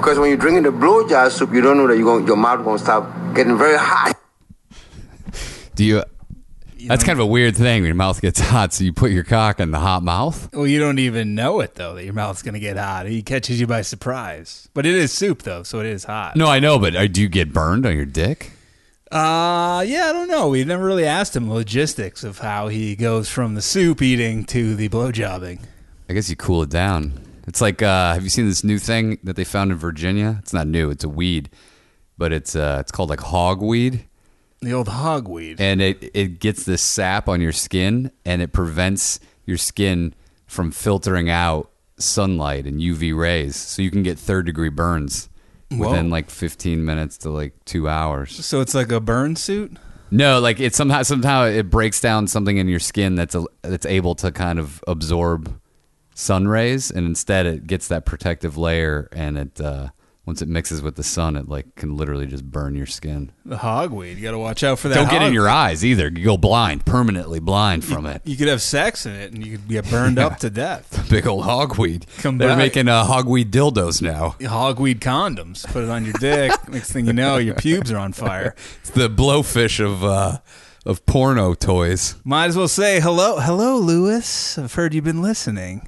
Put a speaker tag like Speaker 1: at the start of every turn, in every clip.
Speaker 1: the blow dry soup, you don't know that you going your mouth gonna stop getting very hot.
Speaker 2: Do you? that's kind of a weird thing when your mouth gets hot, so you put your cock in the hot mouth.
Speaker 3: Well, you don't even know it though that your mouth's gonna get hot. He catches you by surprise. But it is soup though, so it is hot.
Speaker 2: No, I know, but uh, do you get burned on your dick?
Speaker 3: Uh yeah, I don't know. We've never really asked him logistics of how he goes from the soup eating to the blowjobbing.
Speaker 2: I guess you cool it down. It's like, uh, have you seen this new thing that they found in Virginia? It's not new; it's a weed, but it's uh, it's called like hogweed.
Speaker 3: The old hogweed.
Speaker 2: and it it gets this sap on your skin and it prevents your skin from filtering out sunlight and UV rays so you can get third degree burns within
Speaker 3: Whoa.
Speaker 2: like 15 minutes to like 2 hours.
Speaker 3: So it's like a burn suit?
Speaker 2: No, like it somehow somehow it breaks down something in your skin that's a, that's able to kind of absorb sun rays and instead it gets that protective layer and it uh once it mixes with the sun it like can literally just burn your skin.
Speaker 3: The hogweed. You gotta watch out for that.
Speaker 2: Don't get in
Speaker 3: hog-
Speaker 2: your eyes either. You go blind, permanently blind from it.
Speaker 3: you could have sex in it and you could get burned up to death.
Speaker 2: Big old hogweed.
Speaker 3: Come
Speaker 2: They're
Speaker 3: back.
Speaker 2: making uh, hogweed dildos now.
Speaker 3: Hogweed condoms. Put it on your dick. Next thing you know, your pubes are on fire.
Speaker 2: It's the blowfish of uh, of porno toys.
Speaker 3: Might as well say hello, hello, Lewis. I've heard you've been listening.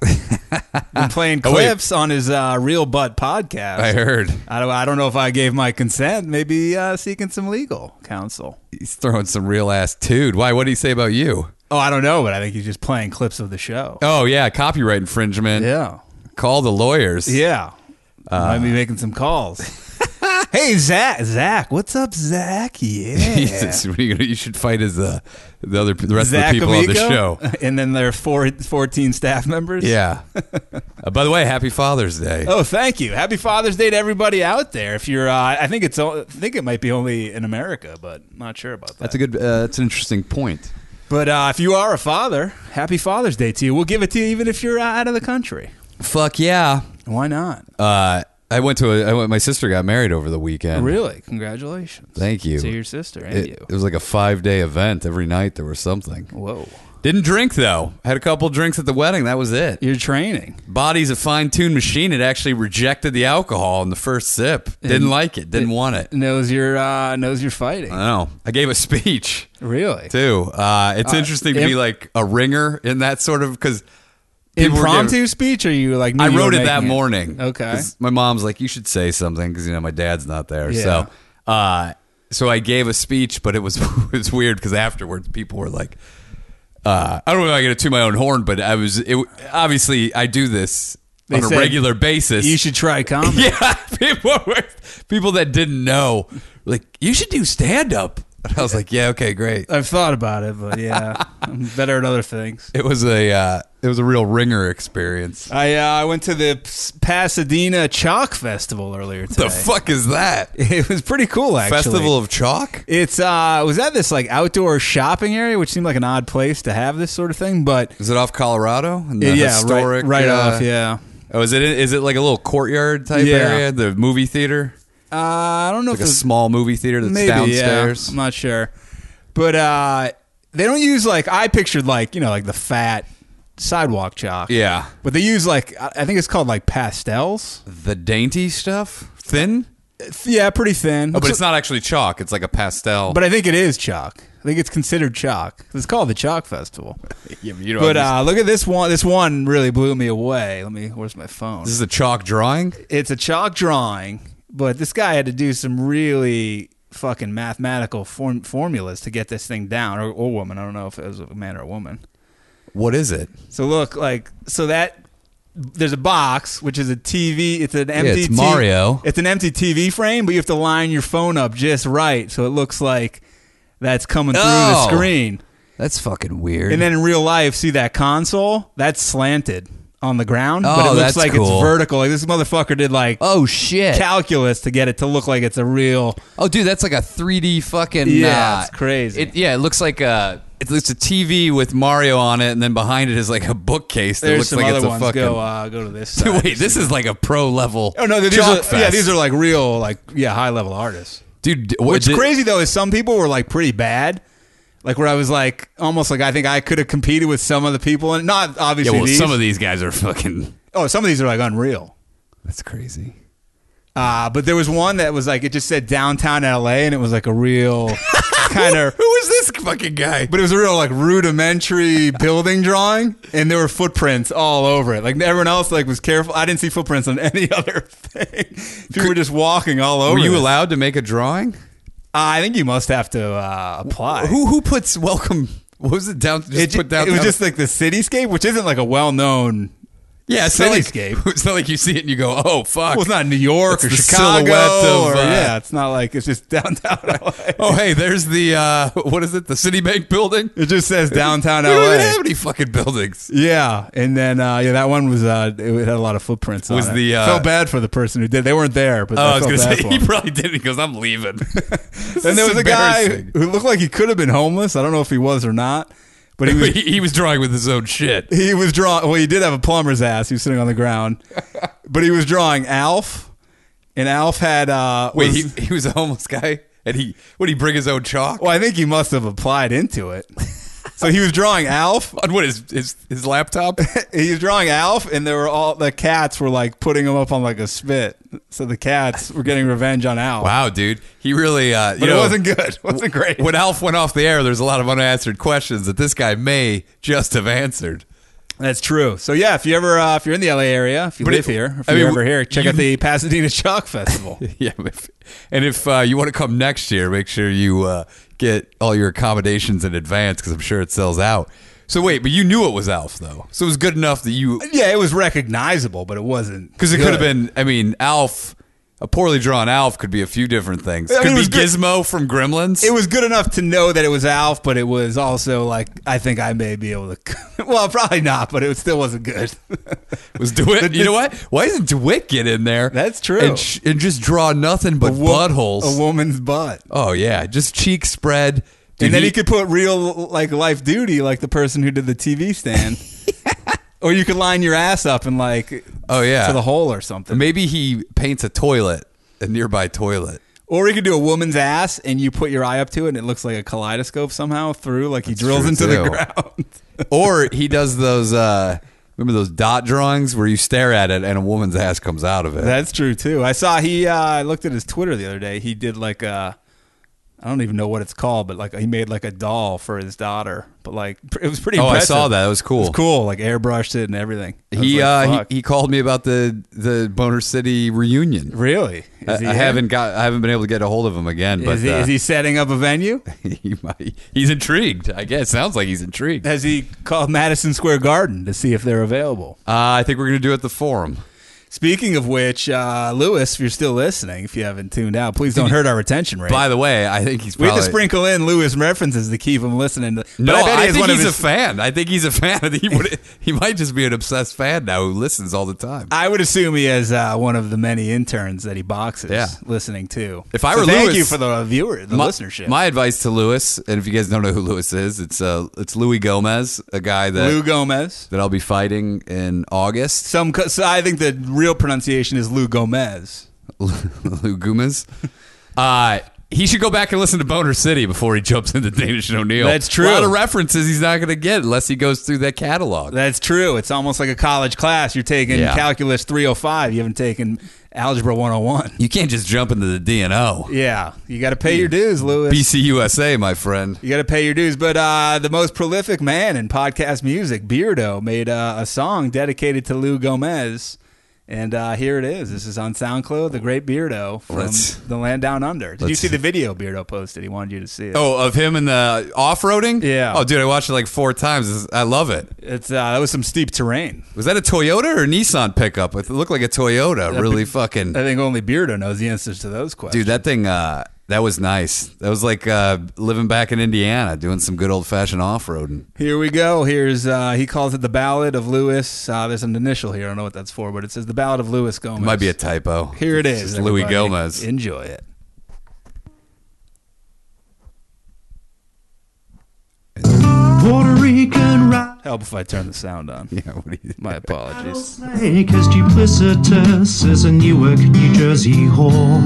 Speaker 3: been playing
Speaker 2: Oh, wait.
Speaker 3: clips on his uh, Real Butt podcast.
Speaker 2: I heard
Speaker 3: I don't, I don't know if I gave my consent. Maybe uh, seeking some legal counsel.
Speaker 2: he's throwing some real ass dude. Why? What did he say about you?
Speaker 3: Oh, I don't know, but I think he's just playing clips of the show.
Speaker 2: Oh yeah, copyright infringement.
Speaker 3: Yeah,
Speaker 2: Call the lawyers.
Speaker 3: yeah.
Speaker 2: Uh,
Speaker 3: Might be making some calls. hey, Zach, Zach, what's up, Zach? Yeah.
Speaker 2: Jesus, what are you, gonna, you should fight as the the other the rest of the people on the show.
Speaker 3: and then there are four, 14 staff members.
Speaker 2: Yeah. Uh, by the way, happy Father's Day.
Speaker 3: Oh, thank you. Happy Father's Day to everybody out there. If you're, uh, I think it's, o- I think it might be only in America, but not sure about that.
Speaker 2: That's a good. Uh, that's an interesting point.
Speaker 3: but uh, if you are a father, happy Father's Day to you. We'll give it to you even if you're uh, out of the country.
Speaker 2: Fuck yeah.
Speaker 3: Why not?
Speaker 2: Uh, I went to a. I went. My sister got married over the weekend.
Speaker 3: really? Congratulations.
Speaker 2: Thank you.
Speaker 3: To your sister and
Speaker 2: it,
Speaker 3: you.
Speaker 2: it was like a five day event. Every night there was something.
Speaker 3: Whoa.
Speaker 2: Didn't drink though. Had a couple drinks at the wedding. That was it.
Speaker 3: You're training.
Speaker 2: Body's a fine tuned machine. It actually rejected the alcohol in the first sip. Didn't like it. Didn't want it.
Speaker 3: Knows you're, uh, knows you're fighting.
Speaker 2: I know. I gave a speech
Speaker 3: really?
Speaker 2: too. Uh, it's interesting to
Speaker 3: im-
Speaker 2: be like a ringer in that sort of because
Speaker 3: Impromptu speech? Or you like, knew
Speaker 2: I
Speaker 3: you were
Speaker 2: wrote it that
Speaker 3: making
Speaker 2: morning.
Speaker 3: Okay.
Speaker 2: 'Cause My mom's like, you should say something because you know my dad's not there.
Speaker 3: Yeah.
Speaker 2: So, uh, so I gave a speech, but it was it was weird because afterwards people were like, uh, I don't know if I get to toot my own horn, but I was it, obviously I do this
Speaker 3: They
Speaker 2: on a
Speaker 3: said,
Speaker 2: regular basis.
Speaker 3: You should try comedy.
Speaker 2: yeah, people were people that didn't know were like you should do stand up. And I was like, yeah, okay, great.
Speaker 3: I've thought about it, but yeah, I'm better at other things.
Speaker 2: It was a uh, it was a real ringer experience.
Speaker 3: I uh, I went to the P- Pasadena Chalk Festival earlier today.
Speaker 2: The fuck is that?
Speaker 3: It was pretty cool, actually.
Speaker 2: Festival of Chalk?
Speaker 3: It's uh, it was at this like outdoor shopping area, which seemed like an odd place to have this sort of thing, but
Speaker 2: Is it off Colorado? In the
Speaker 3: yeah,
Speaker 2: historic,
Speaker 3: right, right
Speaker 2: uh,
Speaker 3: off, yeah.
Speaker 2: Oh, is it? Is it like a little courtyard type
Speaker 3: Yeah.
Speaker 2: area? The movie theater,
Speaker 3: Uh, I don't know
Speaker 2: like
Speaker 3: if
Speaker 2: a
Speaker 3: it's
Speaker 2: small movie theater that's
Speaker 3: yeah.
Speaker 2: downstairs.
Speaker 3: I'm not sure, but uh, they don't use like I pictured like you know like the fat sidewalk chalk,
Speaker 2: Yeah.
Speaker 3: But they use like I I think it's called like pastels.
Speaker 2: The dainty stuff, thin.
Speaker 3: It's- yeah, pretty thin.
Speaker 2: Oh, but it's not actually chalk. It's like a pastel.
Speaker 3: But I think it is chalk. I think it's considered chalk. It's called the Chalk Festival.
Speaker 2: Yeah, you don't
Speaker 3: But
Speaker 2: understand.
Speaker 3: uh, look at this one. This one really blew me away. Let me. Where's my phone?
Speaker 2: this is a chalk drawing.
Speaker 3: It's a chalk drawing, but this guy had to do some really fucking mathematical form- formulas to get this thing down, or, or woman. I don't know if it was a man or a woman.
Speaker 2: What is it?
Speaker 3: So look, like, so that there's a box which is a TV. It's an empty.
Speaker 2: it's
Speaker 3: T-
Speaker 2: Mario.
Speaker 3: It's an empty TV frame, but you have to line your phone up just right so it looks like that's coming through
Speaker 2: Oh.
Speaker 3: the screen.
Speaker 2: That's fucking weird.
Speaker 3: And then in real life, see that console? That's slanted on the ground,
Speaker 2: Oh,
Speaker 3: but it looks
Speaker 2: that's
Speaker 3: like
Speaker 2: cool.
Speaker 3: it's vertical. Like this motherfucker did like
Speaker 2: oh shit!
Speaker 3: calculus to get it to look like it's a real.
Speaker 2: oh dude, that's like a 3D fucking.
Speaker 3: Yeah,
Speaker 2: uh,
Speaker 3: it's crazy.
Speaker 2: It, yeah, it looks like a it looks a TV with Mario on it, and then behind it is like a bookcase that
Speaker 3: There's
Speaker 2: looks
Speaker 3: some
Speaker 2: like
Speaker 3: other
Speaker 2: it's a
Speaker 3: ones.
Speaker 2: fucking.
Speaker 3: Go, uh, go to this. Side.
Speaker 2: Wait, this is like a pro level.
Speaker 3: Oh no, these
Speaker 2: chalk
Speaker 3: are yeah,
Speaker 2: fest.
Speaker 3: these are like real, like yeah, high level artists.
Speaker 2: dude.
Speaker 3: What's
Speaker 2: What's
Speaker 3: crazy though is some people were like pretty bad. Like where I was like almost like I think I could have competed with some of the people, and not
Speaker 2: Yeah,
Speaker 3: obviously
Speaker 2: well,
Speaker 3: these.
Speaker 2: some of these guys are fucking.
Speaker 3: oh, some of these are like unreal.
Speaker 2: That's crazy.
Speaker 3: Uh, but there was one that was like it just said downtown LA, and it was like a real kind of.
Speaker 4: Who is this fucking guy?
Speaker 3: But it was a real like rudimentary building drawing, and there were footprints all over it. Like everyone else, like was careful. I didn't see footprints on any other thing. People were just walking all over.
Speaker 2: Were you
Speaker 3: this.
Speaker 2: allowed to make a drawing?
Speaker 3: Uh, I think you must have to uh, apply.
Speaker 2: Who who puts welcome? What was it down? Just
Speaker 3: it, ju-
Speaker 2: put down.
Speaker 3: it was just like the cityscape, which isn't like a well-known.
Speaker 2: yeah, it's not like-
Speaker 3: cityscape.
Speaker 2: it's not like you see it and you go, oh fuck.
Speaker 3: Well, it's not New York
Speaker 2: It's
Speaker 3: or
Speaker 2: the
Speaker 3: Chicago.
Speaker 2: silhouette of,
Speaker 3: or,
Speaker 2: uh,
Speaker 3: yeah, it's not like it's just downtown LA.
Speaker 2: Oh hey, there's the uh, what is it? The Citibank building.
Speaker 3: It just says downtown
Speaker 2: We don't even
Speaker 3: LA.
Speaker 2: have any fucking buildings.
Speaker 3: Yeah, and then uh, yeah, that one was uh, it had a lot of footprints.
Speaker 2: Was
Speaker 3: on
Speaker 2: the,
Speaker 3: it.
Speaker 2: uh,
Speaker 3: felt bad for the person who did? They weren't there, but
Speaker 2: Oh, I was
Speaker 3: I felt
Speaker 2: gonna
Speaker 3: bad
Speaker 2: say
Speaker 3: for
Speaker 2: he
Speaker 3: 'em.
Speaker 2: probably did because I'm leaving.
Speaker 3: And there was a guy
Speaker 2: embarrassing.
Speaker 3: who looked like he could have been homeless. I don't know if he was or not, but he was
Speaker 2: he, he was drawing with his own shit.
Speaker 3: he was drawing. Well, he did have a plumber's ass. He was sitting on the ground, but he was drawing Alf, and Alf had uh,
Speaker 2: Wait,
Speaker 3: was-
Speaker 2: he, he was a homeless guy, and he would he bring his own chalk
Speaker 3: well, I think he must have applied into it. so he was drawing Alf.
Speaker 2: on what his his, his laptop?
Speaker 3: He was drawing Alf, and there were all the cats were like putting him up on like a spit. So the cats were getting revenge on Alf.
Speaker 2: wow, dude, he really uh, you
Speaker 3: But it
Speaker 2: know
Speaker 3: wasn't good. It wasn't great.
Speaker 2: When Alf went off the air, there's a lot of unanswered questions that this guy may just have answered.
Speaker 3: That's true. So yeah, if you ever uh, if you're in the LA area, if you
Speaker 2: But
Speaker 3: live
Speaker 2: it-
Speaker 3: here, if
Speaker 2: I
Speaker 3: you're
Speaker 2: mean,
Speaker 3: ever here, check
Speaker 2: you-
Speaker 3: out the Pasadena Chalk Festival.
Speaker 2: Yeah, if, and if uh, you want to come next year, make sure you uh, get all your accommodations in advance because I'm sure it sells out. So wait, but you knew it was Alf though, so it was good enough that you
Speaker 3: yeah, it was recognizable, but it wasn't
Speaker 2: because it could have
Speaker 3: good.
Speaker 2: been. I mean, Alf, a poorly drawn Alf could be a few different things.
Speaker 3: I mean,
Speaker 2: Could
Speaker 3: it
Speaker 2: be
Speaker 3: was good-
Speaker 2: Gizmo from Gremlins.
Speaker 3: it was good enough to know that it was Alf, but it was also like I think I may be able to. Well, probably not, but it still wasn't good.
Speaker 2: Was DeWitt. You know what? Why doesn't DeWitt get in there?
Speaker 3: That's true.
Speaker 2: And, sh- and just draw nothing but
Speaker 3: Wo-
Speaker 2: buttholes.
Speaker 3: a woman's butt,
Speaker 2: oh yeah, just cheek spread. Dude,
Speaker 3: and then he could put real like life duty, like the person who did the TV stand, or you could line your ass up and like
Speaker 2: Oh, yeah.
Speaker 3: to the hole or something,
Speaker 2: Maybe he paints a toilet, a nearby toilet.
Speaker 3: or he could do a woman's ass and you put your eye up to it and it looks like a kaleidoscope somehow through, like he drills
Speaker 2: true,
Speaker 3: into
Speaker 2: too.
Speaker 3: the ground.
Speaker 2: or he does those. uh Remember those dot drawings where you stare at it and a woman's ass comes out of it.
Speaker 3: That's true too. I saw he. Uh, I looked at his Twitter the other day. He did like a. I don't even know what it's called, but like he made like a doll for his daughter. But like pr- it was pretty.
Speaker 2: Oh, I
Speaker 3: impressive.
Speaker 2: saw that. That was cool.
Speaker 3: It was cool. Like airbrushed it and everything. I was
Speaker 2: he,
Speaker 3: like,
Speaker 2: uh,
Speaker 3: fuck.
Speaker 2: he he called me about the the Boner City reunion.
Speaker 3: really.
Speaker 2: I,
Speaker 3: he
Speaker 2: Uh, I
Speaker 3: here?
Speaker 2: haven't got I haven't been able to get a hold of him again. But
Speaker 3: Is he,
Speaker 2: uh,
Speaker 3: is he setting up a venue?
Speaker 2: he might, he's intrigued. I guess sounds like he's intrigued. Uh,
Speaker 3: Has he called Madison Square Garden to see if they're available?
Speaker 2: Uh, I think we're gonna do it at the forum.
Speaker 3: Speaking of which, uh, Lewis, if you're still listening, if you haven't tuned out, please don't hurt our retention rate.
Speaker 2: By the way, I think he's
Speaker 3: we
Speaker 2: probably
Speaker 3: have to sprinkle in Lewis references to keep him listening. To,
Speaker 2: No,
Speaker 3: but
Speaker 2: I,
Speaker 3: I, bet he has
Speaker 2: think
Speaker 3: one of
Speaker 2: he's
Speaker 3: his-
Speaker 2: a fan. I think he's a fan. I think he would. he might just be an obsessed fan now who listens all the time.
Speaker 3: I would assume he has uh, one of the many interns that he boxes
Speaker 2: Yeah.
Speaker 3: listening to.
Speaker 2: If I
Speaker 3: So
Speaker 2: were
Speaker 3: thank
Speaker 2: Lewis-
Speaker 3: you for the viewer, the
Speaker 2: my,
Speaker 3: listenership.
Speaker 2: My advice to Lewis, and if you guys don't know who Lewis is, it's uh, it's Louis Gomez, a guy that
Speaker 3: Lou Gomez.
Speaker 2: that I'll be fighting in August.
Speaker 3: Some, co- so I think the real pronunciation is Lou Gomez.
Speaker 2: Lou Gomez. Uh, he should go back and listen to Boner City before he jumps into Danish and O'Neill.
Speaker 3: That's true.
Speaker 2: A lot of references he's not going to get unless he goes through that catalog.
Speaker 3: That's true. It's almost like a college class. You're taking
Speaker 2: Yeah.
Speaker 3: calculus 305. You haven't taken algebra 101.
Speaker 2: You can't just jump into the DNO.
Speaker 3: Yeah, you got to pay your dues, Lewis.
Speaker 2: BCUSA, my friend.
Speaker 3: You got to pay your dues. But uh, the most prolific man in podcast music, Beardo, made uh, a song dedicated to Lou Gomez. And uh, here it is. This is on SoundCloud, The Great Beardo from
Speaker 2: Let's-
Speaker 3: The Land Down Under. Did you
Speaker 2: let's-
Speaker 3: see the video Beardo posted? He wanted you to see it.
Speaker 2: Oh, of him in the off roading?
Speaker 3: Yeah.
Speaker 2: Oh, dude, I watched it like four times. It's- I love it.
Speaker 3: It's, uh, that was some steep terrain.
Speaker 2: Was that a Toyota or a Nissan pickup? It looked like a Toyota. really fucking.
Speaker 3: I think only Beardo knows the answers to those questions.
Speaker 2: Dude, that thing, uh, that was nice. That was like uh, living back in Indiana, doing some good old fashioned off roading.
Speaker 3: Here we go. Here's, uh, he calls it The Ballad of Lewis. Uh, there's an initial here. I don't know what that's for, but it says The Ballad of Lewis Gomez.
Speaker 2: It might be a typo.
Speaker 3: Here it
Speaker 2: It's
Speaker 3: is.
Speaker 2: just Louis
Speaker 3: everybody.
Speaker 2: Gomez.
Speaker 3: Enjoy it.
Speaker 5: Puerto Rican rat
Speaker 3: Help if I turn the sound on.
Speaker 2: yeah, what do you
Speaker 3: My apologies.
Speaker 5: snake is duplicitous as a Newark, New Jersey whore.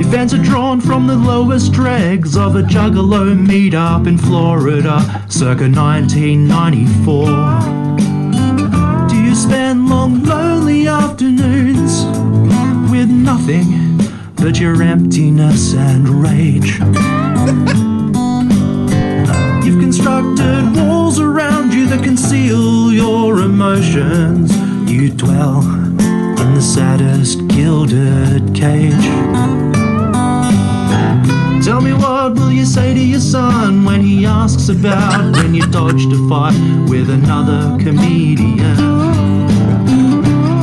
Speaker 5: Your fans are drawn from the lowest dregs of a juggalo meetup in Florida, circa 1994. Do you spend long, lonely lonely afternoons with nothing but your emptiness and rage. You've constructed walls around you that conceal your emotions. You dwell in the saddest gilded cage. Tell me what will you say to your son when he asks about when you dodged a fight with another comedian?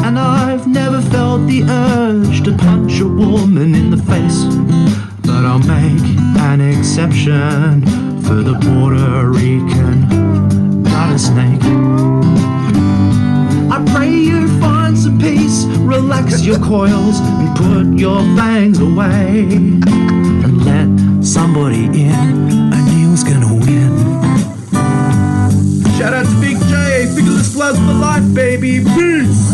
Speaker 5: And I've never felt the urge to punch a woman in the face, but I'll make an exception for the Puerto Rican rattlesnake. snake. I pray you find some peace, relax your coils, and put your fangs away. And let somebody in, and Neil's gonna win. Shout out to Big J, Nicholas Plus for life, baby. Peace!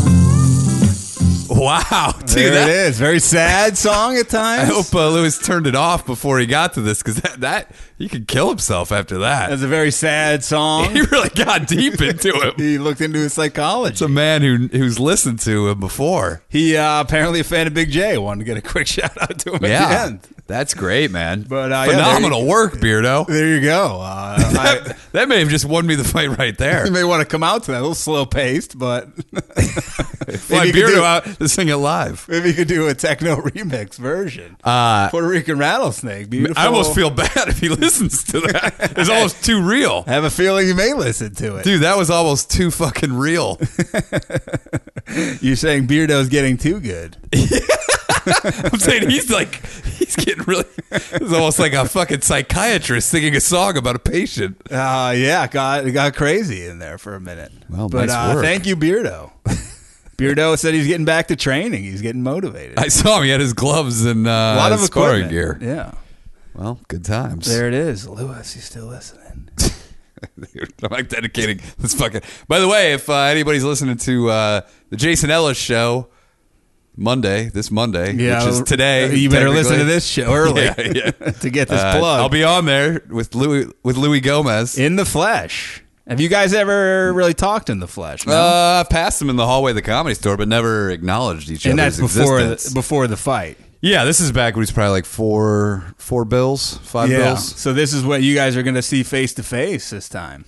Speaker 2: Wow, dude,
Speaker 3: there
Speaker 2: that-
Speaker 3: it is. Very sad song at
Speaker 2: I
Speaker 3: times.
Speaker 2: hope uh, Lewis turned it off before he got to this because that, that he could kill himself after that.
Speaker 3: That's a very sad song.
Speaker 2: He really got deep into it.
Speaker 3: he looked into his psychology.
Speaker 2: It's a man who who's listened to him before.
Speaker 3: he uh, apparently a fan of Big J. Wanted to get a quick shout out to him at the
Speaker 2: Yeah,
Speaker 3: end.
Speaker 2: that's great, man.
Speaker 3: But, uh, yeah, there
Speaker 2: phenomenal work, Beardo.
Speaker 3: There you go. Uh, I,
Speaker 2: That, that may have just won me the fight right there.
Speaker 3: you may want to come out to that. A little slow paced, but
Speaker 2: Fly
Speaker 3: you could
Speaker 2: Beardo
Speaker 3: do-
Speaker 2: out to sing it live.
Speaker 3: maybe you could do a techno remix version.
Speaker 2: Uh,
Speaker 3: Puerto Rican rattlesnake. Beautiful.
Speaker 2: I almost feel bad if he listens to that. It's almost too real.
Speaker 3: I have a feeling you may listen to it.
Speaker 2: Dude, that was almost too fucking real.
Speaker 3: You're saying Beardo's getting too good.
Speaker 2: I'm saying he's like, he's getting really, it's almost like a fucking psychiatrist singing a song about a patient.
Speaker 3: Uh, yeah, it got it got crazy in there for a minute.
Speaker 2: Well,
Speaker 3: but
Speaker 2: nice
Speaker 3: uh,
Speaker 2: work.
Speaker 3: thank you, Beardo. Beardo said he's getting back to training. He's getting motivated.
Speaker 2: I saw him. He had his gloves and uh,
Speaker 3: a lot of
Speaker 2: scoring gear.
Speaker 3: equipment. Yeah,
Speaker 2: Well, good times.
Speaker 3: there it is. Lewis, you still listening?
Speaker 2: I'm like dedicating this fucking. By the way, if uh, anybody's listening to uh, the Jason Ellis show Monday, this Monday, which is today,
Speaker 3: uh, You better listen to
Speaker 2: technically.
Speaker 3: this show early
Speaker 2: Yeah, yeah.
Speaker 3: to get this
Speaker 2: Uh,
Speaker 3: plug.
Speaker 2: I'll be on there with Louis with Louis Gomez.
Speaker 3: in the flesh. Have you guys ever really talked in the flesh? No?
Speaker 2: Uh, I've passed him in the hallway of the comedy store, but never acknowledged each
Speaker 3: and that's
Speaker 2: other's
Speaker 3: before
Speaker 2: existence.
Speaker 3: the, before the fight.
Speaker 2: yeah, this is back when he's probably like four four bills, five bills.
Speaker 3: So this is what you guys are going to see face to face this time.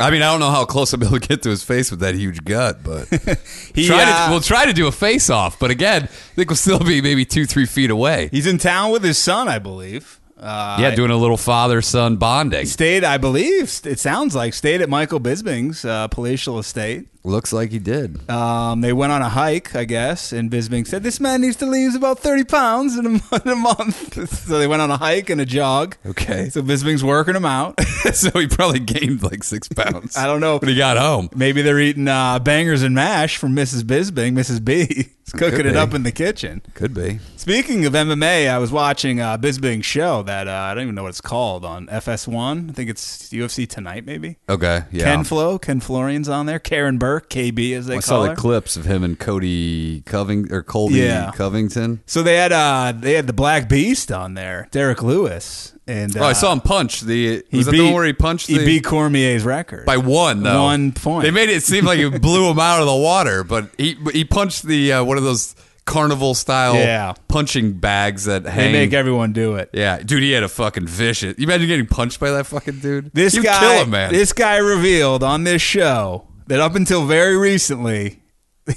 Speaker 2: I mean, I don't know how close I'll be able to get to his face with that huge gut, but
Speaker 3: He,
Speaker 2: try
Speaker 3: uh,
Speaker 2: to, we'll try to do a face off. But again, I think we'll still be maybe two three feet away.
Speaker 3: He's in town with his son, I believe. Uh,
Speaker 2: yeah, doing a little father son bonding.
Speaker 3: stayed, I believe, st- it sounds like, stayed at Michael Bisbing's uh, palatial estate.
Speaker 2: Looks like he did.
Speaker 3: Um, they went on a hike, I guess, and Bisbing said, This man needs to lose about 30 pounds in a, mo- in a month. so they went on a hike and a jog.
Speaker 2: Okay.
Speaker 3: So Bisbing's working him out.
Speaker 2: so he probably gained like six pounds.
Speaker 3: I don't know.
Speaker 2: When he got home.
Speaker 3: Maybe they're eating uh, bangers and mash from Mrs. Bisbing. Mrs. B is cooking it
Speaker 2: be.
Speaker 3: up in the kitchen.
Speaker 2: Could be.
Speaker 3: Speaking of MMA, I was watching uh, Bisbing's show that uh, I don't even know what it's called on FS1. I think it's UFC Tonight, maybe.
Speaker 2: Okay. Yeah.
Speaker 3: Ken Flo, Ken Florian's on there. Karen Burke, KB as they
Speaker 2: I
Speaker 3: call
Speaker 2: saw
Speaker 3: her.
Speaker 2: the clips of him and Cody Coving or Colby
Speaker 3: Yeah.
Speaker 2: Covington.
Speaker 3: so they had uh they had the Black Beast on there, Derek Lewis, and uh,
Speaker 2: oh, I saw him punch the. was that the one where he punched
Speaker 3: he
Speaker 2: the,
Speaker 3: beat Cormier's record
Speaker 2: by one though.
Speaker 3: one point.
Speaker 2: They made it seem like he blew him out of the water, but he but he punched the uh, one of those carnival style
Speaker 3: Yeah.
Speaker 2: punching bags that
Speaker 3: They
Speaker 2: hang.
Speaker 3: make everyone do it.
Speaker 2: yeah, dude, he had a fucking vicious. You imagine getting punched by that fucking dude?
Speaker 3: This
Speaker 2: You'd
Speaker 3: guy,
Speaker 2: kill him, man.
Speaker 3: this guy revealed on this show that up until very recently,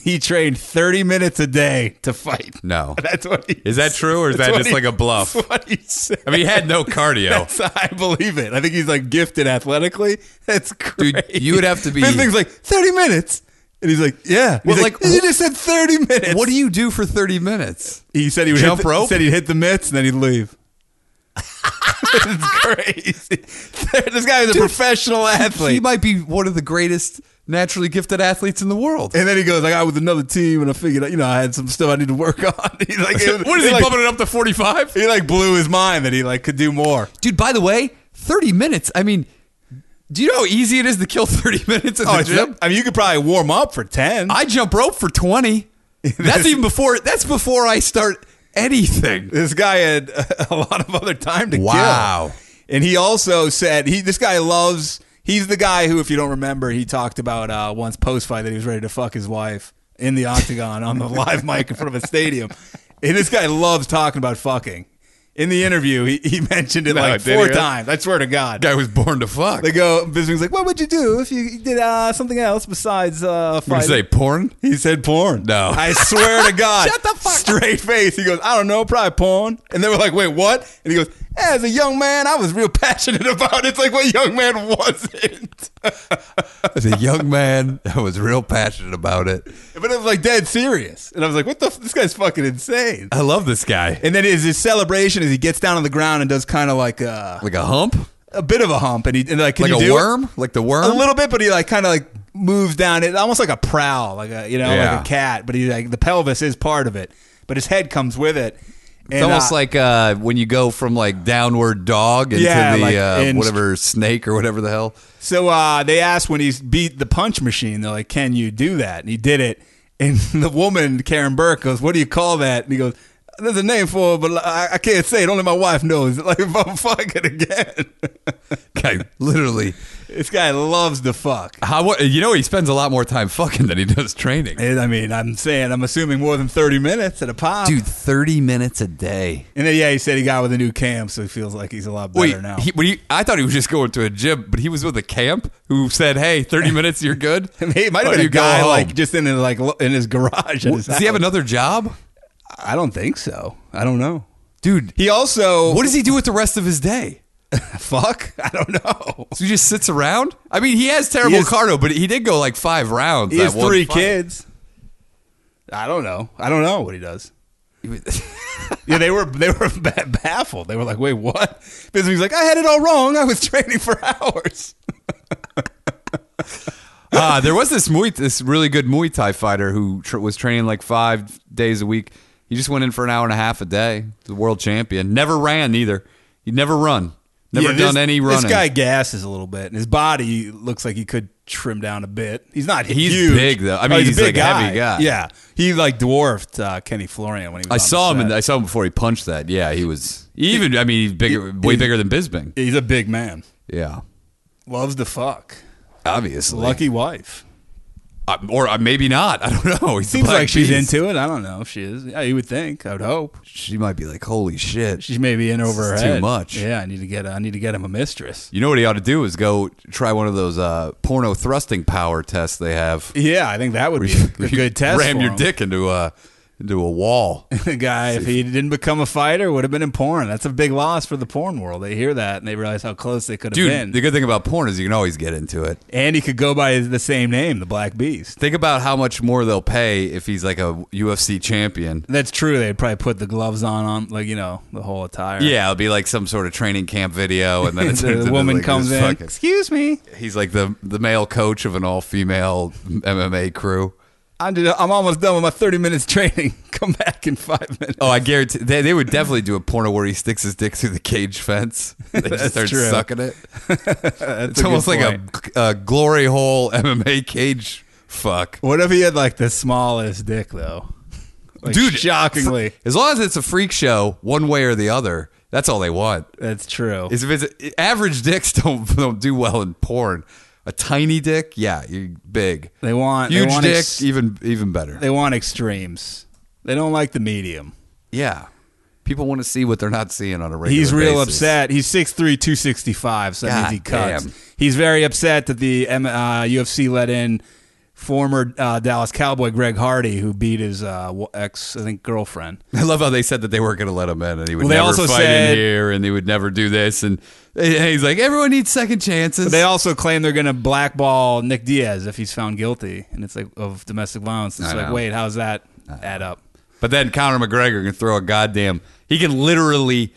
Speaker 3: he trained 30 minutes a day to fight.
Speaker 2: no,
Speaker 3: That's what he
Speaker 2: is that true or is
Speaker 3: that's
Speaker 2: that
Speaker 3: what
Speaker 2: just
Speaker 3: he-
Speaker 2: like a bluff?
Speaker 3: That's what he said.
Speaker 2: I mean, he had no cardio.
Speaker 3: That's- I believe it. I think he's like gifted athletically. That's crazy.
Speaker 2: Dude, you would have to be-
Speaker 3: Bisbing's like thirty minutes, and he's like, yeah.
Speaker 2: Well,
Speaker 3: He's like,
Speaker 2: like,
Speaker 3: you just said thirty minutes.
Speaker 2: What do you do for thirty minutes?
Speaker 3: He said he would
Speaker 2: Jump
Speaker 3: hit the,
Speaker 2: rope?
Speaker 3: Said he'd hit the mitts and then he'd leave. it's crazy. This guy is a professional
Speaker 2: He
Speaker 3: athlete.
Speaker 2: might be one of the greatest naturally gifted athletes in the world.
Speaker 3: and then he goes, like, I was another team, and I figured, you know, I had some stuff I need to work on. He's like,
Speaker 2: what is he
Speaker 3: like,
Speaker 2: bumping it up to forty five?
Speaker 3: He like blew his mind that he like could do more.
Speaker 2: Dude, by the way, 30 minutes. I mean, do you know how easy it is to kill 30 minutes in
Speaker 3: Oh,
Speaker 2: the
Speaker 3: it's-
Speaker 2: gym?
Speaker 3: I mean, you could probably warm up for ten.
Speaker 2: I jump rope for 20. That's even before that's before I start anything.
Speaker 3: This guy had a lot of other time to
Speaker 2: Wow.
Speaker 3: kill. And he also said he this guy loves he's the guy who if you don't remember he talked about uh, once post fight that he was ready to fuck his wife in the octagon on the live mic in front of a stadium. And this guy loves talking about fucking. In the interview, he, he mentioned it
Speaker 4: No,
Speaker 3: like
Speaker 4: did
Speaker 3: four
Speaker 4: he?
Speaker 3: times. I swear to God.
Speaker 2: Guy was born to fuck.
Speaker 3: They go, Bisping's like, what would you do if you did uh, something else besides uh,
Speaker 2: What
Speaker 3: fighting?
Speaker 2: did you say? Porn?
Speaker 3: He said porn.
Speaker 2: No.
Speaker 3: I swear to God.
Speaker 2: Shut the fuck up.
Speaker 3: Straight face. He goes, I don't know, probably porn. And they were like, wait, what? And he goes, as a young man, I was real passionate about it. It's like, what young man wasn't?
Speaker 2: As a young man, I was real passionate about it.
Speaker 3: But it was like dead serious. And I was like, what the? F- this guy's fucking insane.
Speaker 2: I love this guy.
Speaker 3: And then his, his celebration is he gets down on the ground and does kind of like a,
Speaker 2: Like a hump?
Speaker 3: a bit of a hump. And he and like, can
Speaker 2: Like
Speaker 3: you
Speaker 2: a
Speaker 3: do it?
Speaker 2: worm? Like the worm?
Speaker 3: A little bit, but he like kind of like moves down. It almost like a prowl, like a you know,
Speaker 2: Yeah.
Speaker 3: like a cat. But he like the pelvis is part of it, but his head comes with it. And,
Speaker 2: It's almost
Speaker 3: uh,
Speaker 2: like uh, when you go from like downward dog into
Speaker 3: Yeah,
Speaker 2: the
Speaker 3: like
Speaker 2: uh,
Speaker 3: in-
Speaker 2: whatever snake or whatever the hell.
Speaker 3: So uh, they asked when he's beat the punch machine, they're like, "Can you do that?" And he did it. And the woman, Karen Burke, goes, "What do you call that?" And he goes, "There's a name for it, but I, I can't say it. Only my wife knows." Like, if I'm fucking again,
Speaker 2: Guy, literally,
Speaker 3: this guy loves to fuck.
Speaker 2: how, what, you know, he spends a lot more time fucking than he does training.
Speaker 3: And I mean, I'm saying, I'm assuming more than 30 minutes at a pop.
Speaker 2: Dude, 30 minutes a day.
Speaker 3: And then, yeah, he said he got with a new cam, so he feels like he's a lot better
Speaker 2: Wait,
Speaker 3: now.
Speaker 2: he, when he, I thought he was just going to a gym, but he was with a camp who said, "Hey, thirty minutes, you're good."
Speaker 3: Hey, it
Speaker 2: Why
Speaker 3: might have
Speaker 2: don't
Speaker 3: been a
Speaker 2: you go
Speaker 3: guy
Speaker 2: home?
Speaker 3: like just in his, like lo- in his garage. at
Speaker 2: Wha-
Speaker 3: his
Speaker 2: does he have
Speaker 3: house.
Speaker 2: another job,
Speaker 3: I don't think so. I don't know.
Speaker 2: dude?
Speaker 3: He also
Speaker 2: What does he do with the rest of his day?
Speaker 3: fuck? I don't know.
Speaker 2: So he just sits around. I mean, he has terrible
Speaker 3: He has-
Speaker 2: cardio, but he did go like five rounds.
Speaker 3: He
Speaker 2: that
Speaker 3: has
Speaker 2: one
Speaker 3: three
Speaker 2: fight.
Speaker 3: kids. I don't know. I don't know what he does. yeah, they were they were ba- baffled. They were like, "Wait, what?" Because he's like, "I had it all wrong. I was training for hours."
Speaker 2: uh, there was this Muay, this really good Muay Thai fighter who tr- was training like five days a week. He just went in for an hour and a half a day. The world champion never ran either. He'd never run. Never
Speaker 3: Yeah,
Speaker 2: done
Speaker 3: this-
Speaker 2: any running.
Speaker 3: This guy gasses a little bit, and his body looks like he could trim down a bit. He's not
Speaker 2: He's
Speaker 3: huge.
Speaker 2: big, though. I mean,
Speaker 3: a
Speaker 2: he's,
Speaker 3: big
Speaker 2: like, a heavy guy.
Speaker 3: Yeah, he like dwarfed uh, Kenny Florian when he was.
Speaker 2: I
Speaker 3: on
Speaker 2: saw him.
Speaker 3: the
Speaker 2: In,
Speaker 3: set.
Speaker 2: I saw him before he punched that. Yeah, he was even. I mean, he's bigger, way bigger than Bisbing.
Speaker 3: He's a big man.
Speaker 2: Yeah,
Speaker 3: Loves to fuck.
Speaker 2: obviously.
Speaker 3: Lucky wife.
Speaker 2: Uh, or uh, maybe not. I don't know. He
Speaker 3: Seems like she's into it. I don't know if she is. Yeah, you would think. I would hope.
Speaker 2: She might be like, holy shit.
Speaker 3: She's maybe in over
Speaker 2: This
Speaker 3: her
Speaker 2: is too
Speaker 3: head.
Speaker 2: much.
Speaker 3: Yeah, I need to get. I need to get him a mistress.
Speaker 2: You know what he ought to do is go try one of those uh, porno thrusting power tests they have.
Speaker 3: Yeah, I think that would be a, a good test.
Speaker 2: Ram
Speaker 3: for
Speaker 2: your
Speaker 3: him.
Speaker 2: dick into a into a wall.
Speaker 3: The guy, if he didn't become a fighter, would have been in porn. That's a big loss for the porn world. They hear that and they realize how close they could have
Speaker 2: Dude,
Speaker 3: been.
Speaker 2: the good thing about porn is you can always get into it.
Speaker 3: and he could go by the same name, the Black Beast.
Speaker 2: Think about how much more they'll pay if he's like a UFC champion.
Speaker 3: That's true. They'd probably put the gloves on, on like you know, the whole attire.
Speaker 2: Yeah, it'll be like some sort of training camp video, and then it turns
Speaker 3: the
Speaker 2: into,
Speaker 3: woman
Speaker 2: like,
Speaker 3: comes
Speaker 2: this
Speaker 3: in.
Speaker 2: fucking-
Speaker 3: Excuse me,
Speaker 2: He's like the the male coach of an all female MMA crew.
Speaker 3: I'm just, I'm almost done with my 30 minutes training. Come back in five minutes.
Speaker 2: Oh, I guarantee they, they would definitely do a porno where he sticks his dick through the cage fence. They just
Speaker 3: That's
Speaker 2: start
Speaker 3: true.
Speaker 2: sucking it.
Speaker 3: That's a
Speaker 2: It's
Speaker 3: good
Speaker 2: almost like
Speaker 3: point.
Speaker 2: a, a glory hole MMA cage fuck.
Speaker 3: What if he had like the smallest dick though? Like,
Speaker 2: Dude,
Speaker 3: shockingly,
Speaker 2: As long as it's a freak show, one way or the other, that's all they want.
Speaker 3: that's true.
Speaker 2: Is if it's average dicks don't don't do well in porn. A tiny dick, yeah, you big.
Speaker 3: They want they
Speaker 2: huge
Speaker 3: want
Speaker 2: dick,
Speaker 3: ex-
Speaker 2: even even better.
Speaker 3: They want extremes. They don't like the medium.
Speaker 2: yeah, people want to see what they're not seeing on a regular.
Speaker 3: He's real
Speaker 2: basis.
Speaker 3: upset. He's 6'3", 265, so that means
Speaker 2: God
Speaker 3: he cuts.
Speaker 2: damn.
Speaker 3: He's very upset that the M- uh, UFC let in former uh, Dallas Cowboy Greg Hardy, who beat his uh, w- ex, I think, girlfriend.
Speaker 2: I love how they said that they weren't going to let him in, and he would
Speaker 3: Well, they
Speaker 2: never
Speaker 3: also
Speaker 2: fight
Speaker 3: said-
Speaker 2: in here, and they would never do this. And, and he's like, everyone needs second chances.
Speaker 3: They also claim they're going to blackball Nick Diaz if he's found guilty, and it's like of domestic violence. It's
Speaker 2: I
Speaker 3: like,
Speaker 2: know.
Speaker 3: wait, how's that add up?
Speaker 2: but then Conor McGregor can throw a goddamn. He can literally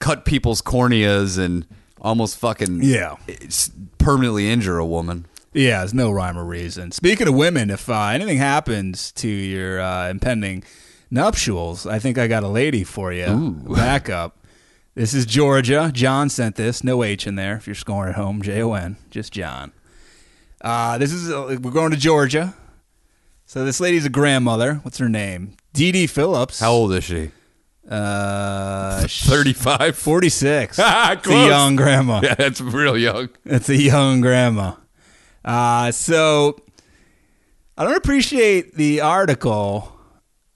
Speaker 2: cut people's corneas and almost fucking
Speaker 3: Yeah.
Speaker 2: s- permanently injure a woman.
Speaker 3: Yeah, there's no rhyme or reason. Speaking of women, if uh, anything happens to your uh, impending nuptials, I think I got a lady for you. Backup. This is Georgia. John sent this. No H in there. If you're scoring at home, J O N, just John. Uh, this is uh, we're going to Georgia. So this lady's a grandmother. What's her name? Dee Dee Phillips.
Speaker 2: How old is she?
Speaker 3: Uh, thirty,
Speaker 2: Thirty-five.
Speaker 3: forty-six. 46.
Speaker 2: Ah,
Speaker 3: It's a
Speaker 2: close.
Speaker 3: young grandma.
Speaker 2: Yeah, that's real young.
Speaker 3: It's a young grandma. Uh, so I don't appreciate the article.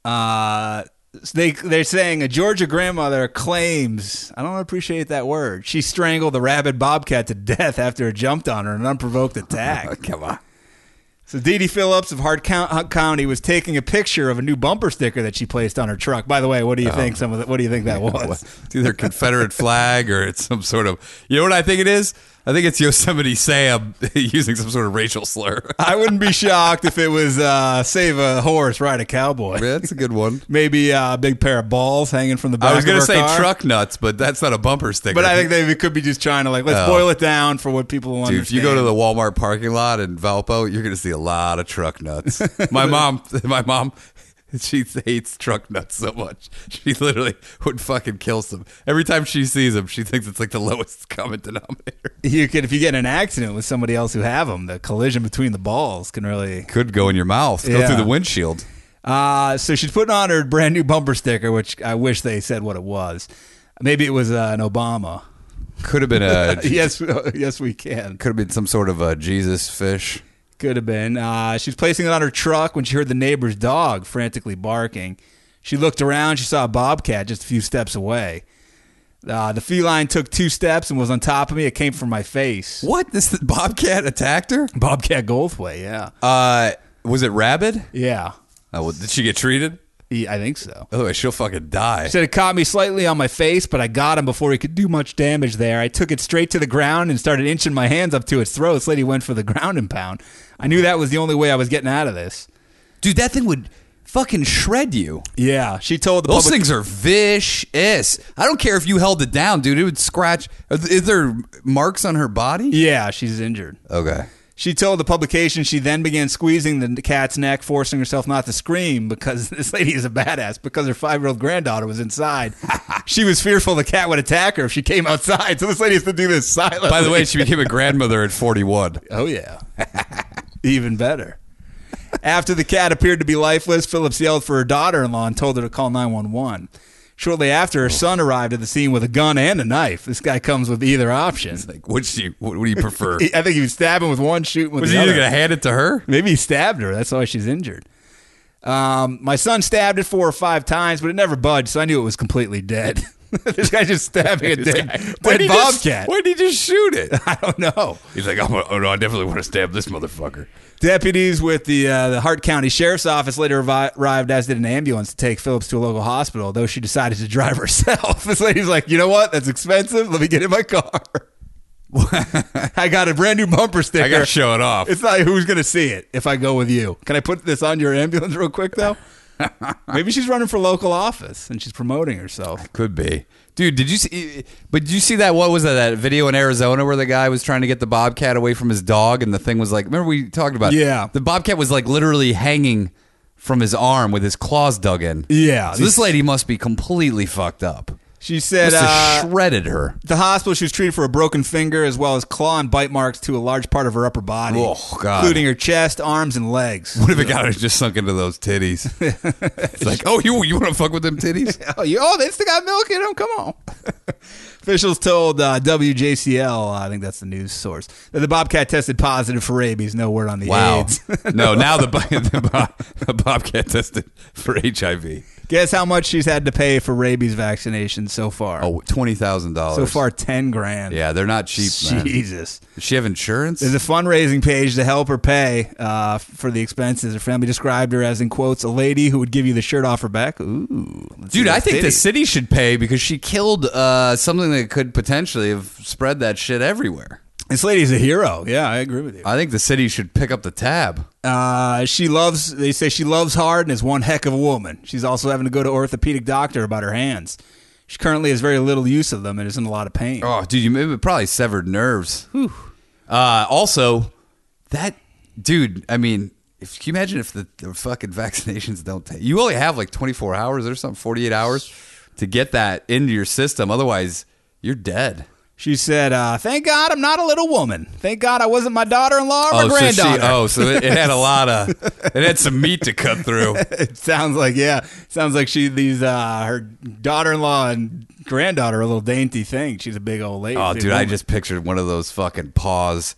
Speaker 3: Uh, they they're saying a Georgia grandmother claims I don't appreciate that word. She strangled the rabid bobcat to death after it jumped on her in an unprovoked attack.
Speaker 2: Come on.
Speaker 3: So Dee Dee Phillips of Hart Count- Hunt County was taking a picture of a new bumper sticker that she placed on her truck. By the way, what do you think? Some of the, what do you think that was?
Speaker 2: It's either Confederate flag or it's some sort of. You know what I think it is? I think it's Yosemite Sam using some sort of racial slur.
Speaker 3: I wouldn't be shocked if it was uh, save a horse, ride a cowboy.
Speaker 2: That's a good one.
Speaker 3: Maybe uh, a big pair of balls hanging from the back.
Speaker 2: I was
Speaker 3: going to
Speaker 2: say
Speaker 3: car.
Speaker 2: truck nuts, but that's not a bumper sticker.
Speaker 3: but I think they could be just trying to like
Speaker 2: Oh.
Speaker 3: let's boil it down for what people want.
Speaker 2: Dude, if you go to the Walmart parking lot in Valpo, you're going to see a lot of truck nuts. My mom, my mom, she hates truck nuts so much. She literally would fucking kill some. Every time she sees them, she thinks it's like the lowest common denominator.
Speaker 3: you could if you get in an accident with somebody else who have them, the collision between the balls can really.
Speaker 2: Could go in your mouth, go
Speaker 3: Yeah.
Speaker 2: through the windshield.
Speaker 3: Uh, so she's putting on her brand new bumper sticker, which I wish they said what it was. Maybe it was uh, an Obama.
Speaker 2: Could have been a
Speaker 3: yes, yes, we can.
Speaker 2: could have been some sort of a Jesus fish.
Speaker 3: Could have been. Uh, she was placing it on her truck when she heard the neighbor's dog frantically barking. She looked around. She saw a bobcat just a few steps away. Uh, the feline took two steps and was on top of me. It came from my face.
Speaker 2: What? This bobcat attacked her?
Speaker 3: Bobcat Goldthwait, yeah.
Speaker 2: Uh, was it rabid?
Speaker 3: Yeah,
Speaker 2: Oh, well, did she get treated?
Speaker 3: Yeah, I think so.
Speaker 2: Otherwise, she'll fucking die.
Speaker 3: She said it caught me slightly on my face, but I got him before he could do much damage there. I took it straight to the ground and started inching my hands up to its throat. This lady went for the ground and pound. I knew that was the only way I was getting out of this.
Speaker 2: Dude, that thing would fucking shred you.
Speaker 3: Yeah, she told the
Speaker 2: Those
Speaker 3: public-
Speaker 2: things are vicious. I don't care if you held it down, dude. It would scratch. Are th- Is there marks on her body?
Speaker 3: Yeah, she's injured.
Speaker 2: Okay.
Speaker 3: She told the publication she then began squeezing the cat's neck, forcing herself not to scream because this lady is a badass because her five year old granddaughter was inside. she was fearful the cat would attack her if she came outside. So this lady has to do this silently.
Speaker 2: By the way, she became a grandmother at 41.
Speaker 3: Oh, yeah. Even better. After the cat appeared to be lifeless, Phillips yelled for her daughter in law and told her to call 911. Shortly after, her son arrived at the scene with a gun and a knife. This guy comes with either option.
Speaker 2: Like, what do you, what, what do you prefer?
Speaker 3: I think he was stabbing with one, shooting with
Speaker 2: Was
Speaker 3: the
Speaker 2: he either
Speaker 3: other.
Speaker 2: going to hand it to her?
Speaker 3: Maybe he stabbed her. That's why she's injured. Um, my son stabbed it four or five times, but it never budged, so I knew it was completely dead. this guy's just stabbing a dead,
Speaker 2: Why'd
Speaker 3: dead
Speaker 2: he
Speaker 3: bobcat.
Speaker 2: Just, why'd he just shoot it?
Speaker 3: I don't know.
Speaker 2: He's like, I'm a, oh no, I definitely want to stab this motherfucker.
Speaker 3: Deputies with the uh, the Hart County Sheriff's Office later arri- arrived, as did an ambulance, to take Phillips to a local hospital. Though she decided to drive herself. this lady's like, you know what? That's expensive. Let me get in my car. I got a brand new bumper sticker.
Speaker 2: I got to show it off.
Speaker 3: It's not who's going to see it if I go with you. Can I put this on your ambulance real quick, though? Maybe she's running for local office and she's promoting herself.
Speaker 2: Could be, dude. Did you see? But did you see that? What was that? That video in Arizona where the guy was trying to get the bobcat away from his dog, and the thing was like, remember we talked about? it?
Speaker 3: Yeah.
Speaker 2: the bobcat was like literally hanging from his arm with his claws dug in.
Speaker 3: Yeah,
Speaker 2: so this lady must be completely fucked up.
Speaker 3: She said
Speaker 2: Must
Speaker 3: uh,
Speaker 2: have shredded her.
Speaker 3: the hospital she was treated for a broken finger as well as claw and bite marks to a large part of her upper body,
Speaker 2: Oh, God.
Speaker 3: including her chest, arms, and legs.
Speaker 2: What if it got her just sunk into those titties? it's like, oh, you you want to fuck with them titties?
Speaker 3: Oh, you, oh, they still got milk in them. Come on. Officials told uh, WJCL, uh, I think that's the news source, that the bobcat tested positive for rabies. No word on the
Speaker 2: Wow.
Speaker 3: AIDS.
Speaker 2: no, now the, bo- the, bo- the bobcat tested for HIV.
Speaker 3: Guess how much she's had to pay for rabies vaccination so far?
Speaker 2: Oh, twenty thousand dollars
Speaker 3: so far, ten grand.
Speaker 2: Yeah, they're not cheap, man.
Speaker 3: Jesus.
Speaker 2: Does she have insurance?
Speaker 3: There's a fundraising page to help her pay uh, for the expenses. Her family described her as, in quotes, a lady who would give you the shirt off her back. Ooh, let's see
Speaker 2: Dude,
Speaker 3: those
Speaker 2: I think the
Speaker 3: titties.
Speaker 2: city should pay because she killed uh, something that could potentially have spread that shit everywhere.
Speaker 3: this lady's a hero. Yeah, I agree with you.
Speaker 2: I think the city should pick up the tab.
Speaker 3: Uh, she loves. They say she loves hard and is one heck of a woman. She's also having to go to orthopedic doctor about her hands. She currently has very little use of them and is in a lot of pain.
Speaker 2: Oh, dude, you it probably severed nerves. Uh, also, that dude. I mean, if can you imagine if the, the fucking vaccinations don't take, you only have like 24 hours or something, 48 hours to get that into your system. Otherwise, you're dead.
Speaker 3: She said, uh, "Thank God I'm not a little woman. Thank God I wasn't my daughter-in-law or my
Speaker 2: so she,
Speaker 3: granddaughter."
Speaker 2: oh, so it, it had a lot of, it had some meat to cut through.
Speaker 3: it sounds like yeah, sounds like she these uh, her daughter-in-law and granddaughter are a little dainty thing. She's a big old lady.
Speaker 2: Oh,
Speaker 3: Big
Speaker 2: dude, I
Speaker 3: woman.
Speaker 2: just pictured one of those fucking paws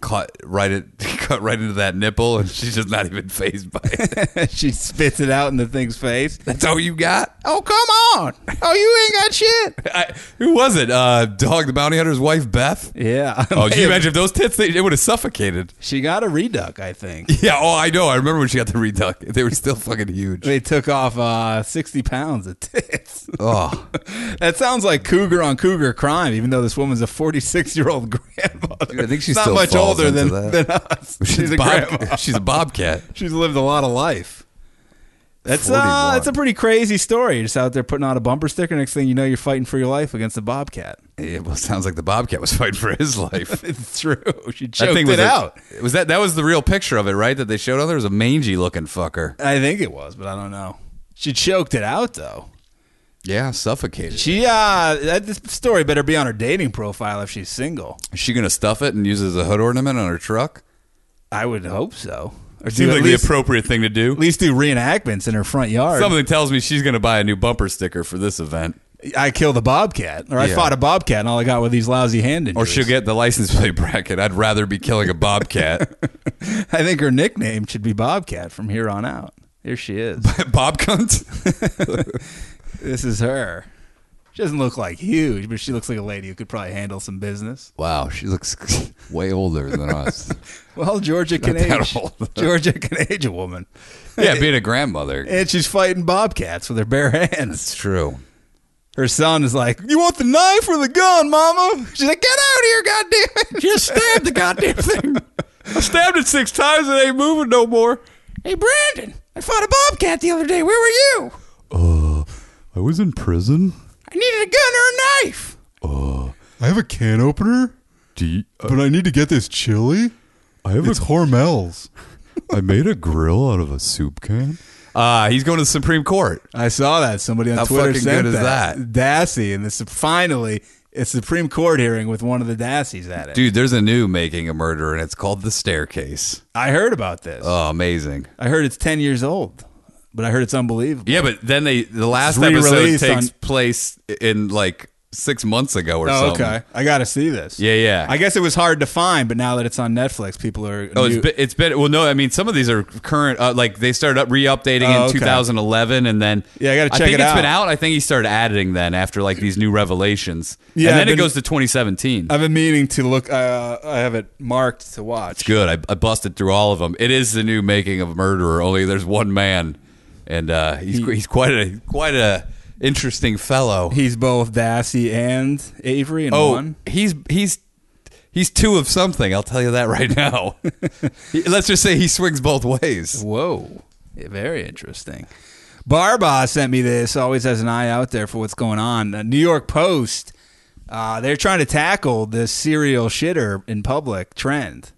Speaker 2: caught right at cut right into that nipple, and she's just not even phased by it.
Speaker 3: she spits it out in the thing's face.
Speaker 2: That's all you got.
Speaker 3: Oh, come on. Oh, you ain't got shit.
Speaker 2: I, who was it? Uh, Dog the Bounty Hunter's wife, Beth.
Speaker 3: Yeah.
Speaker 2: Oh, can you imagine if those tits? They, it would have suffocated.
Speaker 3: She got a reduck, I think.
Speaker 2: Yeah. Oh, I know. I remember when she got the reduck. They were still fucking huge.
Speaker 3: They took off uh, 60 pounds of tits.
Speaker 2: Oh,
Speaker 3: that sounds like cougar on cougar crime, even though this woman's a 46 year old grandmother.
Speaker 2: Dude, I think she
Speaker 3: not
Speaker 2: still
Speaker 3: much
Speaker 2: falls
Speaker 3: older
Speaker 2: into
Speaker 3: than,
Speaker 2: that.
Speaker 3: than us. She's a
Speaker 2: Bob-
Speaker 3: grandma.
Speaker 2: She's a bobcat.
Speaker 3: She's lived a lot of life. That's uh,
Speaker 2: 41.
Speaker 3: that's a pretty crazy story. Just out there putting on a bumper sticker. Next thing you know, you're fighting for your life against a bobcat.
Speaker 2: It well, sounds like the bobcat was fighting for his life.
Speaker 3: It's true. She
Speaker 2: That
Speaker 3: choked
Speaker 2: thing
Speaker 3: it
Speaker 2: was a-
Speaker 3: out.
Speaker 2: was that that was the real picture of it, right? That they showed. Oh, there was a mangy looking fucker.
Speaker 3: I think it was, but I don't know. She choked it out though.
Speaker 2: Yeah, suffocated.
Speaker 3: She uh, that this story better be on her dating profile if she's single.
Speaker 2: Is she gonna stuff it and use it as a hood ornament on her truck?
Speaker 3: I would hope so. Or do
Speaker 2: Seems
Speaker 3: at,
Speaker 2: like
Speaker 3: least,
Speaker 2: the appropriate thing to do.
Speaker 3: at least do reenactments in her front yard.
Speaker 2: Something tells me she's gonna buy a new bumper sticker for this event,
Speaker 3: I killed a bobcat, or I
Speaker 2: Yeah.
Speaker 3: fought a bobcat, and all I got were these lousy hand
Speaker 2: or
Speaker 3: injuries.
Speaker 2: she'll get the license plate bracket. I'd rather be killing a bobcat.
Speaker 3: I think her nickname should be Bobcat from here on out. Here she is.
Speaker 2: Bob cunt.
Speaker 3: This is her. She doesn't look like huge, but she looks like a lady who could probably handle some business.
Speaker 2: Wow, she looks way older than us.
Speaker 3: Well, Georgia can
Speaker 2: that
Speaker 3: age.
Speaker 2: old.
Speaker 3: Georgia can age a woman,
Speaker 2: yeah, being a grandmother.
Speaker 3: and she's fighting bobcats with her bare hands.
Speaker 2: It's true.
Speaker 3: Her son is like, "You want the knife or the gun, Mama?" She's like, "Get out of here, goddamn it!"
Speaker 2: Just stab the goddamn thing. I stabbed it six times and it ain't moving no more.
Speaker 3: Hey, Brandon, I fought a bobcat the other day. Where were you?
Speaker 2: I was in prison.
Speaker 3: I needed a gun or a knife.
Speaker 4: I have a can opener,
Speaker 2: Do you, uh,
Speaker 4: but I need to get this chili.
Speaker 2: I have
Speaker 4: It's Hormel's.
Speaker 2: I made a grill out of a soup can. Ah, he's going to the Supreme Court.
Speaker 3: I saw that somebody on
Speaker 2: How
Speaker 3: Twitter
Speaker 2: fucking
Speaker 3: sent
Speaker 2: good is
Speaker 3: that. Dassey, and this finally a Supreme Court hearing with one of the Dasseys at it.
Speaker 2: Dude, there's a new making a murder and it's called The Staircase.
Speaker 3: I heard about this.
Speaker 2: Oh, amazing.
Speaker 3: I heard it's ten years old, but I heard it's unbelievable.
Speaker 2: Yeah, but then they the last
Speaker 3: It's
Speaker 2: episode
Speaker 3: re-released
Speaker 2: takes
Speaker 3: on-
Speaker 2: place in like 6 months ago or
Speaker 3: Oh,
Speaker 2: something.
Speaker 3: okay, I got to see this.
Speaker 2: Yeah, yeah.
Speaker 3: I guess it was hard to find, but now that it's on Netflix, people are.
Speaker 2: Oh, it's
Speaker 3: new-
Speaker 2: been, it's been well. No, I mean some of these are current. Uh, like they started up re-updating
Speaker 3: Oh,
Speaker 2: in
Speaker 3: okay.
Speaker 2: 2011, and then
Speaker 3: Yeah, I gotta check
Speaker 2: think
Speaker 3: it
Speaker 2: has been
Speaker 3: out.
Speaker 2: out. I think he started adding then after like these new revelations.
Speaker 3: Yeah,
Speaker 2: and then
Speaker 3: I've
Speaker 2: it
Speaker 3: been-
Speaker 2: goes to 2017.
Speaker 3: I've been meaning to look. Uh, I have it marked to watch.
Speaker 2: Good. I, I busted through all of them. It is the new making of a murderer. Only there's one man, and uh, he's he's quite a quite a interesting fellow.
Speaker 3: He's both Dassey and Avery in
Speaker 2: oh,
Speaker 3: one.
Speaker 2: he's he's. He's two of something. I'll tell you that right now. He- Let's just say he swings both ways.
Speaker 3: Whoa. Yeah, very interesting. Barba sent me this, always has an eye out there for what's going on. The New York Post, uh, they're trying to tackle this serial shitter in public trend.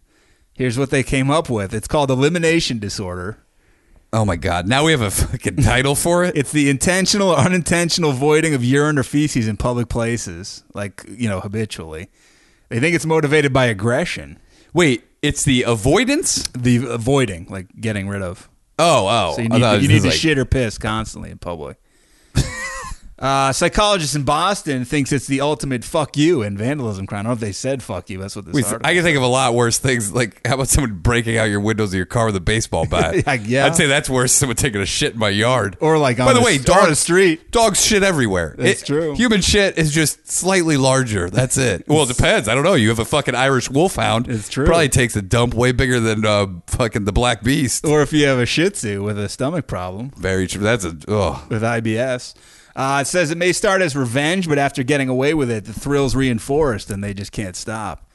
Speaker 3: Here's what they came up with it's called elimination disorder.
Speaker 2: Oh my God! Now we have a fucking title for it.
Speaker 3: It's the intentional or unintentional voiding of urine or feces in public places, like, you know, habitually. They think it's motivated by aggression.
Speaker 2: Wait, it's the avoidance?
Speaker 3: The avoiding, like getting rid of.
Speaker 2: Oh, oh.
Speaker 3: So you
Speaker 2: I thought it was
Speaker 3: need, you need
Speaker 2: just
Speaker 3: to
Speaker 2: like-
Speaker 3: shit or piss constantly in public. uh, psychologist in Boston thinks it's the ultimate fuck you in vandalism crime. I don't know if they said fuck you. That's what this
Speaker 2: Wait,
Speaker 3: article.
Speaker 2: I can think of a lot worse things. Like, how about someone breaking out your windows of your car with a baseball bat?
Speaker 3: Yeah, yeah.
Speaker 2: I'd say that's worse than someone taking a shit in my yard.
Speaker 3: Or, like,
Speaker 2: by
Speaker 3: on
Speaker 2: the
Speaker 3: the
Speaker 2: way,
Speaker 3: st- on the street.
Speaker 2: dogs shit everywhere.
Speaker 3: That's
Speaker 2: It-
Speaker 3: true.
Speaker 2: Human shit is just slightly larger. That's it. well, it depends. I don't know. You have a fucking Irish wolfhound.
Speaker 3: It's true.
Speaker 2: Probably takes a dump way bigger than uh, fucking the black beast.
Speaker 3: or if you have a Shih Tzu with a stomach problem
Speaker 2: Very true. That's a oh.
Speaker 3: with IBS. Uh, it says it may start as revenge, but after getting away with it, the thrill's reinforced and they just can't stop.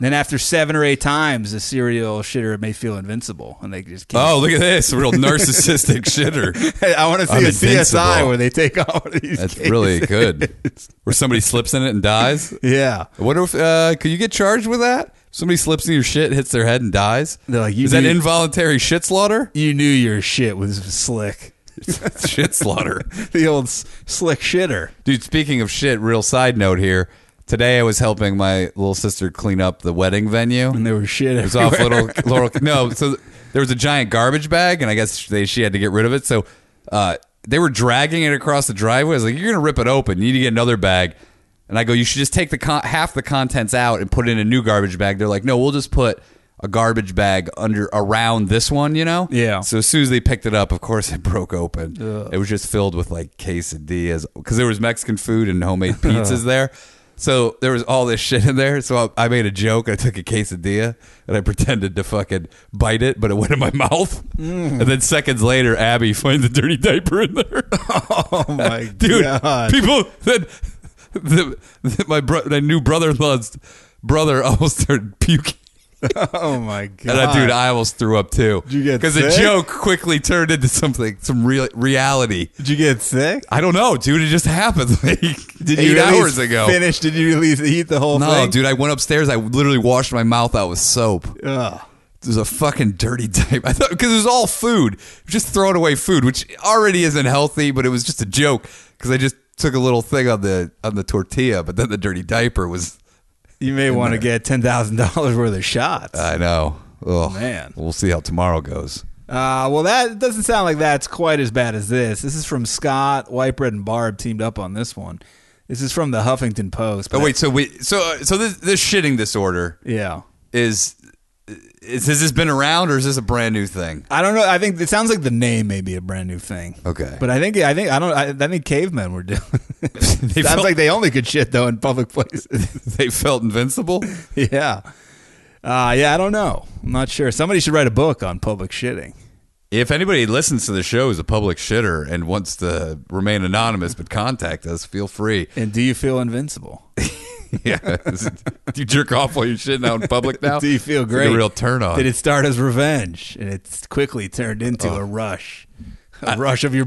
Speaker 3: Then after seven or eight times, the serial shitter may feel invincible and they just can't.
Speaker 2: Oh, look at this real narcissistic shitter.
Speaker 3: I want to see
Speaker 2: I'm
Speaker 3: a CSI
Speaker 2: invincible.
Speaker 3: where they take all of these.
Speaker 2: That's
Speaker 3: cases.
Speaker 2: really good. Where somebody slips in it and dies.
Speaker 3: Yeah.
Speaker 2: I wonder if uh, could you get charged with that? Somebody slips in your shit, hits their head, and dies.
Speaker 3: They're like, you
Speaker 2: Is that
Speaker 3: need-
Speaker 2: involuntary shit slaughter?
Speaker 3: you knew your shit was slick.
Speaker 2: shit slaughter,
Speaker 3: The old s- slick shitter.
Speaker 2: dude. Speaking of shit, real side note here. Today I was helping my little sister clean up the wedding venue.
Speaker 3: And there was shit
Speaker 2: It was off
Speaker 3: everywhere.
Speaker 2: little Laurel. No, so th- there was a giant garbage bag, and I guess they, she had to get rid of it. So uh, they were dragging it across the driveway. I was like, "You're gonna rip it open. You need to get another bag." And I go, you should just take the con- half the contents out and put it in a new garbage bag. They're like, no, we'll just put a garbage bag under around this one, you know?
Speaker 3: Yeah.
Speaker 2: So as soon as they picked it up, of course it broke open. It was just filled with like quesadillas because there was Mexican food and homemade pizzas there. So there was all this shit in there. So I, I made a joke. I took a quesadilla and I pretended to fucking bite it, but it went in my mouth.
Speaker 3: Mm.
Speaker 2: And then seconds later, Abby finds a dirty diaper in there.
Speaker 3: Oh my
Speaker 2: dude.
Speaker 3: god,
Speaker 2: People that, that, that my, bro, my new brother-in-law's brother almost started puking.
Speaker 3: Oh my god,
Speaker 2: And I, dude, I almost threw up too.
Speaker 3: you get
Speaker 2: Because the
Speaker 3: sick?
Speaker 2: joke quickly turned into something, some real reality.
Speaker 3: did you get sick?
Speaker 2: I don't know, dude. It just happened like
Speaker 3: Did
Speaker 2: eight
Speaker 3: you at least
Speaker 2: hours ago.
Speaker 3: Finish? Did you at least eat the whole
Speaker 2: no,
Speaker 3: thing?
Speaker 2: dude. I went upstairs. I literally washed my mouth out with soap.
Speaker 3: Ugh.
Speaker 2: It was a fucking dirty diaper. I thought because it was all food, just throwing away food, which already isn't healthy, but it was just a joke because I just took a little thing on the on the tortilla, but then the dirty diaper was.
Speaker 3: You may want to get ten thousand dollars worth of shots.
Speaker 2: I know. Oh
Speaker 3: Man.
Speaker 2: we'll see how tomorrow goes.
Speaker 3: Uh, well, that doesn't sound like that's quite as bad as this. This is from Scott White Bread and Barb teamed up on this one. This is from the Huffington Post.
Speaker 2: Oh
Speaker 3: but-
Speaker 2: wait, so we so uh, so this this shitting disorder
Speaker 3: yeah,
Speaker 2: is, is has this been around or is this a brand new thing?
Speaker 3: I don't know. I think it sounds like the name may be a brand new thing.
Speaker 2: Okay.
Speaker 3: but I think I think I don't. I, I think cavemen were doing. it. sounds
Speaker 2: felt-
Speaker 3: like they only could shit though in public places.
Speaker 2: They felt invincible.
Speaker 3: yeah, uh, yeah. I don't know. I'm not sure. Somebody should write a book on public shitting.
Speaker 2: If anybody listens to the show is a public shitter and wants to remain anonymous but contact us, feel free.
Speaker 3: And do you feel invincible?
Speaker 2: Yeah. Do you jerk off while you're shitting out in public now?
Speaker 3: Do you feel
Speaker 2: It's like
Speaker 3: great?
Speaker 2: a real turn on.
Speaker 3: Did it start as revenge, and it's quickly turned into a rush, a rush of your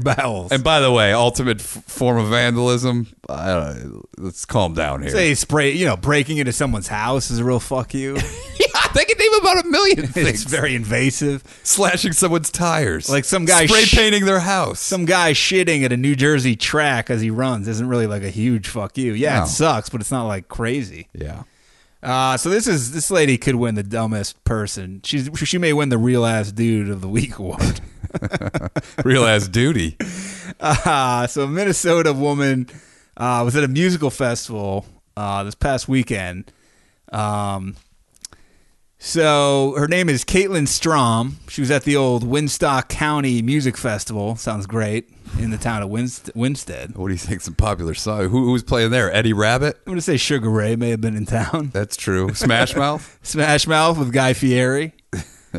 Speaker 3: bowels?
Speaker 2: and by the way, ultimate f- form of vandalism. I don't know, let's calm down here.
Speaker 3: Say spray, you know, breaking into someone's house is a real fuck you.
Speaker 2: yeah, they can name about a million
Speaker 3: it's
Speaker 2: things.
Speaker 3: very invasive.
Speaker 2: Slashing someone's tires,
Speaker 3: Like some guy
Speaker 2: spray
Speaker 3: sh-
Speaker 2: painting their house.
Speaker 3: Some guy shitting at a New Jersey track as he runs isn't really like a huge fuck you. Yeah,
Speaker 2: No.
Speaker 3: it sucks, but it's not like crazy.
Speaker 2: yeah.
Speaker 3: Uh, so this is this lady could win the dumbest person. She's she may win the real ass dude of the week award.
Speaker 2: Real ass duty.
Speaker 3: Uh, so a Minnesota woman uh, was at a musical festival uh, this past weekend. Um, so her name is Caitlin Strom. She was at the old Winstock County Music Festival. Sounds great in the town of Winst- Winstead.
Speaker 2: What do you think? Some popular song. Who, who's playing there? Eddie Rabbit.
Speaker 3: I'm gonna say Sugar Ray may have been in town.
Speaker 2: That's true. Smash Mouth.
Speaker 3: Smash Mouth with Guy Fieri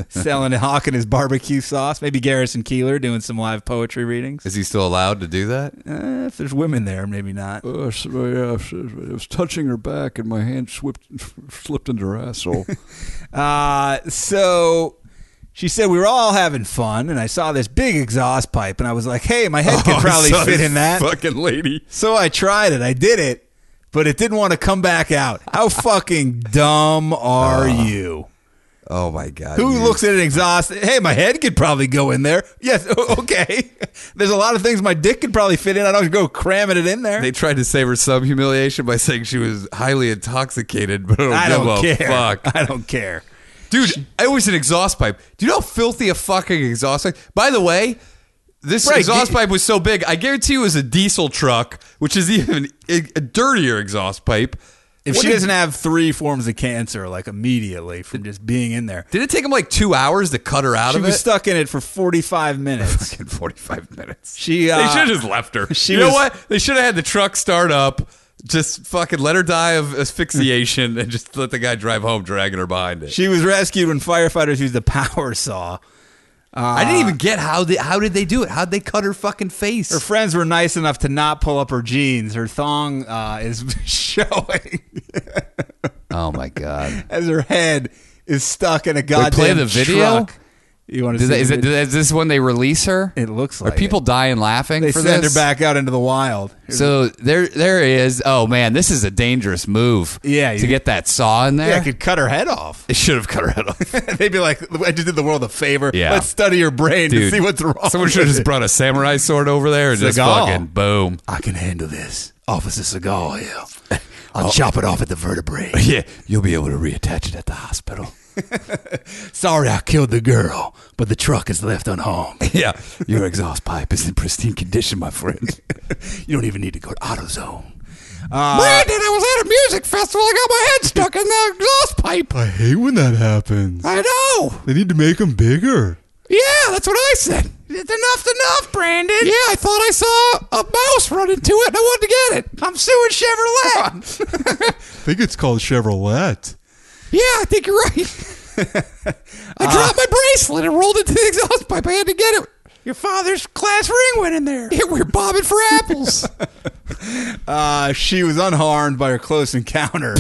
Speaker 3: selling and hawking his barbecue sauce. Maybe Garrison Keeler doing some live poetry readings.
Speaker 2: Is he still allowed to do that?
Speaker 3: Uh, if there's women there, maybe not.
Speaker 6: Uh, s- uh, yeah, s- I was touching her back, and my hand slipped, slipped into her asshole.
Speaker 3: Uh, so she said we were all having fun, and I saw this big exhaust pipe, and I was like, "Hey, my head could
Speaker 2: Oh,
Speaker 3: probably
Speaker 2: son,
Speaker 3: fit in that."
Speaker 2: fucking lady.
Speaker 3: So I tried it. I did it, but it didn't want to come back out. How fucking dumb are
Speaker 2: Ah.
Speaker 3: you?
Speaker 2: Oh my god.
Speaker 3: Who
Speaker 2: you-
Speaker 3: looks at an exhaust? Hey, my head could probably go in there. Yes, o- okay. There's a lot of things my dick could probably fit in. I don't go cramming it in there.
Speaker 2: They tried to save her some humiliation by saying she was highly intoxicated, but I don't,
Speaker 3: I
Speaker 2: give
Speaker 3: don't
Speaker 2: a
Speaker 3: care.
Speaker 2: fuck.
Speaker 3: I don't care.
Speaker 2: Dude, it was an exhaust pipe. Do you know how filthy a fucking exhaust pipe? By the way, this
Speaker 3: Right,
Speaker 2: exhaust
Speaker 3: the-
Speaker 2: pipe was so big, I guarantee you it was a diesel truck, which is even a, a dirtier exhaust pipe.
Speaker 3: If
Speaker 2: What
Speaker 3: she
Speaker 2: a-
Speaker 3: doesn't have three forms of cancer, like immediately from just being in there,
Speaker 2: Did it take him like two hours to cut her out
Speaker 3: She
Speaker 2: of
Speaker 3: was
Speaker 2: it?
Speaker 3: stuck in it for 45 minutes.
Speaker 2: in 45 minutes.
Speaker 3: She, uh,
Speaker 2: they should have just left her.
Speaker 3: she
Speaker 2: you know
Speaker 3: was-
Speaker 2: what? They should have had the truck start up, just fucking let her die of asphyxiation, and just let the guy drive home dragging her behind it.
Speaker 3: She was rescued when firefighters used a power saw.
Speaker 2: I didn't even get how they, how did they do it? How'd they cut her fucking face?
Speaker 3: uh, Her friends were nice enough to not pull up her jeans. Her thong uh, is showing
Speaker 2: oh my god!
Speaker 3: as her head is stuck in a goddamn
Speaker 2: play the video?
Speaker 3: truck. You want to
Speaker 2: Did
Speaker 3: see?
Speaker 2: they, is,
Speaker 3: the
Speaker 2: it,
Speaker 3: video?
Speaker 2: is this when they release her?
Speaker 3: It looks
Speaker 2: Are
Speaker 3: like
Speaker 2: people
Speaker 3: it.
Speaker 2: dying laughing
Speaker 3: They
Speaker 2: for
Speaker 3: send
Speaker 2: this?
Speaker 3: her back out into the wild.
Speaker 2: So there, there is. Oh man, this is a dangerous move.
Speaker 3: Yeah,
Speaker 2: to
Speaker 3: you-
Speaker 2: get that saw in there.
Speaker 3: yeah, I could cut her head off.
Speaker 2: it should have cut her head off.
Speaker 3: They'd be like, "I just did the world a favor.
Speaker 2: Yeah.
Speaker 3: Let's study your brain
Speaker 2: Dude,
Speaker 3: to see what's wrong."
Speaker 2: Someone
Speaker 3: with
Speaker 2: should have
Speaker 3: it.
Speaker 2: just brought a samurai sword over there and just
Speaker 3: Seagal.
Speaker 2: fucking boom.
Speaker 3: I can handle this, Officer Seagal. Here, I'll
Speaker 2: Oh.
Speaker 3: chop it off at the vertebrae.
Speaker 2: Yeah, you'll be able to reattach it at the hospital.
Speaker 3: Sorry I killed the girl, but the truck is left unharmed.
Speaker 2: yeah, your exhaust pipe is in pristine condition, my friend.
Speaker 3: you don't even need to go to AutoZone. Uh,
Speaker 2: Brandon, I was at a music festival. I got my head stuck in the exhaust pipe.
Speaker 4: I hate when that happens.
Speaker 2: I know.
Speaker 4: They need to make them bigger.
Speaker 2: Yeah, that's what I said. It's enough's enough, Brandon. Yeah, I thought I saw a mouse run into it and I wanted to get it. I'm suing Chevrolet.
Speaker 4: I think it's called Chevrolet.
Speaker 2: yeah, I think you're right. I dropped my bracelet and rolled into the exhaust pipe. I had to get it. Your father's class ring went in there. Yeah, we're bobbing for apples.
Speaker 3: Uh, she was unharmed by her close encounter.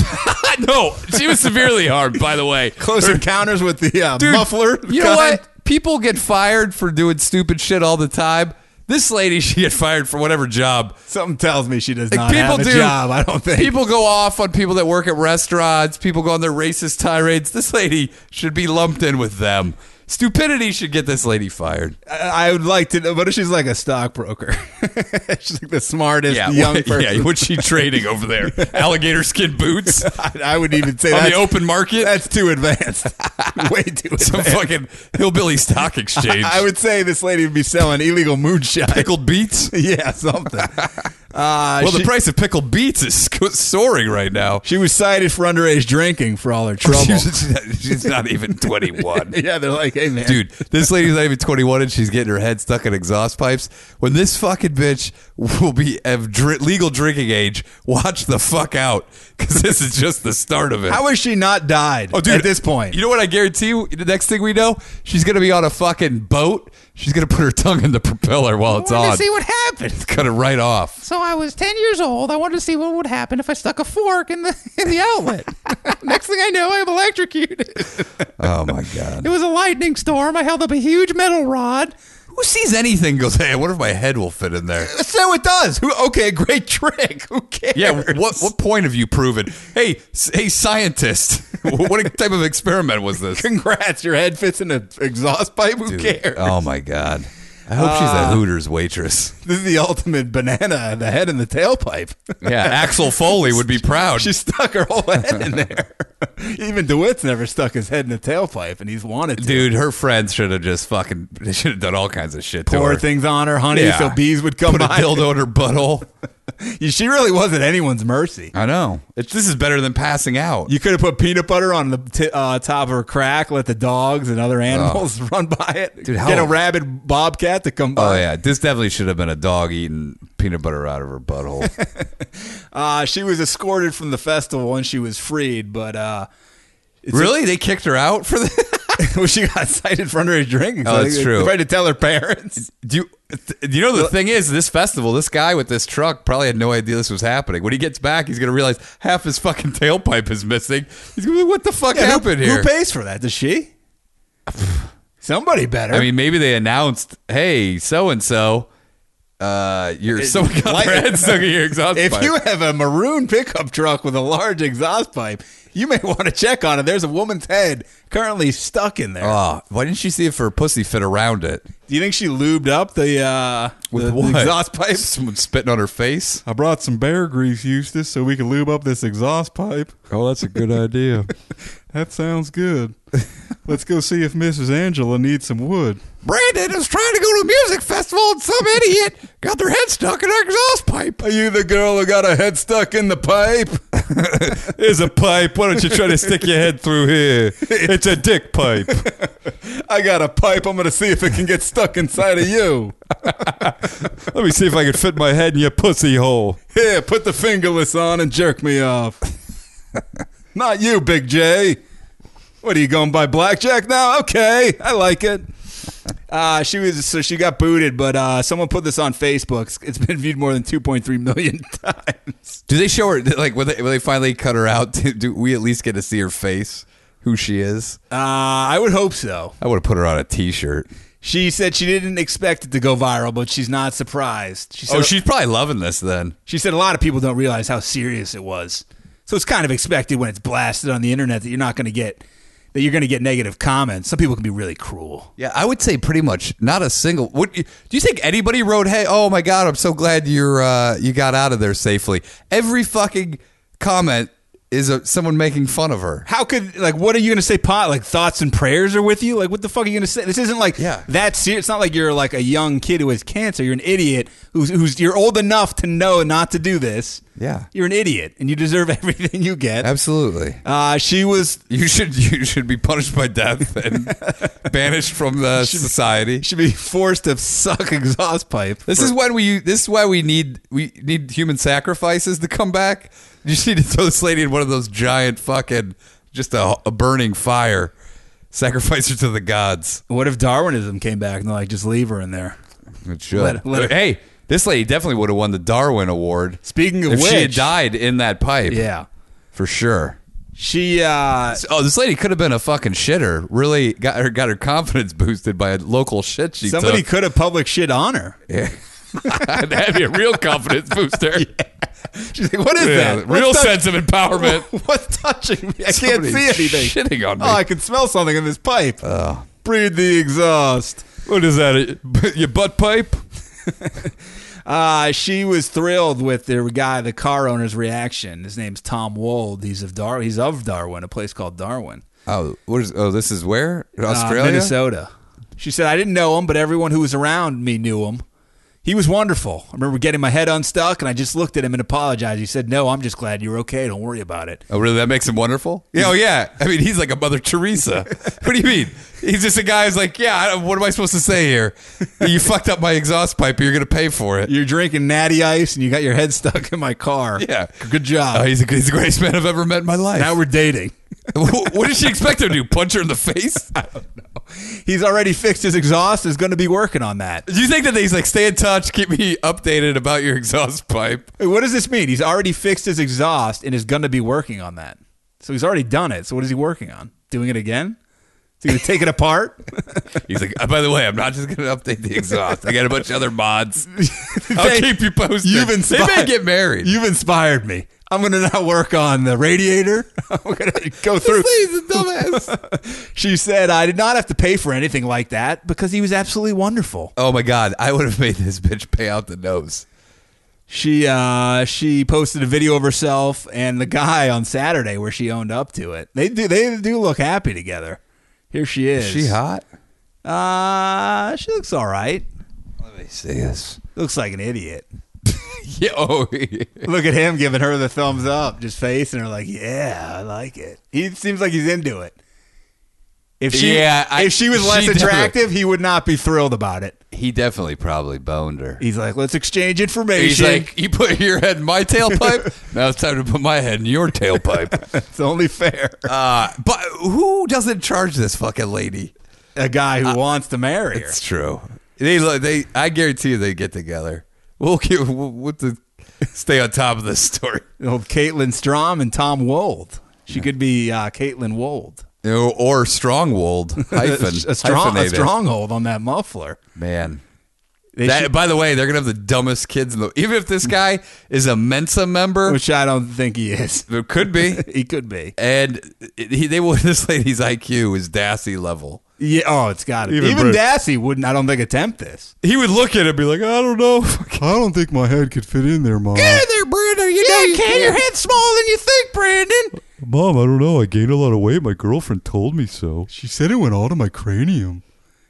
Speaker 2: no, she was severely harmed, by the way.
Speaker 3: close encounters with the uh,
Speaker 2: Dude,
Speaker 3: muffler.
Speaker 2: You know
Speaker 3: gun.
Speaker 2: what? People get fired for doing stupid shit all the time. This lady, she get fired for whatever job.
Speaker 3: Something tells me she does
Speaker 2: Like,
Speaker 3: not have a job. I don't think.
Speaker 2: people go off on people that work at restaurants. People go on their racist tirades. This lady should be lumped in with them. Stupidity should get this lady fired.
Speaker 3: Uh, I I would like to know. What if she's like a stockbroker? she's like the smartest young
Speaker 2: what,
Speaker 3: person.
Speaker 2: yeah. What's she trading over there? Alligator skin boots on
Speaker 3: I, I would even say
Speaker 2: the
Speaker 3: that's,
Speaker 2: open market.
Speaker 3: that's too advanced. Way too advanced.
Speaker 2: some fucking hillbilly stock exchange.
Speaker 3: I would say this lady would be selling illegal moonshine.
Speaker 2: pickled beets.
Speaker 3: yeah, something. Uh,
Speaker 2: Well,
Speaker 3: she,
Speaker 2: the price of pickled beets is sco- soaring right now.
Speaker 3: she was cited for underage drinking for all her trouble.
Speaker 2: She's, she's not even 21.
Speaker 3: yeah, they're like, hey, man.
Speaker 2: Dude, this lady's not even 21 and she's getting her head stuck in exhaust pipes. When this fucking bitch will be of dr- legal drinking age, watch the fuck out because this is just the start of it.
Speaker 3: How has she not died
Speaker 2: Oh, dude,
Speaker 3: at this point?
Speaker 2: You know what I guarantee you? The next thing we know, she's going to be on a fucking boat. She's going to put her tongue in the propeller while it's on.
Speaker 7: what happened.
Speaker 2: It's cut it right off.
Speaker 7: So I was 10 years old. I wanted to see what would happen if I stuck a fork in the in the outlet. Next thing I know, I'm electrocuted.
Speaker 2: Oh my god!
Speaker 7: It was a lightning storm. I held up a huge metal rod.
Speaker 2: Who sees anything goes, hey, I wonder if my head will fit in there.
Speaker 3: so it does. Who, okay, great trick. Who cares?
Speaker 2: Yeah, what what point have you proven? Hey, s- hey, scientist, what type of experiment was this?
Speaker 3: Congrats, your head fits in an exhaust pipe. Who
Speaker 2: Dude,
Speaker 3: cares? Uh,
Speaker 2: Oh my god. I hope she's a Hooters waitress.
Speaker 3: This is the ultimate banana, the head and the tailpipe.
Speaker 2: Yeah, Axel Foley would be proud.
Speaker 3: she stuck her whole head in there. Even DeWitt's never stuck his head in the tailpipe, and he's wanted to.
Speaker 2: Dude, her friends should have just fucking they should have done all kinds of shit to
Speaker 3: Pour
Speaker 2: her.
Speaker 3: things on her, honey,
Speaker 2: Yeah.
Speaker 3: so bees would come
Speaker 2: Put a
Speaker 3: by.
Speaker 2: dildo in her butthole.
Speaker 3: She really was at anyone's mercy.
Speaker 2: I know. It's, this is better than passing out.
Speaker 3: You could have put peanut butter on the t- uh, top of her crack, let the dogs and other animals run by it.
Speaker 2: Oh. Dude, how-
Speaker 3: Get a rabid bobcat to come by.
Speaker 2: Oh yeah, this definitely should have been a dog eating peanut butter out of her butthole.
Speaker 3: Uh, she was escorted from the festival and she was freed, but uh, it's-
Speaker 2: really? They kicked her out for that?
Speaker 3: well, she got cited for underage drinking.
Speaker 2: Oh,
Speaker 3: I
Speaker 2: that's
Speaker 3: think they
Speaker 2: true.
Speaker 3: Tried uh, to tell her parents.
Speaker 2: Do you, th- you know the thing is this festival? This guy with this truck probably had no idea this was happening. When he gets back, he's gonna realize half his fucking tailpipe is missing. He's gonna be like, "What the fuck
Speaker 3: Yeah, who-
Speaker 2: happened
Speaker 3: who,
Speaker 2: here?"
Speaker 3: pays for that? Does she? Somebody better.
Speaker 2: I mean, maybe they announced, "Hey, so and so, uh, your someone got
Speaker 3: like-
Speaker 2: their head stuck in your exhaust
Speaker 3: if
Speaker 2: pipe."
Speaker 3: you have a maroon pickup truck with a large exhaust pipe, you may want to check on it. There's a woman's head currently stuck in there.
Speaker 2: Oh, why didn't she see if her pussy fit around it?
Speaker 3: Do you think she lubed up the uh,
Speaker 2: With
Speaker 3: the, the
Speaker 2: what?
Speaker 3: exhaust pipe?
Speaker 2: Someone spitting on her face.
Speaker 4: I brought some bear grease, Eustace, so we can lube up this exhaust pipe.
Speaker 6: Oh, that's a good idea.
Speaker 4: That sounds good. Let's go see if Mrs. Angela needs some wood.
Speaker 2: Brandon was trying to go to a music festival and some idiot got their head stuck in her exhaust pipe.
Speaker 3: Are you the girl who got a head stuck in the pipe?
Speaker 2: Here's a pipe. Why don't you try to stick your head through here? It's a dick pipe.
Speaker 3: I got a pipe. I'm going to see if it can get stuck inside of you.
Speaker 2: Let me see if I can fit my head in your pussy hole.
Speaker 3: Here, put the fingerless on and jerk me off. Not you, Big J. What are you going by blackjack now? Okay, I like it. Uh, she was so she got booted, but uh, someone put this on Facebook. It's- It's been viewed more than 2.3 million times.
Speaker 2: Do they show her like when they, when they finally cut her out? Do, do we at least get to see her face, who she is?
Speaker 3: Uh, I would hope so.
Speaker 2: I would have put her on a T-shirt.
Speaker 3: She said she didn't expect it to go viral, but she's not surprised. She said,
Speaker 2: Oh, she's probably loving this then.
Speaker 3: She said a lot of people don't realize how serious it was. So it's kind of expected when it's blasted on the internet that you're not going to get that you're going to get negative comments. Some people can be really cruel.
Speaker 2: Yeah, I would say pretty much not a single. Would do you think anybody wrote, "Hey, oh my God, I'm so glad you're uh, you got out of there safely"? Every fucking comment is a, someone making fun of her.
Speaker 3: How could like what are you gonna say? Pot like thoughts and prayers are with you. Like what the fuck are you gonna say? This isn't like
Speaker 2: Yeah.
Speaker 3: that serious. It's not like you're like a young kid who has cancer. You're an idiot who's who's you're old enough to know not to do this.
Speaker 2: Yeah.
Speaker 3: you're an idiot and you deserve everything you get.
Speaker 2: Absolutely.
Speaker 3: Uh, she was
Speaker 2: You should you should be punished by death and banished from the society.
Speaker 3: should be forced to suck exhaust pipe.
Speaker 2: This
Speaker 3: for-
Speaker 2: is when we this is why we need we need human sacrifices to come back. You just need to throw this lady in one of those giant fucking just a, a burning fire. Sacrifice her to the gods.
Speaker 3: what if Darwinism came back and they're like just leave her in there.
Speaker 2: It should.
Speaker 3: Let- let her-
Speaker 2: hey, this lady definitely would have won the Darwin Award.
Speaker 3: Speaking of
Speaker 2: if she had
Speaker 3: which-
Speaker 2: died in that pipe,
Speaker 3: Yeah,
Speaker 2: for sure.
Speaker 3: she uh,
Speaker 2: Oh, this lady could have been a fucking shitter. Really got her got her confidence boosted by a local shit she
Speaker 3: somebody
Speaker 2: took.
Speaker 3: could have public shit on her.
Speaker 2: That'd be a real confidence booster.
Speaker 3: She's like, what is
Speaker 2: Yeah,
Speaker 3: that?
Speaker 2: real
Speaker 3: What's touch-
Speaker 2: sense of empowerment.
Speaker 3: What's touching me? I can't
Speaker 2: Somebody's
Speaker 3: see anything.
Speaker 2: Shitting on me. Uh,
Speaker 3: Oh, I can smell something in this pipe. Breathe the exhaust.
Speaker 2: what is that? Your butt pipe?
Speaker 3: Uh, she was thrilled with the guy, the car owner's reaction. His name's Tom Wold. He's of Dar. He's of Darwin, a place called Darwin,
Speaker 2: Oh, what is? Oh, this is where
Speaker 3: Uh,
Speaker 2: Australia.
Speaker 3: Minnesota. She said, "I didn't know him, but everyone who was around me knew him. He was wonderful. I remember getting my head unstuck, and I just looked at him and apologized. He said, "No, I'm just glad you're okay. Don't worry about it."
Speaker 2: Oh, really? That makes him wonderful. Yeah, oh, yeah. I mean, he's like a Mother Teresa. what do you mean? He's just a guy who's like, yeah. I don't- What am I supposed to say here? You fucked up my exhaust pipe. You're gonna pay for it.
Speaker 3: You're drinking natty ice, and you got your head stuck in my car.
Speaker 2: Yeah.
Speaker 3: good
Speaker 2: Oh,
Speaker 3: job.
Speaker 2: he's, a, he's the greatest man I've ever met in my life.
Speaker 3: now we're dating.
Speaker 2: what did she expect him to do? Punch her in the face?
Speaker 3: He's already fixed his exhaust. Is going to be working on that.
Speaker 2: Do you think that he's like, stay in touch, keep me updated about your exhaust pipe?
Speaker 3: Wait, what does this mean? He's already fixed his exhaust and is going to be working on that. So he's already done it. So what is he working on? Doing it again? Is he going to take it apart?
Speaker 2: He's like, "Uh, by the way, I'm not just going to update the exhaust. I got a bunch of other mods. I'll
Speaker 3: They-
Speaker 2: keep you posted.
Speaker 3: You've
Speaker 2: they
Speaker 3: inspired.
Speaker 2: may get married.
Speaker 3: You've inspired me. I'm going to now work on the radiator. I'm going to go through.
Speaker 2: He's a dumbass.
Speaker 3: She said, I did not have to pay for anything like that because he was absolutely wonderful.
Speaker 2: oh my god, I would have made this bitch pay out the nose.
Speaker 3: She uh, she posted a video of herself and the guy on Saturday where she owned up to it. They do they do look happy together. Here she is.
Speaker 2: hot?
Speaker 3: Uh, she looks all right.
Speaker 2: Let me see this.
Speaker 3: Looks like an idiot.
Speaker 2: Yeah. Oh, yeah.
Speaker 3: Look at him giving her the thumbs up, just facing her like, "Yeah, I like it." He seems like he's into it. If she,
Speaker 2: Yeah, I-
Speaker 3: if she was
Speaker 2: she
Speaker 3: less
Speaker 2: definitely-
Speaker 3: attractive, he would not be thrilled about it.
Speaker 2: he definitely probably boned her.
Speaker 3: He's like, "Let's exchange information."
Speaker 2: He's like, you put your head in my tailpipe. now it's time to put my head in your tailpipe.
Speaker 3: "It's only fair."
Speaker 2: uh, but who doesn't charge this fucking lady?
Speaker 3: A guy who wants to marry her.
Speaker 2: uh, It's true. They they I guarantee you they get together. We'll get we'll, we'll have to stay on top of this story.
Speaker 3: Old Caitlin Strom and Tom Wold. She could be uh, Caitlin Wold.
Speaker 2: You know, or stronghold hyphen
Speaker 3: a, strong, a
Speaker 2: hyphenated.
Speaker 3: stronghold on that muffler.
Speaker 2: man.
Speaker 3: They
Speaker 2: That,
Speaker 3: should-
Speaker 2: by the way, they're gonna have the dumbest kids in the. Even if this guy is a Mensa
Speaker 6: Oh,
Speaker 2: member,
Speaker 3: which I don't think he is.
Speaker 2: it could be,
Speaker 3: He could be.
Speaker 2: and he, they will. This lady's IQ is Dassey level.
Speaker 3: Yeah. Oh, it's got to
Speaker 4: Even
Speaker 3: Even
Speaker 4: Bruce.
Speaker 3: Dassey wouldn't. I don't think attempt this.
Speaker 2: He would look at it and be like, "I don't know." Get
Speaker 4: I don't think my head could fit in there, Mom.
Speaker 2: in there, Brandon. You know you can. Your head's smaller than you think, Brandon.
Speaker 6: Mom, I don't know. I gained a lot of weight. My girlfriend told me so.
Speaker 4: She said it went all to my cranium.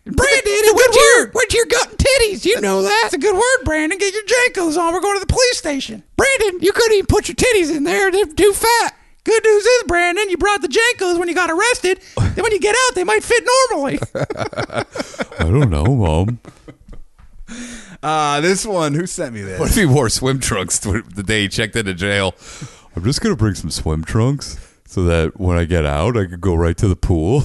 Speaker 2: Brandon, what's your what's your gut and titties? You know that. That's a good word, Brandon. Get your jankos on. We're going to the police station. Brandon, you couldn't even put your titties in there. They're too fat. Good news is, Brandon, you brought the jankos when you got arrested. then when you get out, they might fit normally.
Speaker 6: I don't know, Mom.
Speaker 3: Uh, this one, who sent me
Speaker 2: What
Speaker 3: this?
Speaker 2: if he wore swim trunks to- the day he checked into jail?
Speaker 6: I'm just going to bring some swim trunks so that when I get out, I could go right to the pool.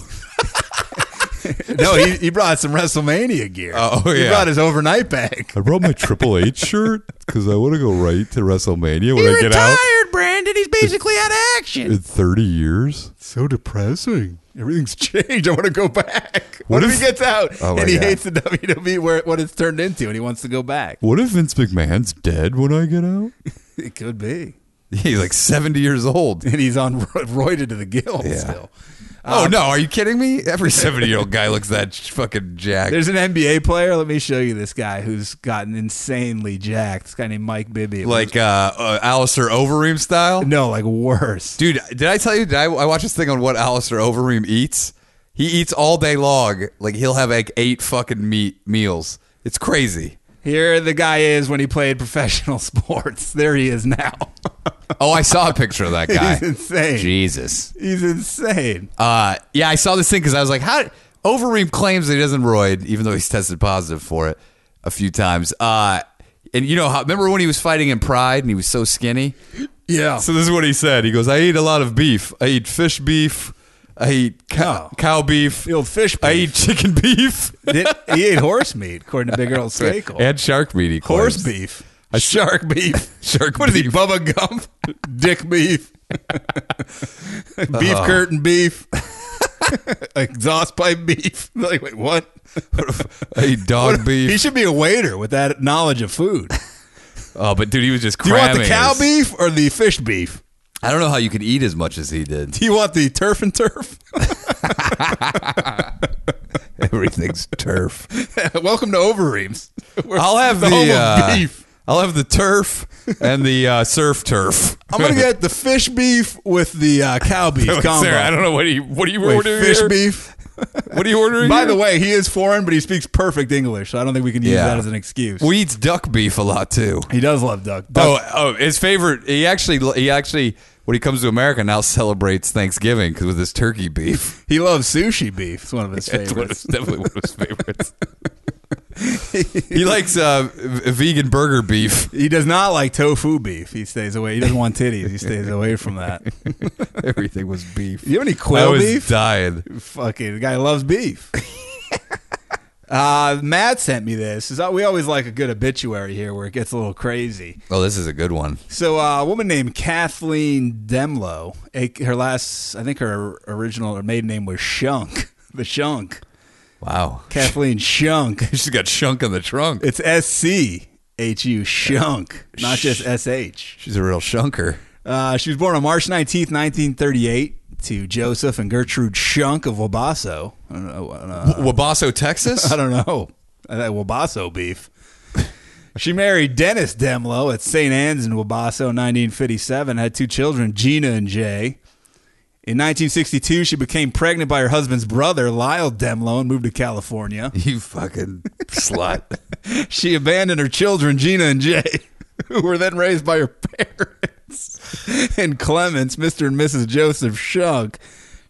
Speaker 3: no, he, he brought some WrestleMania gear.
Speaker 2: Oh,
Speaker 3: He
Speaker 2: yeah.
Speaker 3: brought his overnight bag.
Speaker 6: I brought my Triple H shirt because I want to go right to WrestleMania when
Speaker 2: He
Speaker 6: I get
Speaker 2: retired,
Speaker 6: out
Speaker 2: Brandon. He's basically out of
Speaker 6: in
Speaker 2: action.
Speaker 6: 30 years.
Speaker 4: So depressing.
Speaker 3: Everything's changed. I want to go back. What,
Speaker 6: What
Speaker 3: if,
Speaker 6: if-
Speaker 3: he gets out
Speaker 2: Oh, my
Speaker 3: and he
Speaker 2: God.
Speaker 3: hates the WWE where what it's turned into and he wants to go back?
Speaker 6: What if Vince McMahon's dead when I get out?
Speaker 3: It could be.
Speaker 2: He's like 70 years old.
Speaker 3: and he's on roided to the gills
Speaker 6: Yeah.
Speaker 3: still.
Speaker 2: oh, no. Are you kidding me? Every 70 year old guy looks that sh- fucking jacked.
Speaker 3: There's an NBA player. Let me show you this guy who's gotten insanely jacked. This guy named Mike Bibby. It
Speaker 2: like uh, uh, Alistair Overeem style.
Speaker 3: was- no, like worse.
Speaker 2: Dude, did I tell you? Did I, I watched this thing on what Alistair Overeem eats? He eats all day long. Like he'll have like eight fucking meat meals. It's crazy.
Speaker 3: Here the guy is when he played professional sports. There he is now.
Speaker 2: Oh, I saw a picture of that guy.
Speaker 3: He's insane.
Speaker 2: Jesus.
Speaker 3: He's insane.
Speaker 2: Uh, yeah, I saw this thing because I was like, how? Overeem claims that he doesn't roid, even though he's tested positive for it a few times. Uh, and you know how? Remember when he was fighting in Pride and he was so skinny?
Speaker 3: Yeah.
Speaker 2: So this is what he said. He goes, "I eat a lot of beef. I eat fish beef. I eat cow,
Speaker 3: Oh.
Speaker 2: cow beef.
Speaker 3: The old fish
Speaker 2: I
Speaker 3: beef.
Speaker 2: eat chicken beef
Speaker 3: Did- he ate horse meat, according to Big Earl Skakel.
Speaker 2: and shark meat. He claims.
Speaker 3: horse beef. shark beef.
Speaker 2: Shark
Speaker 3: What is
Speaker 2: beef.
Speaker 3: he, Bubba Gump? Dick beef. beef
Speaker 2: Uh-huh.
Speaker 3: curtain beef. Exhaust pipe beef. Like, wait, what?
Speaker 2: I eat dog
Speaker 3: He
Speaker 2: beef.
Speaker 3: should be a waiter with that knowledge of food.
Speaker 2: Oh, but dude, he was just
Speaker 3: Do you
Speaker 2: cramming.
Speaker 3: want the cow
Speaker 2: us.
Speaker 3: beef or the fish beef?
Speaker 2: I don't know how you could eat as much as he did.
Speaker 3: Do you want the turf and turf?
Speaker 2: Everything's turf.
Speaker 3: Welcome to Overeems. We're
Speaker 2: I'll have the,
Speaker 3: home of
Speaker 2: uh,
Speaker 3: beef.
Speaker 2: I'll have the turf and the uh, surf turf.
Speaker 3: I'm gonna get the fish beef with the uh, cow beef
Speaker 2: Wait,
Speaker 3: combo.
Speaker 2: Sarah, I don't know what you what are you
Speaker 3: Wait,
Speaker 2: ordering.
Speaker 3: fish
Speaker 2: here?
Speaker 3: beef.
Speaker 2: What are you ordering?
Speaker 3: By
Speaker 2: here?
Speaker 3: the way, he is foreign, but he speaks perfect English, so I don't think we can use
Speaker 2: Yeah.
Speaker 3: that as an excuse.
Speaker 2: we eats duck beef a lot too.
Speaker 3: he does love duck. Duck
Speaker 2: Oh, oh, his favorite. He actually, he actually, when he comes to America now, celebrates Thanksgiving 'cause with his turkey beef.
Speaker 3: He loves sushi beef. It's one of his
Speaker 2: That's one of-
Speaker 3: favorites.
Speaker 2: definitely one of his favorites. he likes uh, v- vegan burger beef.
Speaker 3: He does not like tofu beef. He stays away. He doesn't want titties. He stays away from that.
Speaker 2: Everything was beef.
Speaker 3: You have any
Speaker 2: I
Speaker 3: quail
Speaker 2: was
Speaker 3: beef?
Speaker 2: dying.
Speaker 3: Fucking the guy loves beef. uh, Matt sent me this. Is that- We always like a good obituary here where it gets a little crazy.
Speaker 2: Oh, this is a good one.
Speaker 3: So uh, a woman named Kathleen Demlow, a- her last, I think her original or maiden name was Shunk. The Shunk.
Speaker 2: Wow.
Speaker 3: Kathleen Shunk.
Speaker 2: She's got shunk in the trunk.
Speaker 3: It's S C H U Shunk, not just S H.
Speaker 2: She's a real shunker.
Speaker 3: Uh, she was born on March 19th, 1938, to Joseph and Gertrude Shunk of Wabasso. I don't know. uh,
Speaker 2: W- Wabasso, Texas.
Speaker 3: I don't know. Uh, that Wabasso beef. she married Dennis Demlow at St. Anne's in Wabasso in 1957, had two children, Gina and Jay. In 1962, she became pregnant by her husband's brother, Lyle Demlow, and moved to California.
Speaker 2: You fucking slut.
Speaker 3: She abandoned her children, Gina and Jay, who were then raised by her parents and Clements, Mr. and Mrs. Joseph Shunk.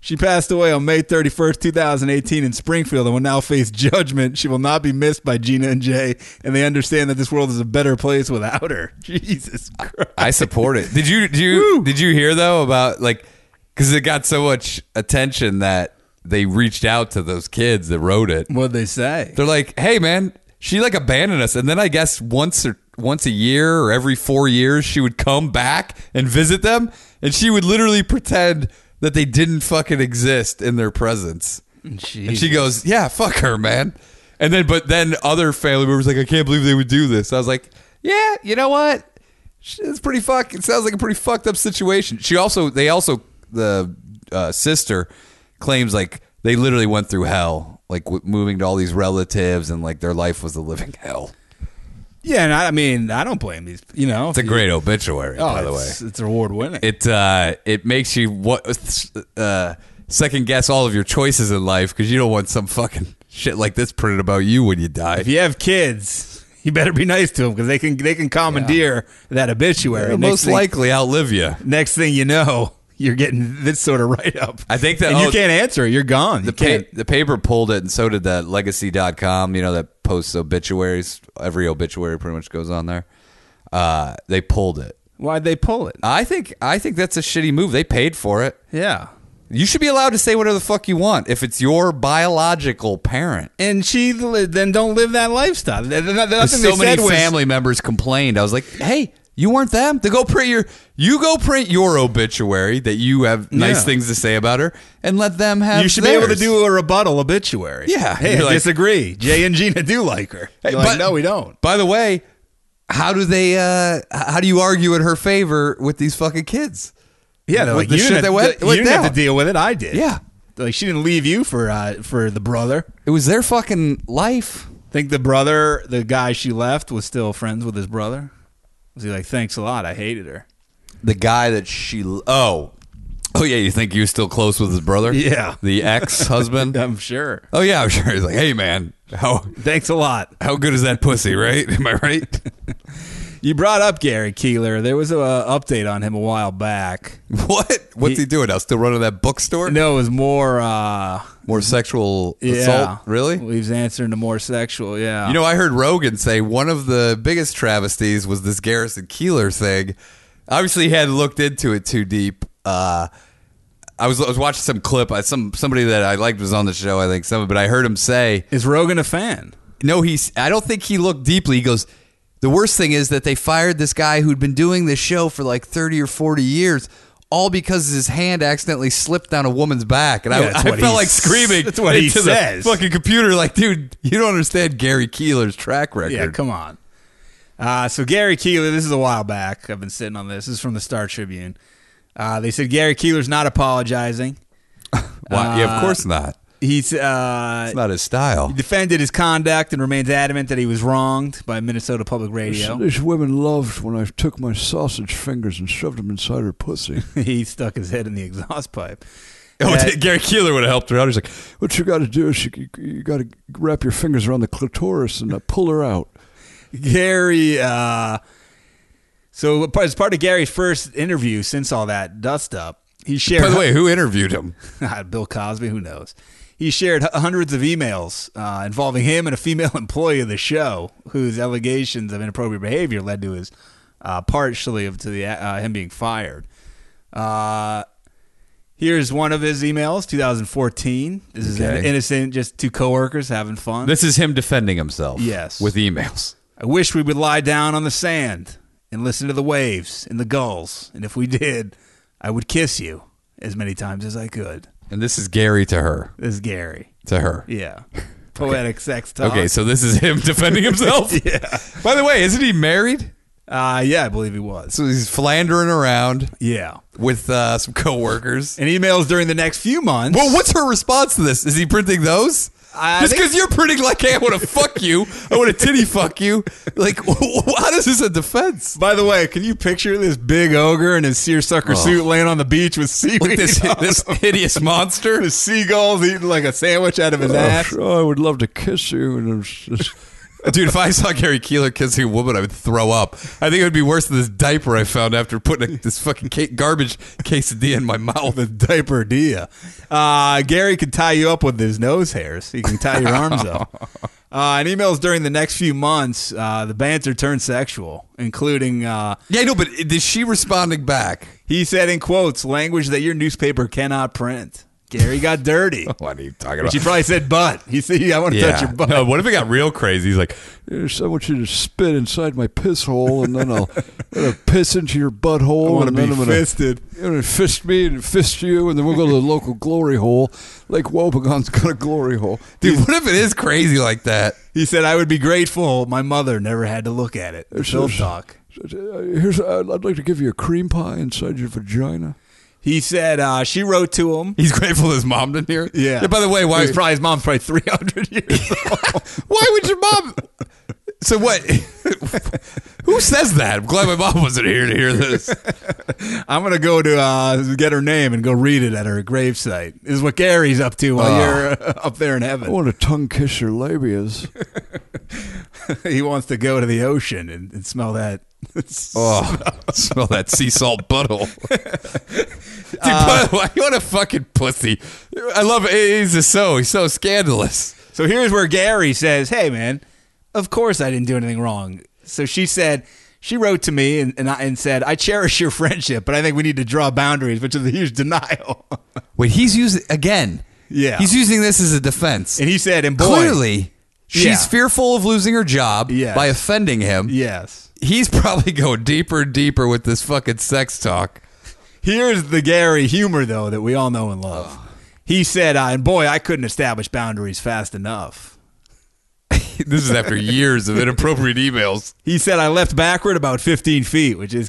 Speaker 3: She passed away on May 31st, 2018, in Springfield and will now face judgment. She will not be missed by Gina and Jay, and they understand that this world is a better place without her. Jesus Christ.
Speaker 2: I support it. Did you? Did you? did you hear though about like because it got so much attention that they reached out to those kids that wrote it.
Speaker 3: What'd they say?
Speaker 2: They're like, "Hey, man, she like abandoned us, and then I guess once or once a year or every four years she would come back and visit them, and she would literally pretend that they didn't fucking exist in their presence." And she goes, "Yeah, fuck her, man." And then, but then other family members like, "I can't believe they would do this." I was like, "Yeah, you know what? She- It's pretty fuck. It sounds like a pretty fucked up situation." She also, they also, the uh, sister claims like they literally went through hell, like w- moving to all these relatives, and like their life was a living hell.
Speaker 3: Yeah, and I, I mean, I don't blame these. You know, Oh,
Speaker 2: It's a great obituary, by the way.
Speaker 3: it's, it's award winning.
Speaker 2: It uh, it makes you what uh, second guess all of your choices in life because you don't want some fucking shit like this printed about you when you die.
Speaker 3: If you have kids, you better be nice to them because they can they can commandeer that obituary.
Speaker 2: They'll
Speaker 3: Next
Speaker 2: most
Speaker 3: thing-
Speaker 2: likely outlive you.
Speaker 3: next thing you know, you're getting this sort of write up.
Speaker 2: I think that-
Speaker 3: and you
Speaker 2: oh,
Speaker 3: can't answer. it. You're gone.
Speaker 2: The,
Speaker 3: you can't.
Speaker 2: pa- the paper pulled it, and so did that legacy.com, you know, that posts obituaries. Every obituary pretty much goes on there. Uh, they pulled it.
Speaker 3: Why'd they pull it?
Speaker 2: I think I think that's a shitty move. They paid for it.
Speaker 3: Yeah.
Speaker 2: You should be allowed to say whatever the fuck you want if it's your biological parent.
Speaker 3: And she li- then don't live that lifestyle. The, the, the other thing
Speaker 2: so
Speaker 3: they said
Speaker 2: many
Speaker 3: was-
Speaker 2: family members complained. I was like, "Hey, you weren't them. To go print your, you go print your obituary that you have nice
Speaker 3: Yeah.
Speaker 2: things to say about her, and let them have.
Speaker 3: You should be able to
Speaker 2: theirs."
Speaker 3: do a rebuttal obituary.
Speaker 2: Yeah.
Speaker 3: Hey,
Speaker 2: You're
Speaker 3: I
Speaker 2: like-
Speaker 3: disagree. Jay and Gina do like her.
Speaker 2: Hey,
Speaker 3: You're
Speaker 2: but-
Speaker 3: like, no, we don't.
Speaker 2: By the way, how do they? Uh, how do you argue in her favor with these fucking kids?
Speaker 3: Yeah, they're
Speaker 2: With
Speaker 3: like
Speaker 2: the
Speaker 3: you
Speaker 2: shit
Speaker 3: didn't,
Speaker 2: that went-
Speaker 3: you
Speaker 2: went
Speaker 3: didn't have
Speaker 2: down.
Speaker 3: to deal with it. I did.
Speaker 2: Yeah.
Speaker 3: like she didn't leave you for uh, for the brother.
Speaker 2: It was their fucking life.
Speaker 3: Think the brother, the guy she left, was still friends with his brother. Was he like, thanks a lot, I hated her.
Speaker 2: The guy that she oh oh yeah, you think you're still close with his brother?
Speaker 3: Yeah.
Speaker 2: the ex husband.
Speaker 3: I'm sure.
Speaker 2: oh yeah, I'm sure. He's like, hey man, how
Speaker 3: Thanks a lot.
Speaker 2: how good is that pussy? Right? Am I right?
Speaker 3: You brought up Gary Keeler. There was a uh, update on him a while back.
Speaker 2: what? What's he, doing now? Still running that bookstore?
Speaker 3: No, it was more uh,
Speaker 2: More sexual
Speaker 3: yeah.
Speaker 2: assault? Really?
Speaker 3: He was answering to more sexual. Yeah.
Speaker 2: You know, I heard Rogan say one of the biggest travesties was this Garrison Keeler thing. Obviously, he hadn't looked into it too deep. Uh, I was I was watching some clip. I, some somebody that I liked was on the show. I think some, but I heard him say,
Speaker 3: is Rogan a fan?
Speaker 2: "No, he's." I don't think he looked deeply. He goes, "The worst thing is that they fired this guy who'd been doing this show for like thirty or forty years." All because his hand accidentally slipped down a woman's back, and
Speaker 3: Yeah,
Speaker 2: I,
Speaker 3: that's
Speaker 2: I
Speaker 3: what
Speaker 2: felt
Speaker 3: he
Speaker 2: like
Speaker 3: s-
Speaker 2: screaming
Speaker 3: that's what he
Speaker 2: into
Speaker 3: says.
Speaker 2: the fucking computer. Like, dude, you don't understand Gary Keeler's track record.
Speaker 3: Yeah, come on. Uh, so Gary Keeler, this is a while back. I've been sitting on this. This is from the Star Tribune. Uh, they said Gary Keeler's not apologizing.
Speaker 2: Why? Uh, yeah, of course not.
Speaker 3: He's uh,
Speaker 2: It's not his style.
Speaker 3: he defended his conduct and remains adamant that he was wronged by Minnesota
Speaker 2: Oh,
Speaker 3: Public Radio.
Speaker 6: These women loved when I took my sausage fingers and shoved them inside her pussy.
Speaker 3: he stuck his head in the exhaust pipe.
Speaker 2: Oh,
Speaker 3: Uh,
Speaker 2: Gary Keeler would have helped her out. He's like,
Speaker 6: what you got to do is you, you got to wrap your fingers around the clitoris and uh, pull her out.
Speaker 3: Gary. Uh, so as part of Gary's first interview since all that dust up, he shared.
Speaker 2: by the way, who interviewed him?
Speaker 3: Bill Cosby, who knows? He shared h- hundreds of emails uh, involving him and a female employee of the show, whose allegations of inappropriate behavior led to his uh, partially of to the uh, him being fired. Uh, here's one of his emails, 2014. This is
Speaker 2: Okay.
Speaker 3: innocent, just two coworkers having fun.
Speaker 2: This is him defending himself.
Speaker 3: Yes.
Speaker 2: With emails.
Speaker 3: I wish we would lie down on the sand and listen to the waves and the gulls, and if we did, I would kiss you as many times as I could.
Speaker 2: And this is Gary to her.
Speaker 3: This is Gary.
Speaker 2: To her.
Speaker 3: Yeah. Poetic sex talk.
Speaker 2: Okay, so this is him defending himself? yeah. By the way, isn't he married?
Speaker 3: uh, yeah, I believe he was.
Speaker 2: So he's philandering around
Speaker 3: Yeah.
Speaker 2: with uh, some coworkers.
Speaker 3: And emails during the next few months.
Speaker 2: Well, what's her response to this? Is he printing those?
Speaker 3: I
Speaker 2: Just
Speaker 3: think-
Speaker 2: because you're printing like, hey, I want to fuck you. I want to titty fuck you. Like, how is this a defense?
Speaker 3: By the way, can you picture this big ogre in his seersucker suit laying on the beach with seaweed?
Speaker 2: Look at Oh. this
Speaker 3: on
Speaker 2: this hideous monster.
Speaker 3: the seagulls eating like a sandwich out of his
Speaker 6: Oh,
Speaker 3: ass.
Speaker 6: sure, I would love to kiss you. And it was just,
Speaker 2: Dude, if I saw Gary Keeler kissing a woman, I would throw up. I think it would be worse than this diaper I found after putting a, this fucking ca- garbage quesadilla in my mouth.
Speaker 3: The diaper dia. Uh, Gary can tie you up with his nose hairs. He can tie your arms up. Uh, and emails during the next few months, uh, the banter turned sexual, including uh,
Speaker 2: Yeah, no, but is she responding back?
Speaker 3: he said in quotes, language that your newspaper cannot print. Gary got dirty.
Speaker 2: What are you talking
Speaker 3: But she probably said butt. He said, yeah, I want to
Speaker 2: Oh, yeah.
Speaker 3: touch your butt.
Speaker 2: No, what if it got real crazy? He's like,
Speaker 6: "Yes, I want you to spit inside my piss hole, and then I'll, then I'll piss into your butthole.
Speaker 3: I want to
Speaker 6: and then
Speaker 3: be
Speaker 6: I'm gonna,
Speaker 3: fisted.
Speaker 6: You're gonna fist me and fist you, and then we'll go to the local glory hole. Lake Wobegon's got a glory hole.
Speaker 2: dude, what if it is crazy like that?
Speaker 3: He said, I would be grateful my mother never had to look at it.
Speaker 6: It's
Speaker 3: She'll
Speaker 6: just-
Speaker 3: talk.
Speaker 6: Here's uh, I'd I'd like to give you a cream pie inside your vagina.
Speaker 3: He said uh, she wrote to him.
Speaker 2: He's grateful his mom didn't hear. it?
Speaker 3: Yeah.
Speaker 2: By the way, why
Speaker 3: His, probably, his mom's probably 300 years old.
Speaker 2: Why would your mom? So what? Who says that? I'm glad my mom wasn't here to hear this.
Speaker 3: I'm going to go to uh, get her name and go read it at her gravesite. This is what Gary's up to while
Speaker 2: Oh.
Speaker 3: you're uh, up there in
Speaker 6: I
Speaker 3: heaven.
Speaker 6: want to tongue kiss your labias.
Speaker 3: he wants to go to the ocean and, and smell that.
Speaker 2: Oh, smell that sea salt butthole. Dude, by the way, what a fucking pussy. I love it. He's just so, he's so scandalous.
Speaker 3: So here's where Gary says, "Hey, man, of course I didn't do anything wrong." So she said she wrote to me and and, I, and said, "I cherish your friendship, but I think we need to draw boundaries," which is a huge denial.
Speaker 2: Wait, he's using, again,
Speaker 3: Yeah.
Speaker 2: he's using this as a defense.
Speaker 3: and he said, "And boy,
Speaker 2: Clearly, she's
Speaker 3: Yeah.
Speaker 2: fearful of losing her job
Speaker 3: Yes.
Speaker 2: by offending him.
Speaker 3: yes."
Speaker 2: He's probably going deeper and deeper with this fucking sex talk.
Speaker 3: Here's the Gary humor though that we all know and love. He said, uh, "And boy, I couldn't establish boundaries fast enough."
Speaker 2: this is after years of inappropriate emails
Speaker 3: He said I left backward about 15 feet, which is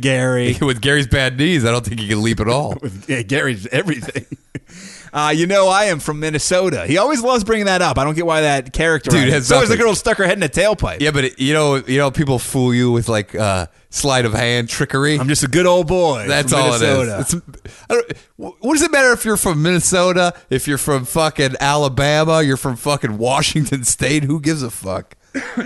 Speaker 3: Gary.
Speaker 2: with Gary's bad knees. I don't think he can leap at all.
Speaker 3: yeah, Gary's everything. Uh, you know, I am from Minnesota. He always loves bringing that up. I don't get why that character.
Speaker 2: Dude, it has
Speaker 3: it's always the
Speaker 2: nothing.
Speaker 3: girl who stuck her head in a tailpipe.
Speaker 2: Yeah, but it, you know, you know, people fool you with like uh, sleight of hand trickery.
Speaker 3: I'm just a good old boy.
Speaker 2: That's
Speaker 3: from
Speaker 2: all
Speaker 3: Minnesota.
Speaker 2: it is. It's, I don't, wh- what does it matter if you're from Minnesota? If you're from fucking Alabama? You're from fucking Washington State? Who gives a fuck?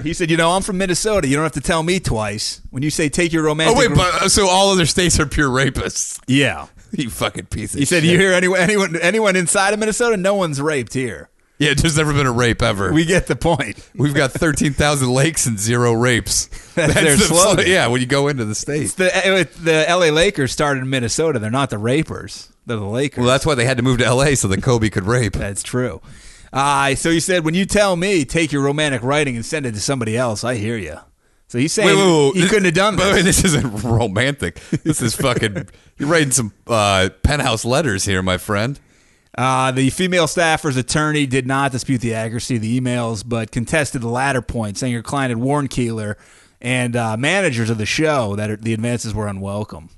Speaker 3: He said, "You know, I'm from Minnesota. You don't have to tell me twice when you say take your romantic."
Speaker 2: Oh wait,
Speaker 3: rom-"
Speaker 2: but so all other states are pure rapists.
Speaker 3: yeah,
Speaker 2: You fucking piece of
Speaker 3: he said,
Speaker 2: shit.
Speaker 3: "You hear anyone, anyone, anyone inside of Minnesota? No one's raped here.
Speaker 2: Yeah, there's never been a rape ever.
Speaker 3: We get the point."
Speaker 2: We, have got 13,000 lakes and zero rapes.
Speaker 3: That's their
Speaker 2: the
Speaker 3: slogan.
Speaker 2: Yeah, when you go into the state.
Speaker 3: It's the it- the L.A. Lakers started in Minnesota. They're not the rapers. They're the Lakers.
Speaker 2: Well, that's why they had to move to LA so that Kobe could rape.
Speaker 3: That's true. Uh, so he said, when you tell me, take your romantic writing and send it to somebody else, I hear you. So he's saying he
Speaker 2: This-
Speaker 3: couldn't have done
Speaker 2: By the
Speaker 3: this.
Speaker 2: way, this isn't romantic. This is fucking. You're writing some uh, penthouse letters here, my friend.
Speaker 3: Uh, the female staffer's attorney did not dispute the accuracy of the emails, but contested the latter point, saying her client had warned Keeler and uh, managers of the show that the advances were unwelcome.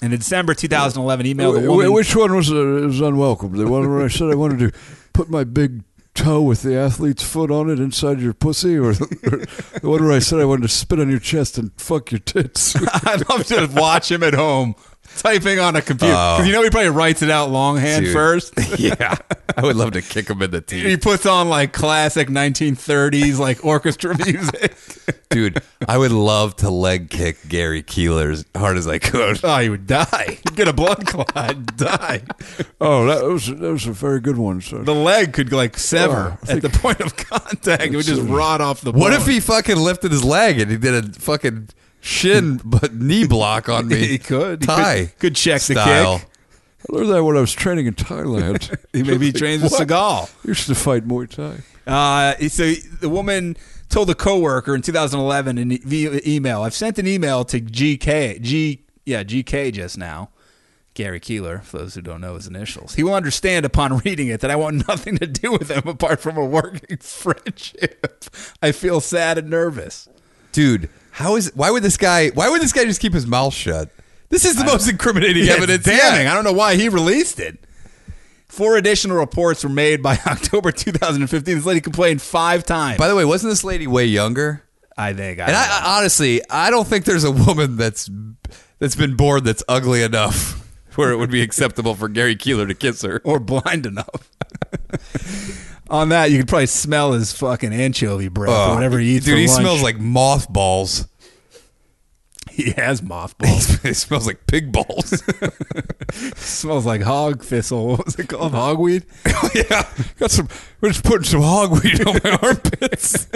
Speaker 3: In the December 2011 email, the
Speaker 6: Wh-
Speaker 3: woman,
Speaker 6: Which one was, uh, was unwelcome? The one where I said I wanted to put my big toe with the athlete's foot on it inside your pussy, or, the or the one where I said I wanted to spit on your chest and fuck your tits?
Speaker 3: I love to watch him at home typing on a computer because you know he probably writes it out longhand
Speaker 2: Dude.
Speaker 3: first.
Speaker 2: Yeah, I would love to kick him in the
Speaker 3: he
Speaker 2: teeth,
Speaker 3: puts on like classic 1930s like orchestra music.
Speaker 2: dude. I would love to leg kick Gary Keeler as hard as I could.
Speaker 3: oh, you would die. You'd get a blood clot, die.
Speaker 6: oh, that was that was a very good one, sir.
Speaker 3: The leg could like sever
Speaker 6: Oh, I
Speaker 3: at the point of contact. It would just rot off the.
Speaker 2: What if
Speaker 3: bone.
Speaker 2: he fucking lifted his leg and he did a fucking shin but knee block on me?
Speaker 3: He could. He
Speaker 2: tie
Speaker 3: could- could check the
Speaker 2: style.
Speaker 3: kick.
Speaker 6: I learned that when I was training in Thailand.
Speaker 3: He maybe trains with Seagal.
Speaker 6: I used to fight Muay Thai.
Speaker 3: Uh, so the woman told a coworker in 2011 in e- via email, "I've sent an email to GK, G, yeah, GK just now." Gary Keeler, for those who don't know his initials, he will understand upon reading it that I want nothing to do with him apart from a working friendship. I feel sad and nervous.
Speaker 2: dude. How is? Why would this guy? Why would this guy just keep his mouth shut? This is the most incriminating evidence.
Speaker 3: It's
Speaker 2: yet.
Speaker 3: damning. I don't know why he released it. Four additional reports were made by October 2015. This lady complained five times.
Speaker 2: By the way, wasn't this lady way younger?
Speaker 3: I think. I
Speaker 2: And I, I honestly, I don't think there's a woman that's that's been born that's ugly enough where it would be acceptable for Gary Keeler to kiss her.
Speaker 3: or blind enough. On that, you could probably smell his fucking anchovy breath or whatever he eats.
Speaker 2: Uh, Oh, Dude,
Speaker 3: for
Speaker 2: he
Speaker 3: lunch.
Speaker 2: smells like mothballs.
Speaker 3: he has mothballs.
Speaker 2: He smells like pig balls.
Speaker 3: smells like hog thistle. What was it called? Hogweed.
Speaker 2: yeah, got some. We're just putting some hogweed on my armpits.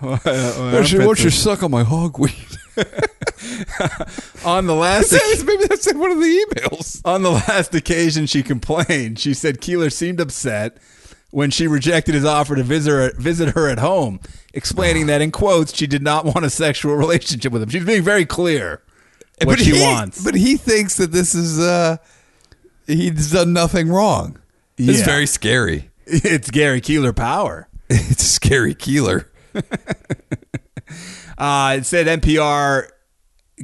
Speaker 3: uh,
Speaker 6: Actually, why don't you suck on my hogweed?
Speaker 3: On the last
Speaker 2: Maybe that's in one of the emails.
Speaker 3: on the last occasion, she complained. She said Keeler seemed upset when she rejected his offer to visit her, visit her at home, explaining that in quotes she did not want a sexual relationship with him. She's being very clear what she
Speaker 2: he,
Speaker 3: wants.
Speaker 2: But he thinks that this is uh he's done nothing wrong. This is
Speaker 3: Yeah.
Speaker 2: very scary.
Speaker 3: it's Gary Keeler power.
Speaker 2: It's scary Keeler.
Speaker 3: Uh, it said NPR.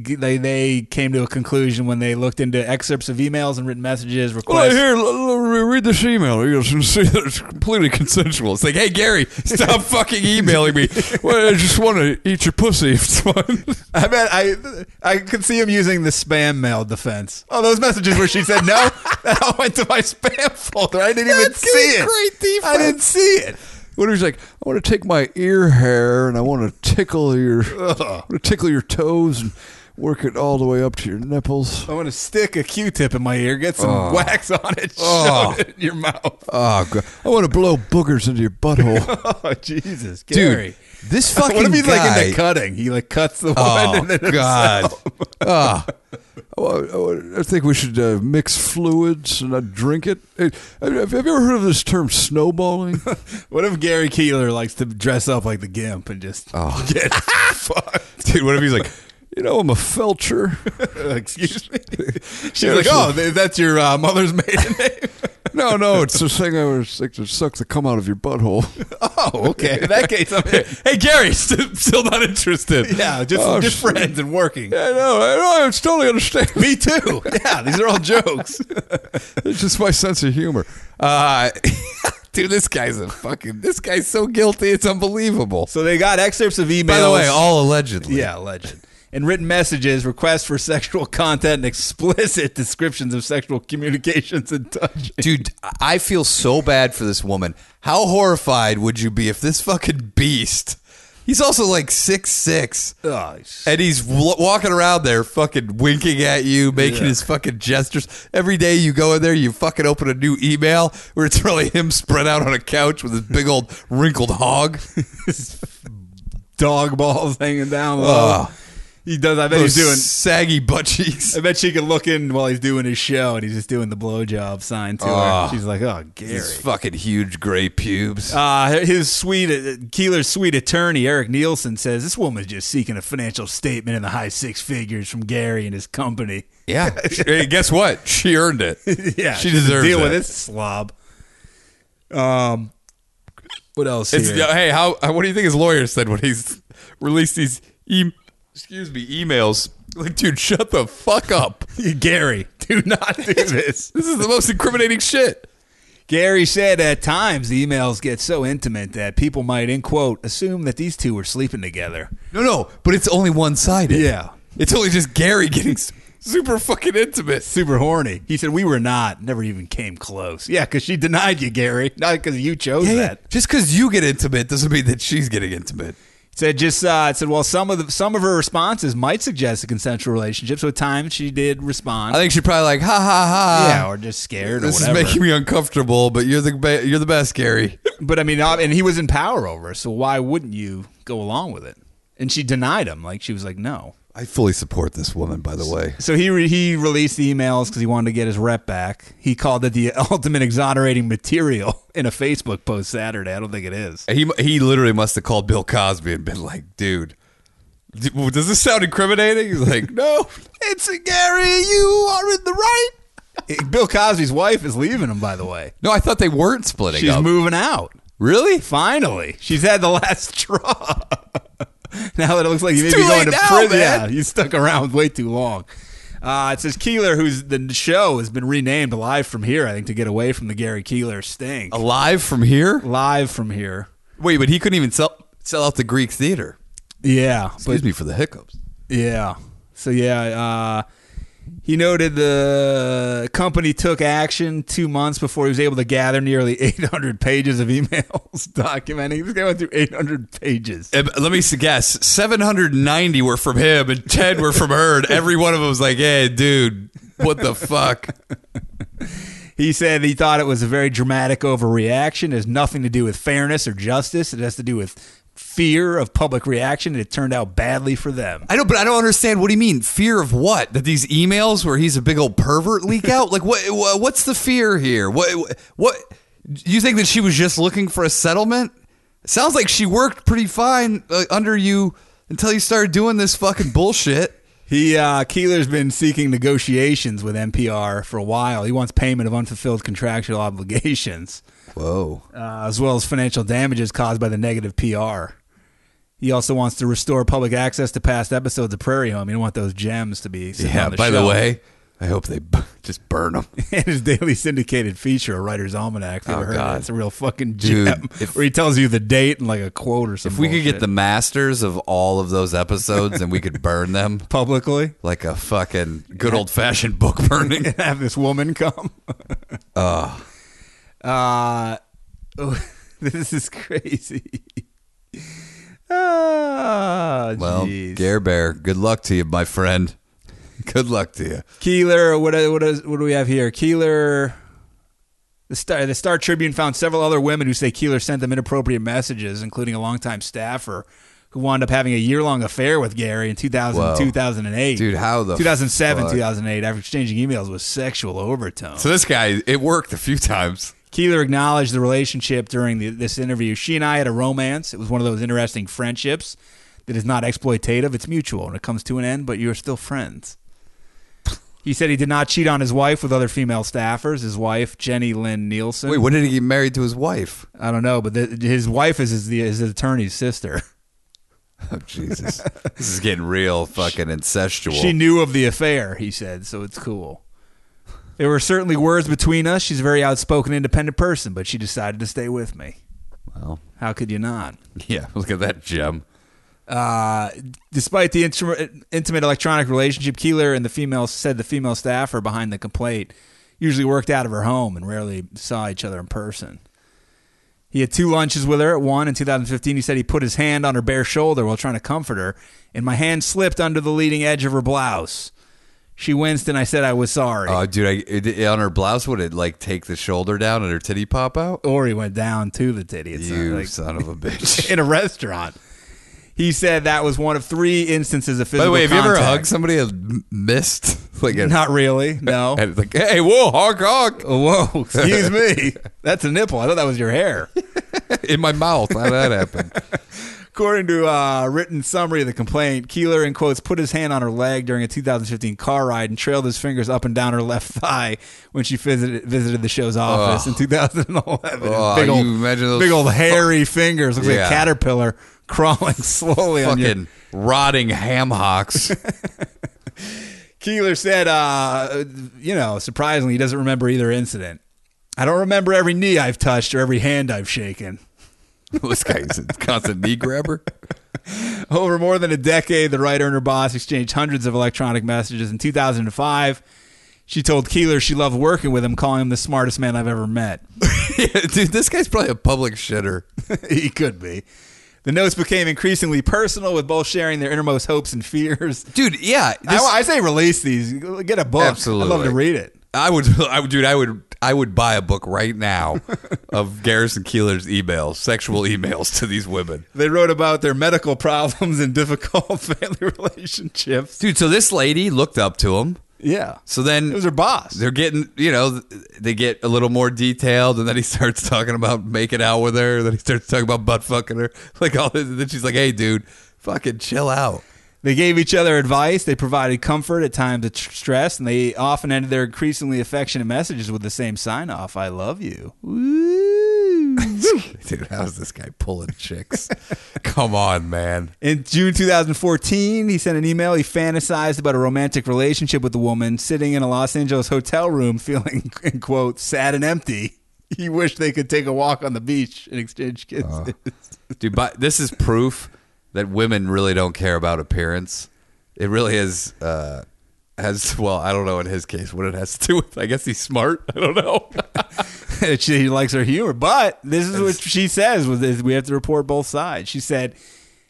Speaker 3: g- They they came to a conclusion when they looked into excerpts of emails and written messages
Speaker 6: Well,
Speaker 3: requests.
Speaker 6: here, l- l- re- read this email. You can see that it's completely consensual.
Speaker 2: It's like, hey Gary, stop fucking emailing me.
Speaker 6: well, I just want to eat your pussy. It's fun.
Speaker 3: I bet I I could see him using the spam mail defense. Oh, those messages where she said no, that all went to my spam folder. I didn't even see it.
Speaker 2: great defense.
Speaker 3: I didn't see it.
Speaker 6: When he's like, I want to take my ear hair and I want to tickle your, I want to tickle your toes and work it all the way up to your nipples.
Speaker 3: I want to stick a Q-tip in my ear, get some wax on it, shove
Speaker 2: Oh.
Speaker 3: it in your mouth.
Speaker 6: Oh god, I want to blow boogers into your butthole.
Speaker 3: Oh, Jesus,
Speaker 2: Dude,
Speaker 3: Gary.
Speaker 2: this fucking
Speaker 3: what if he's
Speaker 2: guy.
Speaker 3: like into cutting? He like cuts the woman and
Speaker 2: oh
Speaker 3: then
Speaker 2: God. Oh,
Speaker 6: I wa- I wa- I think we should uh, mix fluids and uh, drink it. Hey, Have have you ever heard of this term snowballing?
Speaker 3: What if Gary Keeler likes to dress up like the Gimp and just
Speaker 2: Oh.
Speaker 3: get fucked?
Speaker 2: dude, what if he's like
Speaker 6: you know, I'm a felcher.
Speaker 3: "Oh, Excuse me. She's like, oh, th- that's your uh, mother's maiden name.
Speaker 6: No, No, no, it's the thing I was like to suck the cum out of your butthole.
Speaker 3: Oh, okay. In that case, I'm here.
Speaker 2: hey, Gary, st- still not interested.
Speaker 3: Yeah, just,
Speaker 6: Oh,
Speaker 3: just
Speaker 6: shit.
Speaker 3: friends and working.
Speaker 6: I know, I know, I totally understand.
Speaker 3: Me too. Yeah, these are all jokes.
Speaker 6: It's just my sense of humor.
Speaker 2: Uh, dude, this guy's a fucking. This guy's so guilty. It's unbelievable.
Speaker 3: So they got excerpts of emails.
Speaker 2: By the way, all allegedly.
Speaker 3: yeah, legend. And written messages, requests for sexual content, and explicit descriptions of sexual communications and touch.
Speaker 2: Dude, I feel so bad for this woman. How horrified would you be if this fucking beast? He's also like six six,
Speaker 3: Oh, sh-
Speaker 2: and he's w- walking around there, fucking winking at you, making his fucking gestures. Every day you go in there, you fucking open a new email where it's really him spread out on a couch with his big old wrinkled hog.
Speaker 3: dog balls hanging down low.
Speaker 2: Ugh.
Speaker 3: He does. I bet
Speaker 2: Oh. Those
Speaker 3: he's doing.
Speaker 2: saggy butt cheeks.
Speaker 3: I bet she can look in while he's doing his show, and he's just doing the blowjob sign to
Speaker 2: Oh.
Speaker 3: her. She's like, "Oh, Gary."
Speaker 2: His fucking huge gray pubes.
Speaker 3: Uh, his sweet Keeler's sweet attorney Eric Nielsen says this woman's just seeking a financial statement in the high six figures from Gary and his company.
Speaker 2: yeah. hey, guess what? She earned it.
Speaker 3: yeah,
Speaker 2: She deserves
Speaker 3: deal with
Speaker 2: it.
Speaker 3: this slob. Um, what else?
Speaker 2: It's,
Speaker 3: here?
Speaker 2: hey, how? What do you think his lawyer said when he's released these? E- excuse me, emails. Like, dude, shut the fuck up.
Speaker 3: Gary, do not do this.
Speaker 2: This is the most incriminating shit.
Speaker 3: Gary said at times the emails get so intimate that people might, in quote, assume that these two were sleeping together.
Speaker 2: No, no, but it's only one sided.
Speaker 3: Yeah.
Speaker 2: it's only just Gary getting s- super fucking intimate.
Speaker 3: Super horny. He said, We were not, never even came close. Yeah, because she denied you, Gary. Not because you chose that.
Speaker 2: Just because you get intimate doesn't mean that she's getting intimate.
Speaker 3: Said just uh, it said well some of the, some of her responses might suggest a consensual relationship. So at times she did respond,
Speaker 2: I think she probably like, ha ha ha.
Speaker 3: yeah, or just scared
Speaker 2: Uh, this
Speaker 3: or whatever.
Speaker 2: is making me uncomfortable, but you're the ba- you're the best, Gary.
Speaker 3: But I mean, ob- and he was in power over, her, so why wouldn't you go along with it? And she denied him, like she was like, no.
Speaker 2: I fully support this woman, by the way.
Speaker 3: So he re- he released the emails because he wanted to get his rep back. He called it the ultimate exonerating material in a Facebook post Saturday. I don't think it is.
Speaker 2: He he literally must have called Bill Cosby and been like, "Dude, d- does this sound incriminating?" He's like, "No, it's Gary. You are in the right."
Speaker 3: Bill Cosby's wife is leaving him, by the way.
Speaker 2: No, I thought they weren't splitting
Speaker 3: She's
Speaker 2: up.
Speaker 3: moving out.
Speaker 2: really?
Speaker 3: Finally, she's had the last straw. now that it looks like you may
Speaker 2: It's
Speaker 3: be
Speaker 2: too
Speaker 3: going to
Speaker 2: late now,
Speaker 3: prison.
Speaker 2: man.
Speaker 3: Yeah, you stuck around way too long. Uh, it says Keeler, who's the show has been renamed Live from Here, I think, to get away from the Gary Keeler sting.
Speaker 2: Alive from here?
Speaker 3: Live from Here.
Speaker 2: Wait, but he couldn't even sell sell out the Greek theater.
Speaker 3: Yeah,
Speaker 2: Excuse me for the hiccups.
Speaker 3: but yeah. So yeah, uh, he noted the company took action two months before he was able to gather nearly 800 pages of emails documenting. This guy went through 800 pages.
Speaker 2: And Eh, Let me s- guess: seven hundred ninety were from him, and ten were from her. And every one of them was like, "Hey, dude, what the fuck?"
Speaker 3: He said he thought it was a very dramatic overreaction. It has nothing to do with fairness or justice. It has to do with fear of public reaction, and it turned out badly for them.
Speaker 2: I know, but I don't understand. What do you mean? Fear of what? That these emails where he's a big old pervert leak out? Like what? wha- What's the fear here? What? What? You think that she was just looking for a settlement? Sounds like she worked pretty fine uh, under you until you started doing this fucking bullshit.
Speaker 3: He uh, Keeler's been seeking negotiations with NPR for a while. He wants payment of unfulfilled contractual obligations,
Speaker 2: Whoa!
Speaker 3: uh, as well as financial damages caused by the negative PR. He also wants to restore public access to past episodes of Prairie Home. He don't want those gems to be. sitting
Speaker 2: Yeah.
Speaker 3: on the
Speaker 2: by the
Speaker 3: shelf.
Speaker 2: way, I hope they b- just burn him.
Speaker 3: and his daily syndicated feature, a writer's almanac. If you
Speaker 2: Oh,
Speaker 3: ever heard
Speaker 2: God.
Speaker 3: Of it, it's a real fucking
Speaker 2: Dude,
Speaker 3: gem.
Speaker 2: if-
Speaker 3: where he tells you the date and like a quote or something.
Speaker 2: If we could get the masters of all of those episodes and we could burn them
Speaker 3: publicly
Speaker 2: like a fucking good old fashioned book burning.
Speaker 3: and have this woman come. uh, oh, this is crazy. Ah,
Speaker 2: Well,
Speaker 3: jeez.
Speaker 2: Gare Bear, good luck to you, my friend. Good luck to you.
Speaker 3: Keeler, what what is what do we have here? Keeler the Star, the Star Tribune found several other women who say Keeler sent them inappropriate messages, including a longtime staffer who wound up having a year long affair with Gary in 2000,
Speaker 2: Whoa.
Speaker 3: 2008.
Speaker 2: Dude, how the
Speaker 3: 2007,
Speaker 2: fuck?
Speaker 3: 2008, after exchanging emails with sexual overtones.
Speaker 2: So this guy, it worked a few times.
Speaker 3: Keeler acknowledged the relationship during the, this interview. She and I had a romance. It was one of those interesting friendships that is not exploitative, it's mutual, and it comes to an end, but you're still friends. He said he did not cheat on his wife with other female staffers. His wife, Jenny Lynn Nielsen.
Speaker 2: Wait, when did he get married to his wife?
Speaker 3: I don't know, but the, his wife is his, his attorney's sister.
Speaker 2: Oh Jesus, this is getting real fucking incestual.
Speaker 3: She knew of the affair, he said, so it's cool. There were certainly words between us. She's a very outspoken, independent person, but she decided to stay with me.
Speaker 2: Well,
Speaker 3: How could you not?
Speaker 2: yeah, look at that gem.
Speaker 3: Uh, despite the intram- intimate electronic relationship, Keeler and the female said the female staffer behind the complaint usually worked out of her home and rarely saw each other in person. He had two lunches with her at one in 2015. He said he put his hand on her bare shoulder while trying to comfort her, and my hand slipped under the leading edge of her blouse. She winced, and I said I was sorry.
Speaker 2: Oh, dude, I, it, on her blouse would it like take the shoulder down and her titty pop out?
Speaker 3: or he went down to the titty. It's not
Speaker 2: You
Speaker 3: like-
Speaker 2: son of a bitch.
Speaker 3: in a restaurant. He said that was one of three instances
Speaker 2: By the
Speaker 3: of physical.
Speaker 2: way, have you ever
Speaker 3: contact.
Speaker 2: hugged somebody and missed? Like, a,
Speaker 3: Not really. No.
Speaker 2: and it's like, hey, whoa, honk, honk,
Speaker 3: Oh, Whoa, excuse me. That's a nipple. I thought that was your hair.
Speaker 2: in my mouth. How that happen?
Speaker 3: According to a written summary of the complaint, Keeler, in quotes, put his hand on her leg during a 2015 car ride and trailed his fingers up and down her left thigh when she visited, visited the show's office in 2011.
Speaker 2: Oh,
Speaker 3: big,
Speaker 2: you
Speaker 3: old,
Speaker 2: imagine those
Speaker 3: big old hairy fingers. Looks like
Speaker 2: Yeah.
Speaker 3: a caterpillar crawling slowly on your
Speaker 2: Fucking rotting ham hocks.
Speaker 3: Keeler said, uh, you know, surprisingly, he doesn't remember either incident. I don't remember every knee I've touched or every hand I've shaken.
Speaker 2: this guy's a constant knee grabber.
Speaker 3: Over more than a decade, the writer and her boss exchanged hundreds of electronic messages. In 2005, she told Keeler she loved working with him, calling him the smartest man I've ever met.
Speaker 2: Yeah, dude, this guy's probably a public shitter.
Speaker 3: he could be. The notes became increasingly personal, with both sharing their innermost hopes and fears.
Speaker 2: Dude, yeah.
Speaker 3: I,
Speaker 2: this-
Speaker 3: I say release these. Get a book. I'd love
Speaker 2: Absolutely.
Speaker 3: to read it.
Speaker 2: I would, I would, dude, I would, I would buy a book right now of Garrison Keeler's emails, sexual emails to these women,
Speaker 3: They wrote about their medical problems and difficult family relationships.
Speaker 2: dude. So this lady looked up to him.
Speaker 3: Yeah.
Speaker 2: So then
Speaker 3: It was her boss.
Speaker 2: they're getting, you know, they get a little more detailed, and then he starts talking about making out with her. Then he starts talking about butt fucking her, like all this. And then she's like, "Hey, dude, fucking chill out."
Speaker 3: They gave each other advice. They provided comfort at times of tr- stress, and they often ended their increasingly affectionate messages with the same sign off I love you. Woo.
Speaker 2: Dude, how's this guy pulling chicks? Come on, man.
Speaker 3: In June 2014, he sent an email. He fantasized about a romantic relationship with the woman, sitting in a Los Angeles hotel room, feeling, in quote, sad and empty. He wished they could take a walk on the beach and exchange kisses.
Speaker 2: Dude, but this is proof that women really don't care about appearance. It really is uh has well, I don't know in his case what it has to do with. I guess he's smart. I don't know.
Speaker 3: she likes her humor, but this is what she says: was is we have to report both sides. She said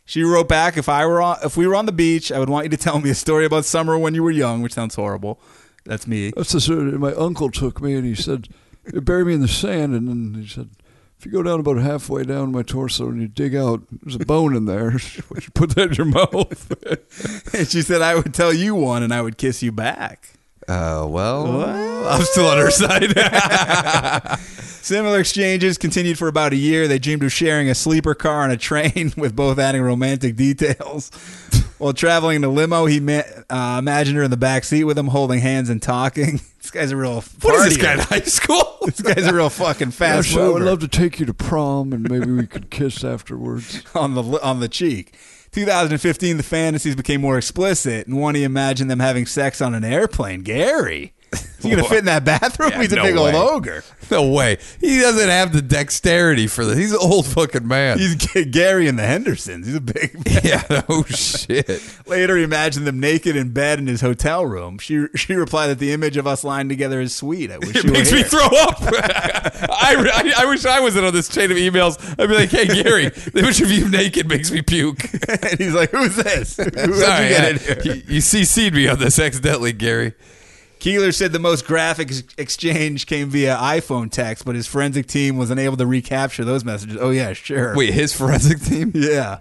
Speaker 3: she wrote back, "If I were on, if we were on the beach, I would want you to tell me a story about summer when you were young," which sounds horrible. That's me.
Speaker 6: That's the sort of- my uncle took me and he said, bury me in the sand. And then he said, if you go down about halfway down my torso and you dig out, there's a bone in there. Would you put that in your mouth?
Speaker 3: And she said, "I would tell you one, and I would kiss you back."
Speaker 2: Uh well I'm still on her side.
Speaker 3: Similar exchanges continued for about a year. They dreamed of sharing a sleeper car and a train, with both adding romantic details. While traveling in a limo, he met, uh, imagined her in the back seat with him, holding hands and talking. This guy's a real
Speaker 2: what is
Speaker 3: partier.
Speaker 2: this guy in high school?
Speaker 3: This guy's a real fucking fast
Speaker 6: Gosh, I
Speaker 3: mover
Speaker 6: would love to take you to prom and maybe we could kiss afterwards.
Speaker 3: on the on the cheek. 2015, the fantasies became more explicit, and one he imagined them having sex on an airplane. Gary, is he gonna fit in that bathroom?
Speaker 2: Yeah,
Speaker 3: He's a
Speaker 2: no
Speaker 3: big
Speaker 2: way.
Speaker 3: old ogre.
Speaker 2: No way. He doesn't have the dexterity for this. He's an old fucking man.
Speaker 3: He's G- Gary and the Hendersons. He's a big.
Speaker 2: yeah. Oh shit.
Speaker 3: Later, he imagined them naked in bed in his hotel room. She she replied that the image of us lying together is sweet. I wish
Speaker 2: It
Speaker 3: you were
Speaker 2: makes me
Speaker 3: here.
Speaker 2: throw up. I, I, I wish I wasn't on this chain of emails. I'd be like, hey, Gary, the image of you naked makes me puke.
Speaker 3: and he's like, "Who's this? Who how'd you
Speaker 2: Sorry,
Speaker 3: get
Speaker 2: I-
Speaker 3: in here?"
Speaker 2: you, you CC'd me on this accidentally, Gary.
Speaker 3: Keeler said the most graphic ex- exchange came via iPhone text, but his forensic team was unable to recapture those messages. Oh yeah, sure.
Speaker 2: Wait, his forensic team?
Speaker 3: Yeah.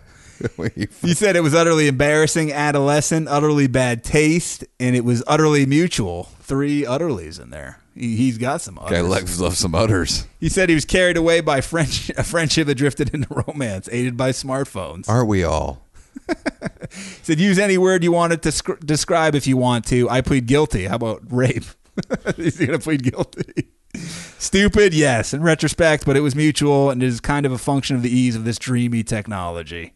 Speaker 2: Wait,
Speaker 3: He said it was utterly embarrassing, adolescent, utterly bad taste, and it was utterly mutual. Three utterlies in there. He, he's got some
Speaker 2: guy
Speaker 3: utters.
Speaker 2: loves, loves some udders.
Speaker 3: he said he was carried away by French, a friendship that drifted into romance, aided by smartphones.
Speaker 2: Aren't we all?
Speaker 3: said, use any word you want to descri- describe if you want to. I plead guilty. How about rape? He's going to plead guilty. Stupid, yes, in retrospect, but it was mutual and it is kind of a function of the ease of this dreamy technology.